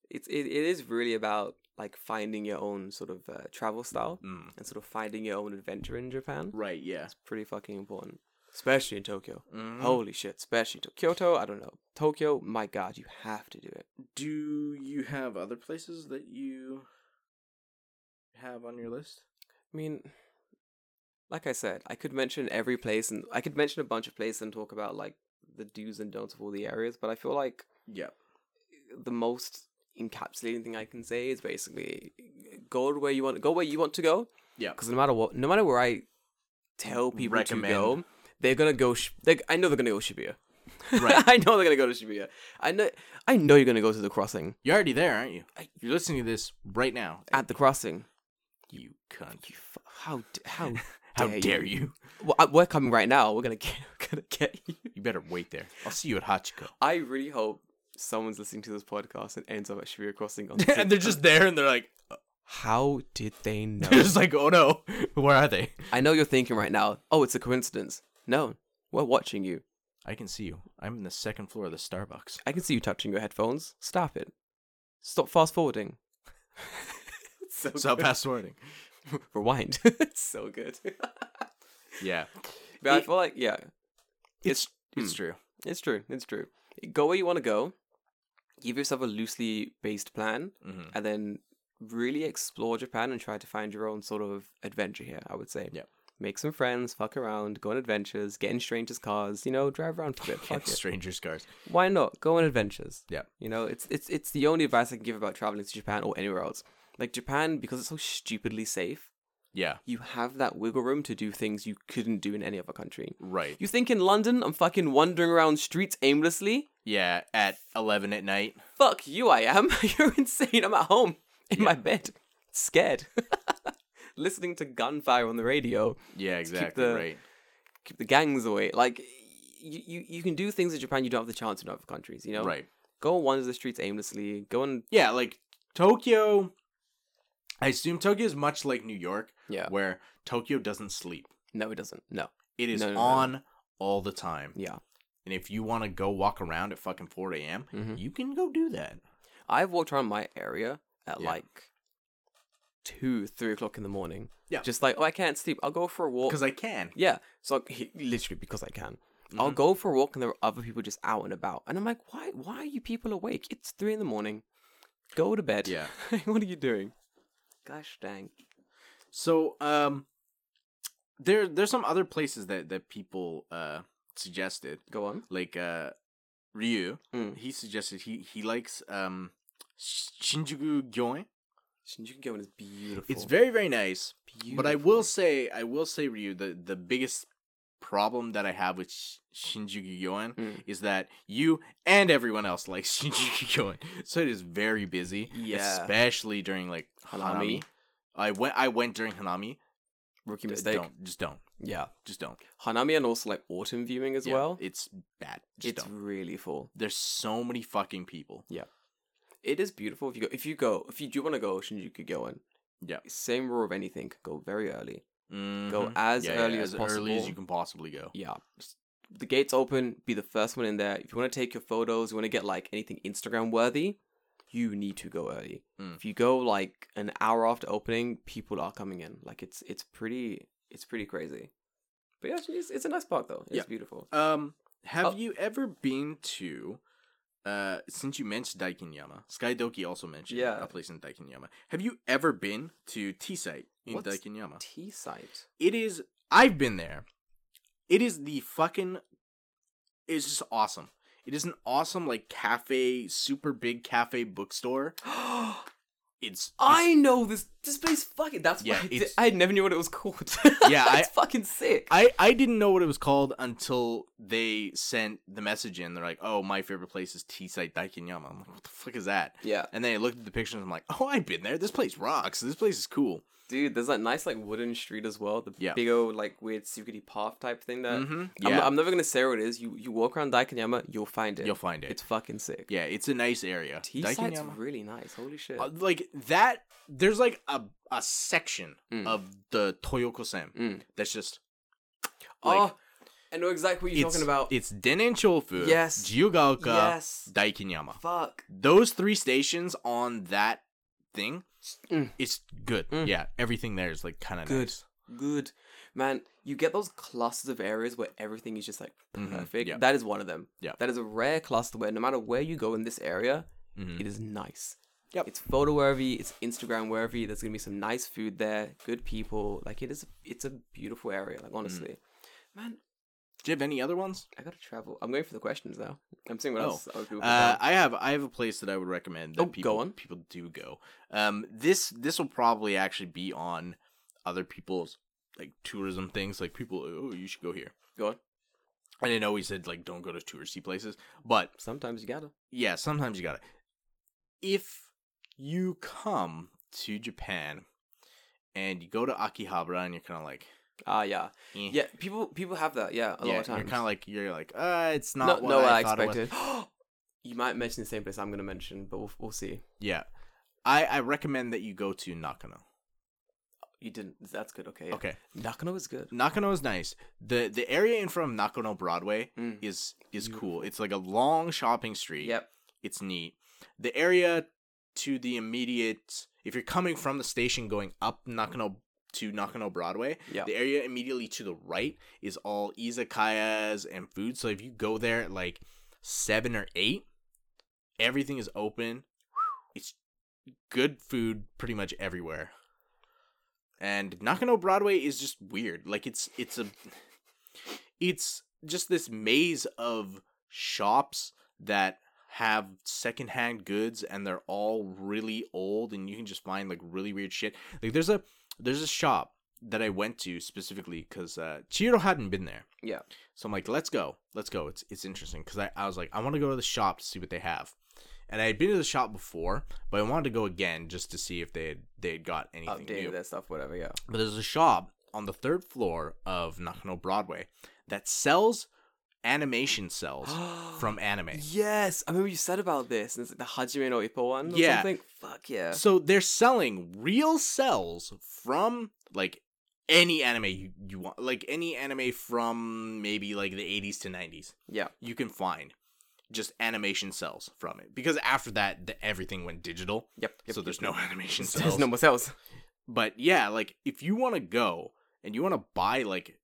Speaker 1: It's it, it is really about like finding your own sort of uh, travel style
Speaker 2: Mm.
Speaker 1: and sort of finding your own adventure in Japan.
Speaker 2: Right, yeah.
Speaker 1: It's pretty fucking important, especially in Tokyo.
Speaker 2: Mhm.
Speaker 1: Holy shit, especially to Kyoto. I don't know Tokyo. My God, you have to do it.
Speaker 2: Mm, Do you have other places that you have on your list?
Speaker 1: I mean, like I said, I could mention every place and I could mention a bunch of places and talk about like the do's and don'ts of all the areas, but I feel like
Speaker 2: Yeah.
Speaker 1: the most encapsulating thing I can say is basically go to where you want go where you want to go
Speaker 2: Yeah.
Speaker 1: because no matter what no matter where I tell people
Speaker 2: Recommend.
Speaker 1: to go they're gonna go sh- they I know they're gonna go Shibuya
Speaker 2: Right.
Speaker 1: *laughs*
Speaker 2: *laughs*
Speaker 1: I know they're gonna go to Shibuya I know I know you're gonna go to the crossing
Speaker 2: You're already there, aren't you? You're listening to this right now.
Speaker 1: at the crossing
Speaker 2: You cunt.
Speaker 1: you fu- how d- *laughs* how
Speaker 2: How
Speaker 1: dare
Speaker 2: dare you?
Speaker 1: well, I- we're coming right now we're gonna get *laughs* we're gonna get you
Speaker 2: You better wait there. I'll see you at Hachiko.
Speaker 1: I really hope someone's listening to this podcast and ends up at Shibuya crossing *laughs* on
Speaker 2: *laughs* and they're just there and they're like,
Speaker 1: how did they *laughs* know
Speaker 2: *laughs* they're *laughs* just like, oh no, where are they?
Speaker 1: I know you're thinking right now, oh, it's a coincidence. No, we're watching you.
Speaker 2: I can see you. I'm in the second floor of the *laughs* Starbucks.
Speaker 1: I can see you touching your headphones. Stop it. Stop fast forwarding. It's so
Speaker 2: Stop
Speaker 1: good.
Speaker 2: fast forwarding.
Speaker 1: Rewind. *laughs* it's so good. *laughs*
Speaker 2: Yeah.
Speaker 1: but I
Speaker 2: It-
Speaker 1: feel like, yeah,
Speaker 2: It's it's
Speaker 1: hmm,
Speaker 2: true.
Speaker 1: it's true. It's true. Go where you want to go. Give yourself a loosely based plan
Speaker 2: Mm-hmm.
Speaker 1: and then really explore Japan and try to find your own sort of adventure here, I would say.
Speaker 2: Yeah.
Speaker 1: Make some friends, fuck around, go on adventures, get in strangers' cars, you know, drive around for a bit.
Speaker 2: *laughs* Yeah,
Speaker 1: Fuck it.
Speaker 2: strangers' cars.
Speaker 1: why not go on adventures
Speaker 2: Yeah.
Speaker 1: you know it's it's it's the only advice i can give about traveling to japan or anywhere else like japan because it's so stupidly safe
Speaker 2: Yeah,
Speaker 1: you have that wiggle room to do things you couldn't do in any other country
Speaker 2: right.
Speaker 1: you think in london i'm fucking wandering around streets aimlessly
Speaker 2: Yeah, at eleven at night.
Speaker 1: fuck you i am *laughs* you're insane i'm at home in my bed scared *laughs* listening to gunfire on the radio
Speaker 2: Yeah, exactly.
Speaker 1: the-
Speaker 2: Right.
Speaker 1: keep the gangs away like you, you you can do things in japan you don't have the chance in other countries you know
Speaker 2: Right.
Speaker 1: go wander the streets aimlessly go and
Speaker 2: Yeah, like Tokyo, I assume Tokyo is much like New York,
Speaker 1: Yeah.
Speaker 2: where Tokyo doesn't sleep.
Speaker 1: No, it doesn't. No.
Speaker 2: It is
Speaker 1: No, no, no, no.
Speaker 2: on all the time.
Speaker 1: Yeah.
Speaker 2: And if you want to go walk around at fucking 4 a.m.,
Speaker 1: Mhm.
Speaker 2: you can go do that.
Speaker 1: I've walked around my area at
Speaker 2: Yeah.
Speaker 1: like two, three o'clock in the morning.
Speaker 2: Yeah.
Speaker 1: Just like, oh, I can't sleep. I'll go for a walk.
Speaker 2: Because
Speaker 1: *laughs*
Speaker 2: I can.
Speaker 1: Yeah. So he, literally because I can. I'll
Speaker 2: Mhm.
Speaker 1: go for a walk and there are other people just out and about. And I'm like, why why are you people awake? It's three in the morning. Go to bed.
Speaker 2: Yeah.
Speaker 1: *laughs* what are you doing? Gosh dang.
Speaker 2: So um there there's some other places that that people uh suggested.
Speaker 1: Go on.
Speaker 2: Like uh Ryu,
Speaker 1: Mm.
Speaker 2: he suggested he he likes um Sh- Shinjuku Gyoen.
Speaker 1: Shinjuku Gyoen is beautiful.
Speaker 2: It's very very nice,
Speaker 1: beautiful.
Speaker 2: but I will say I will say Ryu the the biggest problem that I have with Sh- Shinjuku Gyoen
Speaker 1: Mm.
Speaker 2: is that you and everyone else likes *laughs* Shinjuku Gyoen. So it is very busy,
Speaker 1: Yeah.
Speaker 2: especially during like
Speaker 1: Hanami.
Speaker 2: Hanami. I went I went during Hanami.
Speaker 1: Rookie
Speaker 2: D-
Speaker 1: mistake.
Speaker 2: Don't just don't.
Speaker 1: Yeah.
Speaker 2: Just don't.
Speaker 1: Hanami and also like autumn viewing as
Speaker 2: Yeah,
Speaker 1: well.
Speaker 2: It's bad. Just
Speaker 1: It's
Speaker 2: don't.
Speaker 1: really full.
Speaker 2: There's so many fucking people.
Speaker 1: It is beautiful if you go if you go if you do want to go Shinjuku Gyoen.
Speaker 2: Yeah.
Speaker 1: Same rule of anything. Go very early. Go
Speaker 2: Mhm.
Speaker 1: as
Speaker 2: Yeah, yeah,
Speaker 1: early as, possible.
Speaker 2: early as you can possibly go.
Speaker 1: yeah s- the gates open be the first one in there if you want to take your photos you want to get like anything instagram worthy you need to go early
Speaker 2: Mm.
Speaker 1: if you go like an hour after opening people are coming in like it's it's pretty it's pretty crazy but yeah it's, it's a nice park though it's
Speaker 2: Yeah.
Speaker 1: beautiful
Speaker 2: Um, have
Speaker 1: Oh.
Speaker 2: you ever been to? Uh, since you mentioned Daikinyama, Skydoki also mentioned
Speaker 1: Yeah.
Speaker 2: a place in Daikinyama. Have you ever been to T site in
Speaker 1: What's
Speaker 2: Daikinyama?
Speaker 1: tea
Speaker 2: *gasps*
Speaker 1: site *gasps*
Speaker 2: It is. I've been there. It is the fucking. It's just awesome. It is an awesome like cafe, super big cafe bookstore. It's, it's
Speaker 1: I know this. This place, fucking. That's
Speaker 2: Yeah,
Speaker 1: yeah, I, did.
Speaker 2: it's-
Speaker 1: I never knew what it was called. *laughs*
Speaker 2: Yeah, I-
Speaker 1: it's fucking sick.
Speaker 2: I I didn't know what it was called until they sent the message in. They're like, "Oh, my favorite place is Tea Site Daikinyama." I'm like, "What the fuck is that?"
Speaker 1: yeah,
Speaker 2: And then I looked at the pictures. and I'm like, "Oh, I've been there. This place rocks. This place is cool."
Speaker 1: dude. There's that nice like wooden street as well. The
Speaker 2: Yeah.
Speaker 1: big old like weird secrety path type thing that
Speaker 2: hmm
Speaker 1: Uh, I'm,
Speaker 2: Yeah,
Speaker 1: I'm never gonna say what it is. You you walk around Daikanyama, you'll find it.
Speaker 2: you'll find it.
Speaker 1: It's fucking sick.
Speaker 2: yeah, it's a nice area.
Speaker 1: Tea site's
Speaker 2: Daikinyama-
Speaker 1: really nice. Holy shit.
Speaker 2: Uh, like that. There's like a a section
Speaker 1: Mm.
Speaker 2: of the Toyokosen
Speaker 1: Mm.
Speaker 2: that's just like,
Speaker 1: oh, I know exactly what you're
Speaker 2: it's-
Speaker 1: talking about.
Speaker 2: It's Denen Chofu,
Speaker 1: Yes.
Speaker 2: Jiugaoka,
Speaker 1: yes.
Speaker 2: Daikinyama.
Speaker 1: Fuck.
Speaker 2: those three stations on that thing
Speaker 1: Mm.
Speaker 2: it's good
Speaker 1: Mm.
Speaker 2: yeah everything there is like kind of
Speaker 1: Good.
Speaker 2: nice.
Speaker 1: Good. Man, you get those clusters of areas where everything is just like
Speaker 2: Mhm,
Speaker 1: perfect.
Speaker 2: yeah.
Speaker 1: That is one of them.
Speaker 2: Yeah.
Speaker 1: That is a rare cluster where no matter where you go in this area,
Speaker 2: Mhm.
Speaker 1: it is nice.
Speaker 2: Yep.
Speaker 1: It's photo worthy, it's Instagram worthy, there's gonna be some nice food there, good people. Like it is it's a beautiful area,
Speaker 2: Mm.
Speaker 1: like honestly. Man,
Speaker 2: do you have any other ones
Speaker 1: I gotta travel. I'm going for the questions now. I'm seeing what
Speaker 2: Oh.
Speaker 1: else. other people
Speaker 2: uh,
Speaker 1: have.
Speaker 2: i have i have a place that i would recommend that
Speaker 1: Oh, go
Speaker 2: people
Speaker 1: on.
Speaker 2: people do go um this this will probably actually be on other people's like tourism things like people oh you should go here
Speaker 1: Go on.
Speaker 2: i didn't always said like don't go to touristy places but
Speaker 1: Sometimes you gotta.
Speaker 2: yeah sometimes you gotta if you come to japan and you go to akihabara and you're kind of like
Speaker 1: Ah, yeah,
Speaker 2: eh,
Speaker 1: yeah. People, people have that. Yeah, a
Speaker 2: yeah,
Speaker 1: lot of times.
Speaker 2: You're kind of like you're like, uh, it's
Speaker 1: no,
Speaker 2: not what
Speaker 1: no,
Speaker 2: I,
Speaker 1: I,
Speaker 2: thought it was."
Speaker 1: expected.
Speaker 2: *gasps*
Speaker 1: you might mention the same place I'm gonna mention, but we'll, we'll see.
Speaker 2: Yeah, I I recommend that you go to Nakano.
Speaker 1: You didn't. That's good. Okay. yeah.
Speaker 2: Okay,
Speaker 1: Nakano is good.
Speaker 2: Nakano is nice. the The area in front of Nakano Broadway
Speaker 1: Mm.
Speaker 2: is is cool. It's like a long shopping street.
Speaker 1: Yep.
Speaker 2: it's neat. The area to the immediate, if you're coming from the station going up Nakano to Nakano Broadway,
Speaker 1: Yeah.
Speaker 2: the area immediately to the right is all izakayas and food. So if you go there at like seven or eight, everything is open. It's good food pretty much everywhere. And Nakano Broadway is just weird. Like it's it's a it's just this maze of shops that have secondhand goods and they're all really old and you can just find like really weird shit. Like there's a there's a shop that I went to specifically because uh, Chiro hadn't been there.
Speaker 1: Yeah.
Speaker 2: So I'm like, let's go, let's go. It's it's interesting because I, I was like, I want to go to the shop to see what they have, and I had been to the shop before, but I wanted to go again just to see if they had, they had got anything
Speaker 1: Updated
Speaker 2: new.
Speaker 1: their stuff, whatever.
Speaker 2: *gasps*
Speaker 1: Yeah.
Speaker 2: But there's a shop on the third floor of Nakano Broadway that sells animation cells
Speaker 1: *gasps*
Speaker 2: from anime.
Speaker 1: Yes, I remember you said about this. And it's like the Hajime no Ippo one. Or
Speaker 2: Yeah.
Speaker 1: Something. Fuck yeah.
Speaker 2: So they're selling real cells from like any anime you, you want, like any anime from maybe like the 80s to 90s.
Speaker 1: Yeah.
Speaker 2: You can find just animation cells from it because after that the, everything went digital.
Speaker 1: Yep. yep
Speaker 2: so
Speaker 1: *laughs*
Speaker 2: there's no *laughs* animation cells.
Speaker 1: There's no more cells.
Speaker 2: But yeah, like if you want to go and you want to buy like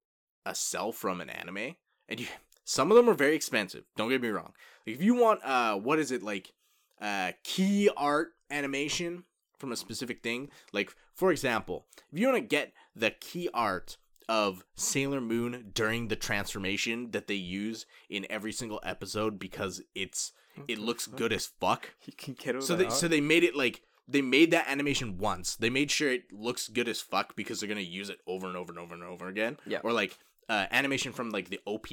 Speaker 2: a cell from an anime, and you *laughs* some of them are very expensive. Don't get me wrong. Like, if you want, uh, what is it like, uh, key art animation from a specific thing? Like for example, if you want to get the key art of Sailor Moon during the transformation that they use in every single episode because it's it looks good as fuck
Speaker 1: *laughs* You can get all
Speaker 2: so
Speaker 1: that
Speaker 2: they
Speaker 1: out.
Speaker 2: so they made it like they made that animation once. They made sure it looks good as fuck because they're gonna use it over and over and over and over again.
Speaker 1: Yeah.
Speaker 2: Or like uh, animation from like the OP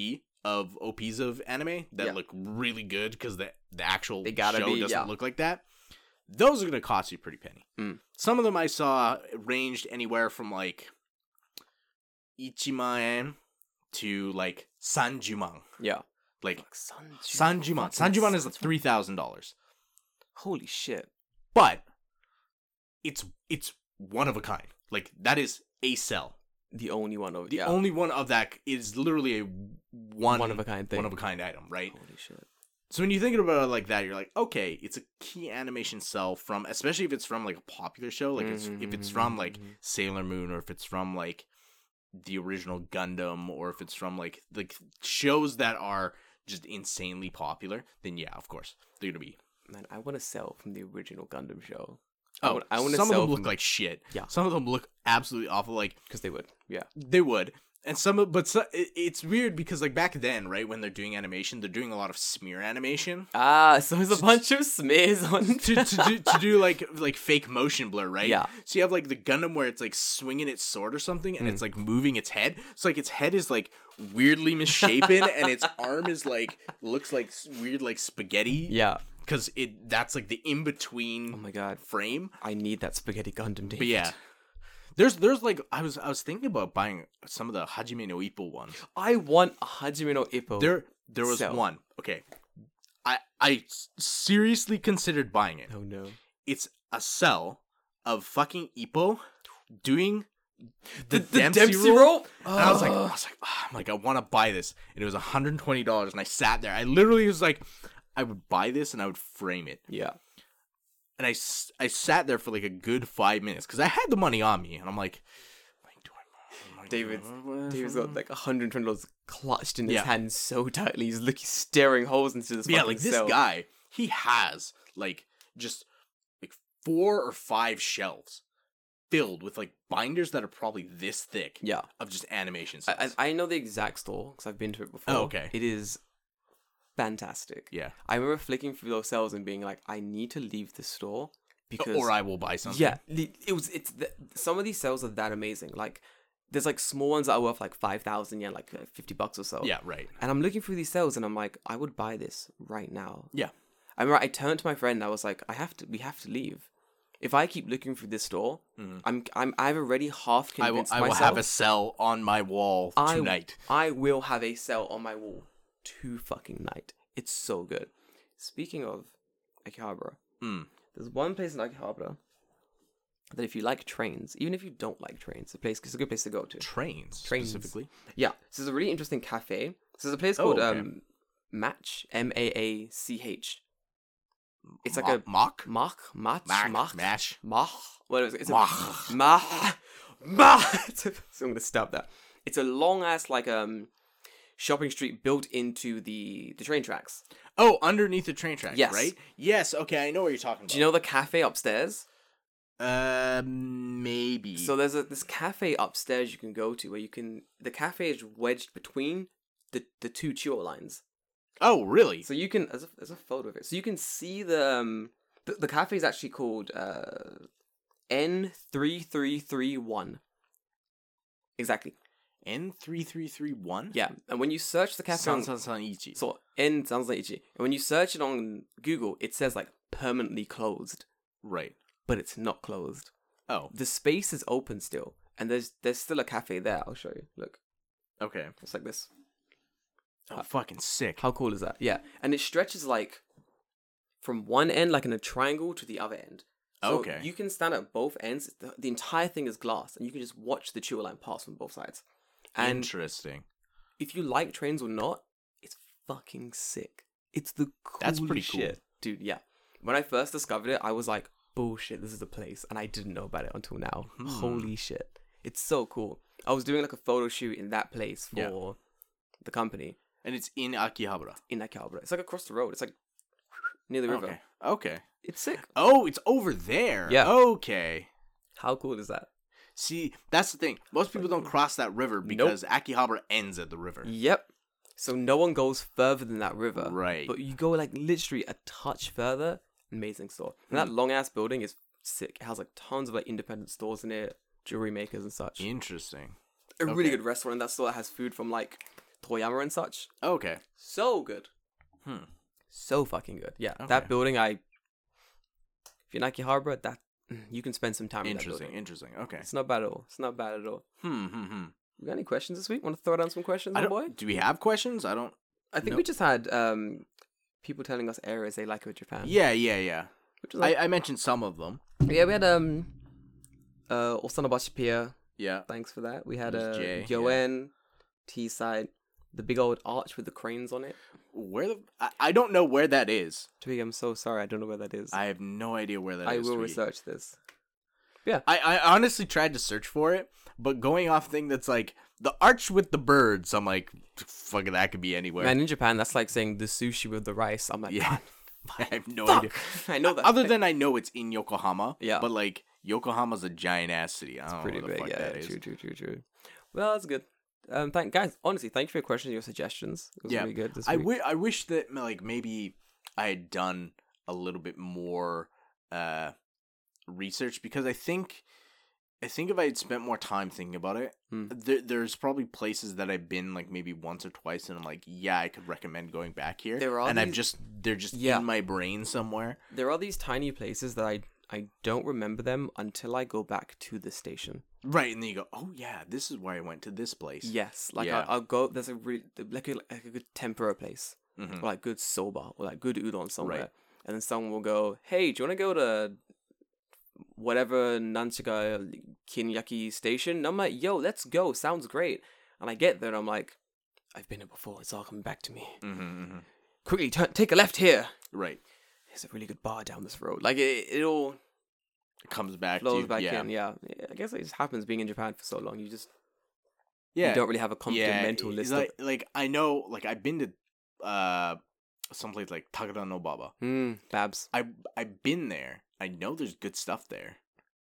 Speaker 2: of OPs of anime that
Speaker 1: Yeah.
Speaker 2: look really good because the the actual
Speaker 1: They gotta
Speaker 2: show
Speaker 1: be-
Speaker 2: doesn't
Speaker 1: yeah.
Speaker 2: look like that. Those are gonna cost you a pretty penny.
Speaker 1: Mm.
Speaker 2: Some of them I saw ranged anywhere from like ichiman to like sanjuman.
Speaker 1: Yeah.
Speaker 2: Like
Speaker 1: Sanjuman.
Speaker 2: sanjuman,
Speaker 1: Fucking
Speaker 2: sanjuman is
Speaker 1: Sanjuman.
Speaker 2: three thousand dollars
Speaker 1: Holy shit.
Speaker 2: but it's it's one of a kind. Like that is a cell.
Speaker 1: The only one of
Speaker 2: The
Speaker 1: yeah.
Speaker 2: only one of that is literally a one,
Speaker 1: One of a kind thing.
Speaker 2: one of a kind item, right?
Speaker 1: Holy shit.
Speaker 2: So when you think about it like that, you're like, okay, it's a key animation cell from, especially if it's from like a popular show, like it's, if it's from like
Speaker 1: Mhm.
Speaker 2: Sailor Moon or if it's from like the original Gundam or if it's from like like shows that are just insanely popular, then yeah, of course they're gonna be
Speaker 1: Man, I want to sell from the original Gundam show. I
Speaker 2: Oh,
Speaker 1: want, I want to
Speaker 2: some of
Speaker 1: sell
Speaker 2: them look like shit.
Speaker 1: Yeah.
Speaker 2: some of them look absolutely awful. Like
Speaker 1: because they would. Yeah.
Speaker 2: they would, and some, of, but so, it, it's weird because like back then, right when they're doing animation, they're doing a lot of smear animation
Speaker 1: *laughs* Ah, so there's a bunch of smears
Speaker 2: *laughs*
Speaker 1: on.
Speaker 2: to, to do to do like like fake motion blur, right?
Speaker 1: Yeah.
Speaker 2: So you have like the Gundam where it's like swinging its sword or something, and
Speaker 1: Mm.
Speaker 2: it's like moving its head. So like its head is like
Speaker 1: *laughs*
Speaker 2: weirdly misshapen, and its arm is like looks like s- weird like spaghetti.
Speaker 1: yeah.
Speaker 2: because it that's like the in between
Speaker 1: Oh my god,
Speaker 2: frame.
Speaker 1: I need that spaghetti Gundam. David.
Speaker 2: But yeah. There's there's like I was I was thinking about buying some of the Hajime no Ippo ones.
Speaker 1: I want a Hajime no Ippo.
Speaker 2: There there was
Speaker 1: So-
Speaker 2: one. Okay. I I s- seriously considered buying it.
Speaker 1: Oh no.
Speaker 2: It's a cell of fucking Ippo doing the, Dempsey,
Speaker 1: Dempsey
Speaker 2: roll.
Speaker 1: roll.
Speaker 2: And I was like, I was like, "Ah," I'm like, I want to buy this. And it was $120. And I sat there. I literally was like, I would buy this and I would frame it.
Speaker 1: *gasps* yeah.
Speaker 2: and I, s- I sat there for like a good five minutes because I had the money on me, and I'm like, like, do I- am I doing
Speaker 1: David's-
Speaker 2: it?
Speaker 1: David's got like hundred twenty dollars clutched in his
Speaker 2: Yeah.
Speaker 1: hand so tightly. He's looking, staring holes into this.
Speaker 2: But yeah,
Speaker 1: fucking
Speaker 2: like this
Speaker 1: cell.
Speaker 2: guy, he has like just like four or five shelves filled with like binders that are probably this thick
Speaker 1: Yeah,
Speaker 2: of just animation
Speaker 1: I,
Speaker 2: cells.
Speaker 1: I I know the exact store because I've been to it before.
Speaker 2: Oh, okay.
Speaker 1: It is fantastic.
Speaker 2: yeah,
Speaker 1: I remember flicking through those cells and being like, I need to leave the store because
Speaker 2: or I will buy something.
Speaker 1: Yeah, the- it was. It's the, some of these sales are that amazing. Like, there's like small ones that are worth like five thousand yen, like uh, fifty bucks or so.
Speaker 2: yeah, right.
Speaker 1: And I'm looking through these sales, and I'm like, I would buy this right now.
Speaker 2: Yeah.
Speaker 1: I remember I turned to my friend. and I was like, I have to. We have to leave. If I keep looking through this store,
Speaker 2: Mhm.
Speaker 1: I'm I'm I've already half
Speaker 2: I will.
Speaker 1: convinced
Speaker 2: I will
Speaker 1: myself.
Speaker 2: have a cell on my wall
Speaker 1: I-
Speaker 2: tonight.
Speaker 1: I will have a cell on my wall to fucking night. It's so good. Speaking of Akihabara,
Speaker 2: Mm.
Speaker 1: there's one place in Akihabara that if you like trains, even if you don't like trains, the place it's a good place to go to.
Speaker 2: Trains,
Speaker 1: Trains.
Speaker 2: specifically.
Speaker 1: Yeah, this is a really interesting cafe. This is a place
Speaker 2: Oh,
Speaker 1: called
Speaker 2: okay.
Speaker 1: um, Match M A A C H. It's like
Speaker 2: Mo-
Speaker 1: a
Speaker 2: mock.
Speaker 1: Mach Match
Speaker 2: Mac,
Speaker 1: Mach
Speaker 2: mash.
Speaker 1: Mach. What is it? It's
Speaker 2: Mach.
Speaker 1: A, Mach. Mach. *laughs* so I'm gonna stop that. It's a long ass like um shopping street built into the the train tracks.
Speaker 2: Oh, underneath the train tracks,
Speaker 1: Yes.
Speaker 2: right? Yes. Okay, I know what you're talking about.
Speaker 1: Do you know the cafe upstairs?
Speaker 2: Uh, maybe.
Speaker 1: So there's a, this cafe upstairs you can go to where you can the cafe is wedged between the the two Chuo lines.
Speaker 2: oh, really?
Speaker 1: So you can there's a, there's a photo of it. So you can see the um, the, the cafe is actually called uh, N three three three one. Exactly.
Speaker 2: N three three three one.
Speaker 1: Yeah, and when you search the cafe, on,
Speaker 2: Sounds sounds sounds itchy.
Speaker 1: so N sounds like Ichi. And when you search it on Google, it says like permanently closed,
Speaker 2: right.
Speaker 1: but it's not closed.
Speaker 2: Oh,
Speaker 1: The space is open still, and there's there's still a cafe there. I'll show you. Look,
Speaker 2: okay.
Speaker 1: it's like this.
Speaker 2: Oh, fucking sick.
Speaker 1: How cool is that? Yeah. And it stretches like from one end, like in a triangle, to the other end. So
Speaker 2: Okay.
Speaker 1: You can stand at both ends. The, the entire thing is glass, and you can just watch the Cheetah line pass from both sides. And
Speaker 2: Interesting.
Speaker 1: if you like trains or not, it's fucking sick. It's the coolest
Speaker 2: That's pretty cool.
Speaker 1: shit. Dude, yeah. When I first discovered it, I was like, bullshit, this is the place. And I didn't know about it until now.
Speaker 2: Hmm.
Speaker 1: Holy shit. It's so cool. I was doing like a photo shoot in that place for
Speaker 2: Yeah.
Speaker 1: the company
Speaker 2: And it's in Akihabara.
Speaker 1: in Akihabara. It's like across the road. It's like near the river.
Speaker 2: Okay. Okay.
Speaker 1: It's sick.
Speaker 2: Oh, it's over there.
Speaker 1: Yeah.
Speaker 2: Okay.
Speaker 1: How cool is that?
Speaker 2: See, that's the thing. Most people don't cross that river because Akihabara ends at the river.
Speaker 1: Yep. So no one goes further than that river.
Speaker 2: Right.
Speaker 1: But you go like literally a touch further. Amazing store. And
Speaker 2: Hmm.
Speaker 1: that long ass building is sick. It has like tons of like independent stores in it, jewelry makers and such.
Speaker 2: Interesting.
Speaker 1: A really
Speaker 2: okay.
Speaker 1: good restaurant in that store that has food from like Toyama and such.
Speaker 2: Okay.
Speaker 1: So good.
Speaker 2: Hmm.
Speaker 1: So fucking good. Yeah.
Speaker 2: Okay.
Speaker 1: That building I if you're in Akihabara, that *clears throat* you can spend some time in that
Speaker 2: Interesting.
Speaker 1: building.
Speaker 2: Interesting. Okay.
Speaker 1: It's not bad at all. It's not bad at all.
Speaker 2: Hmm. Hmm. hmm.
Speaker 1: We got any questions this week? Want to throw down some questions,
Speaker 2: I
Speaker 1: my
Speaker 2: don't,
Speaker 1: boy?
Speaker 2: Do we have questions? I don't.
Speaker 1: I think
Speaker 2: No.
Speaker 1: we just had um, people telling us areas they like about Japan.
Speaker 2: Yeah. Yeah. Yeah.
Speaker 1: which was
Speaker 2: I,
Speaker 1: like,
Speaker 2: I mentioned some of them.
Speaker 1: yeah, we had um, uh, Osanabashi Pier.
Speaker 2: Yeah.
Speaker 1: Thanks for that. We had
Speaker 2: There's
Speaker 1: uh,
Speaker 2: Jay, yeah.
Speaker 1: Gyoen, T side, the big old arch with the cranes on it.
Speaker 2: Where the I, I don't know where that is.
Speaker 1: To me, I'm so sorry. I don't know where that is. I,
Speaker 2: I have no idea where that is.
Speaker 1: will
Speaker 2: Twiggy.
Speaker 1: research this.
Speaker 2: I, I honestly tried to search for it, but going off thing that's like the arch with the birds, I'm like, fuck it, that could be anywhere.
Speaker 1: Man, in Japan, that's like saying the sushi with the rice. I'm like,
Speaker 2: *laughs* yeah.
Speaker 1: yeah,
Speaker 2: *laughs* I have no idea.
Speaker 1: fuck. *laughs* I know that.
Speaker 2: Other than I know it's in Yokohama.
Speaker 1: Yeah.
Speaker 2: But like Yokohama's a giant ass city. I don't
Speaker 1: pretty
Speaker 2: know what Oh, the
Speaker 1: big.
Speaker 2: fuck
Speaker 1: Yeah,
Speaker 2: that is.
Speaker 1: true, true, true, true. Well, that's good. Um, thank guys. Honestly, thank you for your questions, and your suggestions. It was
Speaker 2: Yeah,
Speaker 1: really good. This
Speaker 2: I
Speaker 1: week.
Speaker 2: wi- I wish that like maybe I had done a little bit more uh research because I think I think if I had spent more time thinking about it,
Speaker 1: Hmm.
Speaker 2: there, there's probably places that I've been like maybe once or twice, and I'm like, yeah, I could recommend going back here.
Speaker 1: There are
Speaker 2: and I've
Speaker 1: these-
Speaker 2: just they're just
Speaker 1: Yeah.
Speaker 2: in my brain somewhere.
Speaker 1: there are these tiny places that I I don't remember them until I go back to the station.
Speaker 2: Right, and then you go, oh yeah, this is why I went to this place.
Speaker 1: Yes, like
Speaker 2: Yeah.
Speaker 1: I, I'll go. There's a really like a, like a good tempura place,
Speaker 2: Mhm.
Speaker 1: or like good soba, or like good udon somewhere,
Speaker 2: Right.
Speaker 1: and then someone will go, "Hey, do you want to go to whatever Nanchiga Kinyaki station?" And I'm like, "Yo, let's go. Sounds great." And I get there, and I'm like, "I've been here before. It's all coming back to me.
Speaker 2: Mhm, mhm.
Speaker 1: Quickly, turn take a left here.
Speaker 2: Right,
Speaker 1: There's a really good bar down this road. Like it, it all."
Speaker 2: it comes back. to
Speaker 1: flows
Speaker 2: you.
Speaker 1: back
Speaker 2: yeah.
Speaker 1: in. Yeah, Yeah, I guess it just happens being in Japan for so long. You just
Speaker 2: Yeah,
Speaker 1: you don't really have a competent
Speaker 2: Yeah,
Speaker 1: mental
Speaker 2: it's
Speaker 1: list.
Speaker 2: Like,
Speaker 1: of,
Speaker 2: like I know, like I've been to uh someplace like Takada no Baba.
Speaker 1: Hmm, Babs.
Speaker 2: I I've been there. I know there's good stuff there,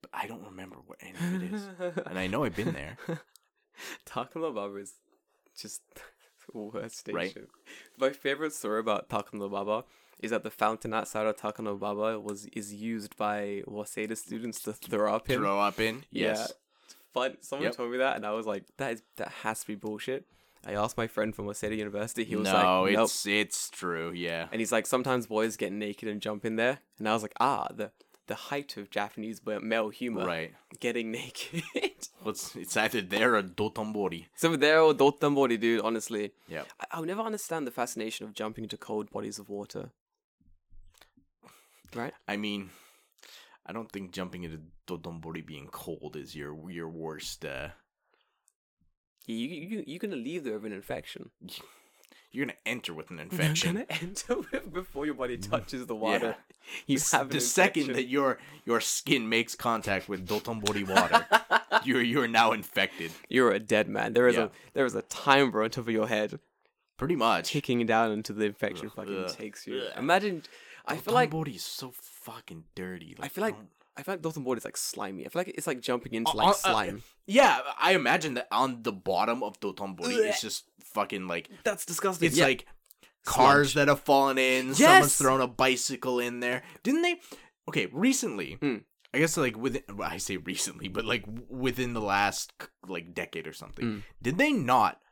Speaker 2: but I don't remember what any of it is.
Speaker 1: *laughs*
Speaker 2: and I know I've been there.
Speaker 1: Takuma Baba is just *laughs* the worst station. My favorite story about Takuma Baba is that the fountain outside of Takuma Baba was is used by Waseda students to throw up in.
Speaker 2: Throw up in.
Speaker 1: Yeah.
Speaker 2: Yes.
Speaker 1: Fun. Someone
Speaker 2: Yep.
Speaker 1: told me that, and I was like, "That is that has to be bullshit." I asked my friend from Waseda University. He was
Speaker 2: no,
Speaker 1: like, "Nope."
Speaker 2: it's it's true. Yeah.
Speaker 1: And he's like, sometimes boys get naked and jump in there. And I was like, ah, the the height of Japanese bo- male humor,
Speaker 2: Right.
Speaker 1: getting *laughs* naked.
Speaker 2: Well, it's, it's either there or Dotonbori.
Speaker 1: so they're all dotanbori, dude. Honestly,
Speaker 2: Yeah.
Speaker 1: I- I'll never understand the fascination of jumping into cold bodies of water. Right?
Speaker 2: I mean, I don't think jumping into Dotonbori being cold is your your worst. uh
Speaker 1: You you you're gonna leave there with an infection. *laughs*
Speaker 2: You're gonna enter with an infection. *laughs*
Speaker 1: You're gonna enter with- before your body touches the water. You
Speaker 2: S-
Speaker 1: have an
Speaker 2: the second that
Speaker 1: infection.
Speaker 2: your your skin makes contact with dotonbori
Speaker 1: *laughs*
Speaker 2: water, you're you are now infected.
Speaker 1: you're a dead man. There is
Speaker 2: Yeah.
Speaker 1: a there is a timer on top of your head,
Speaker 2: Pretty much.
Speaker 1: kicking down until the infection
Speaker 2: Ugh,
Speaker 1: fucking
Speaker 2: ugh,
Speaker 1: takes you.
Speaker 2: ugh.
Speaker 1: Imagine. I feel like
Speaker 2: Dotonbori is so fucking dirty.
Speaker 1: I feel like
Speaker 2: don't-
Speaker 1: I feel like Dalton Board is like slimy. I feel like it's like jumping into
Speaker 2: Uh,
Speaker 1: like
Speaker 2: Oh. uh, uh,
Speaker 1: slime.
Speaker 2: yeah, I imagine that on the bottom of dotonbori
Speaker 1: Ugh.
Speaker 2: it's just fucking like
Speaker 1: That's disgusting.
Speaker 2: it's like cars that have fallen in. Someone's
Speaker 1: Yes!
Speaker 2: thrown a bicycle in there. Didn't they? Okay, recently.
Speaker 1: Hmm.
Speaker 2: I guess like within well, I say recently, but like w- within the last c- like decade or something,
Speaker 1: Hmm.
Speaker 2: did they not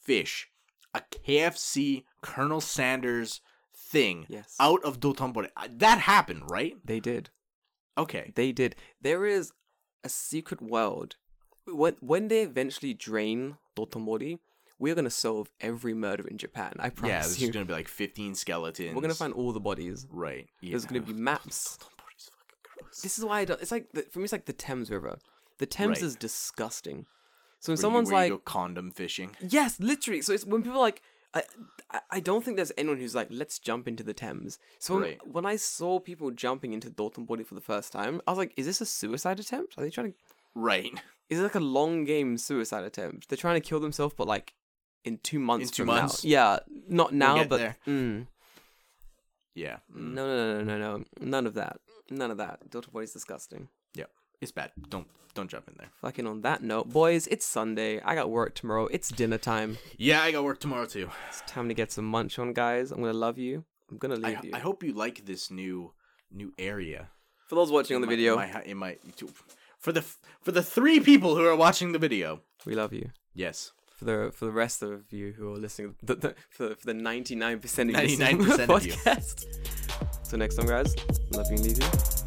Speaker 2: fish a KFC Colonel Sanders thing
Speaker 1: yes,
Speaker 2: out of Dotonbori? Uh, That happened, right?
Speaker 1: they did.
Speaker 2: Okay.
Speaker 1: They did. There is a secret world. When when they eventually drain Dotonbori, we're gonna solve every murder in Japan. I
Speaker 2: yeah, there's
Speaker 1: promise
Speaker 2: just
Speaker 1: you.
Speaker 2: gonna be like 15 skeletons.
Speaker 1: We're gonna find all the bodies.
Speaker 2: Right. Yeah.
Speaker 1: There's gonna be maps.
Speaker 2: Somebody's fucking gross.
Speaker 1: This is why I don't. It's like the, for me, it's like the Thames River. The Thames
Speaker 2: Right.
Speaker 1: is disgusting. So when
Speaker 2: Where you-
Speaker 1: someone's
Speaker 2: where
Speaker 1: like,
Speaker 2: you go condom fishing.
Speaker 1: yes, literally. So it's when people are like, I, I- I don't think there's anyone who's like, let's jump into the Thames. So when,
Speaker 2: Right.
Speaker 1: when I saw people jumping into Dotonbori for the first time, I was like, is this a suicide attempt? Are they trying to?
Speaker 2: Right.
Speaker 1: Is it like a long game suicide attempt? They're trying to kill themselves, but like in two months.
Speaker 2: two
Speaker 1: from
Speaker 2: months?
Speaker 1: Now. Yeah, not now,
Speaker 2: get
Speaker 1: but
Speaker 2: there.
Speaker 1: Mm.
Speaker 2: Yeah. Mm.
Speaker 1: no, no, no, no, no, no, none of that. None of that. Dotonbori is disgusting.
Speaker 2: It's bad. Don't don't jump in there.
Speaker 1: Fucking on that note, boys, it's Sunday. I got work tomorrow. It's dinner time.
Speaker 2: Yeah, I got work tomorrow too.
Speaker 1: It's time to get some munch on, guys. I'm gonna love you. I'm gonna leave
Speaker 2: I,
Speaker 1: you.
Speaker 2: I hope you like this new new area.
Speaker 1: For those watching on the
Speaker 2: My-
Speaker 1: video,
Speaker 2: My, hi- in my YouTube. For the f- for the three people who are watching the video.
Speaker 1: we love you.
Speaker 2: Yes.
Speaker 1: For the for the rest of you who are listening, *laughs* the, the, for, for the 99% of you listening to the
Speaker 2: 99% of you.
Speaker 1: podcast. So next time, guys, love you and leave you.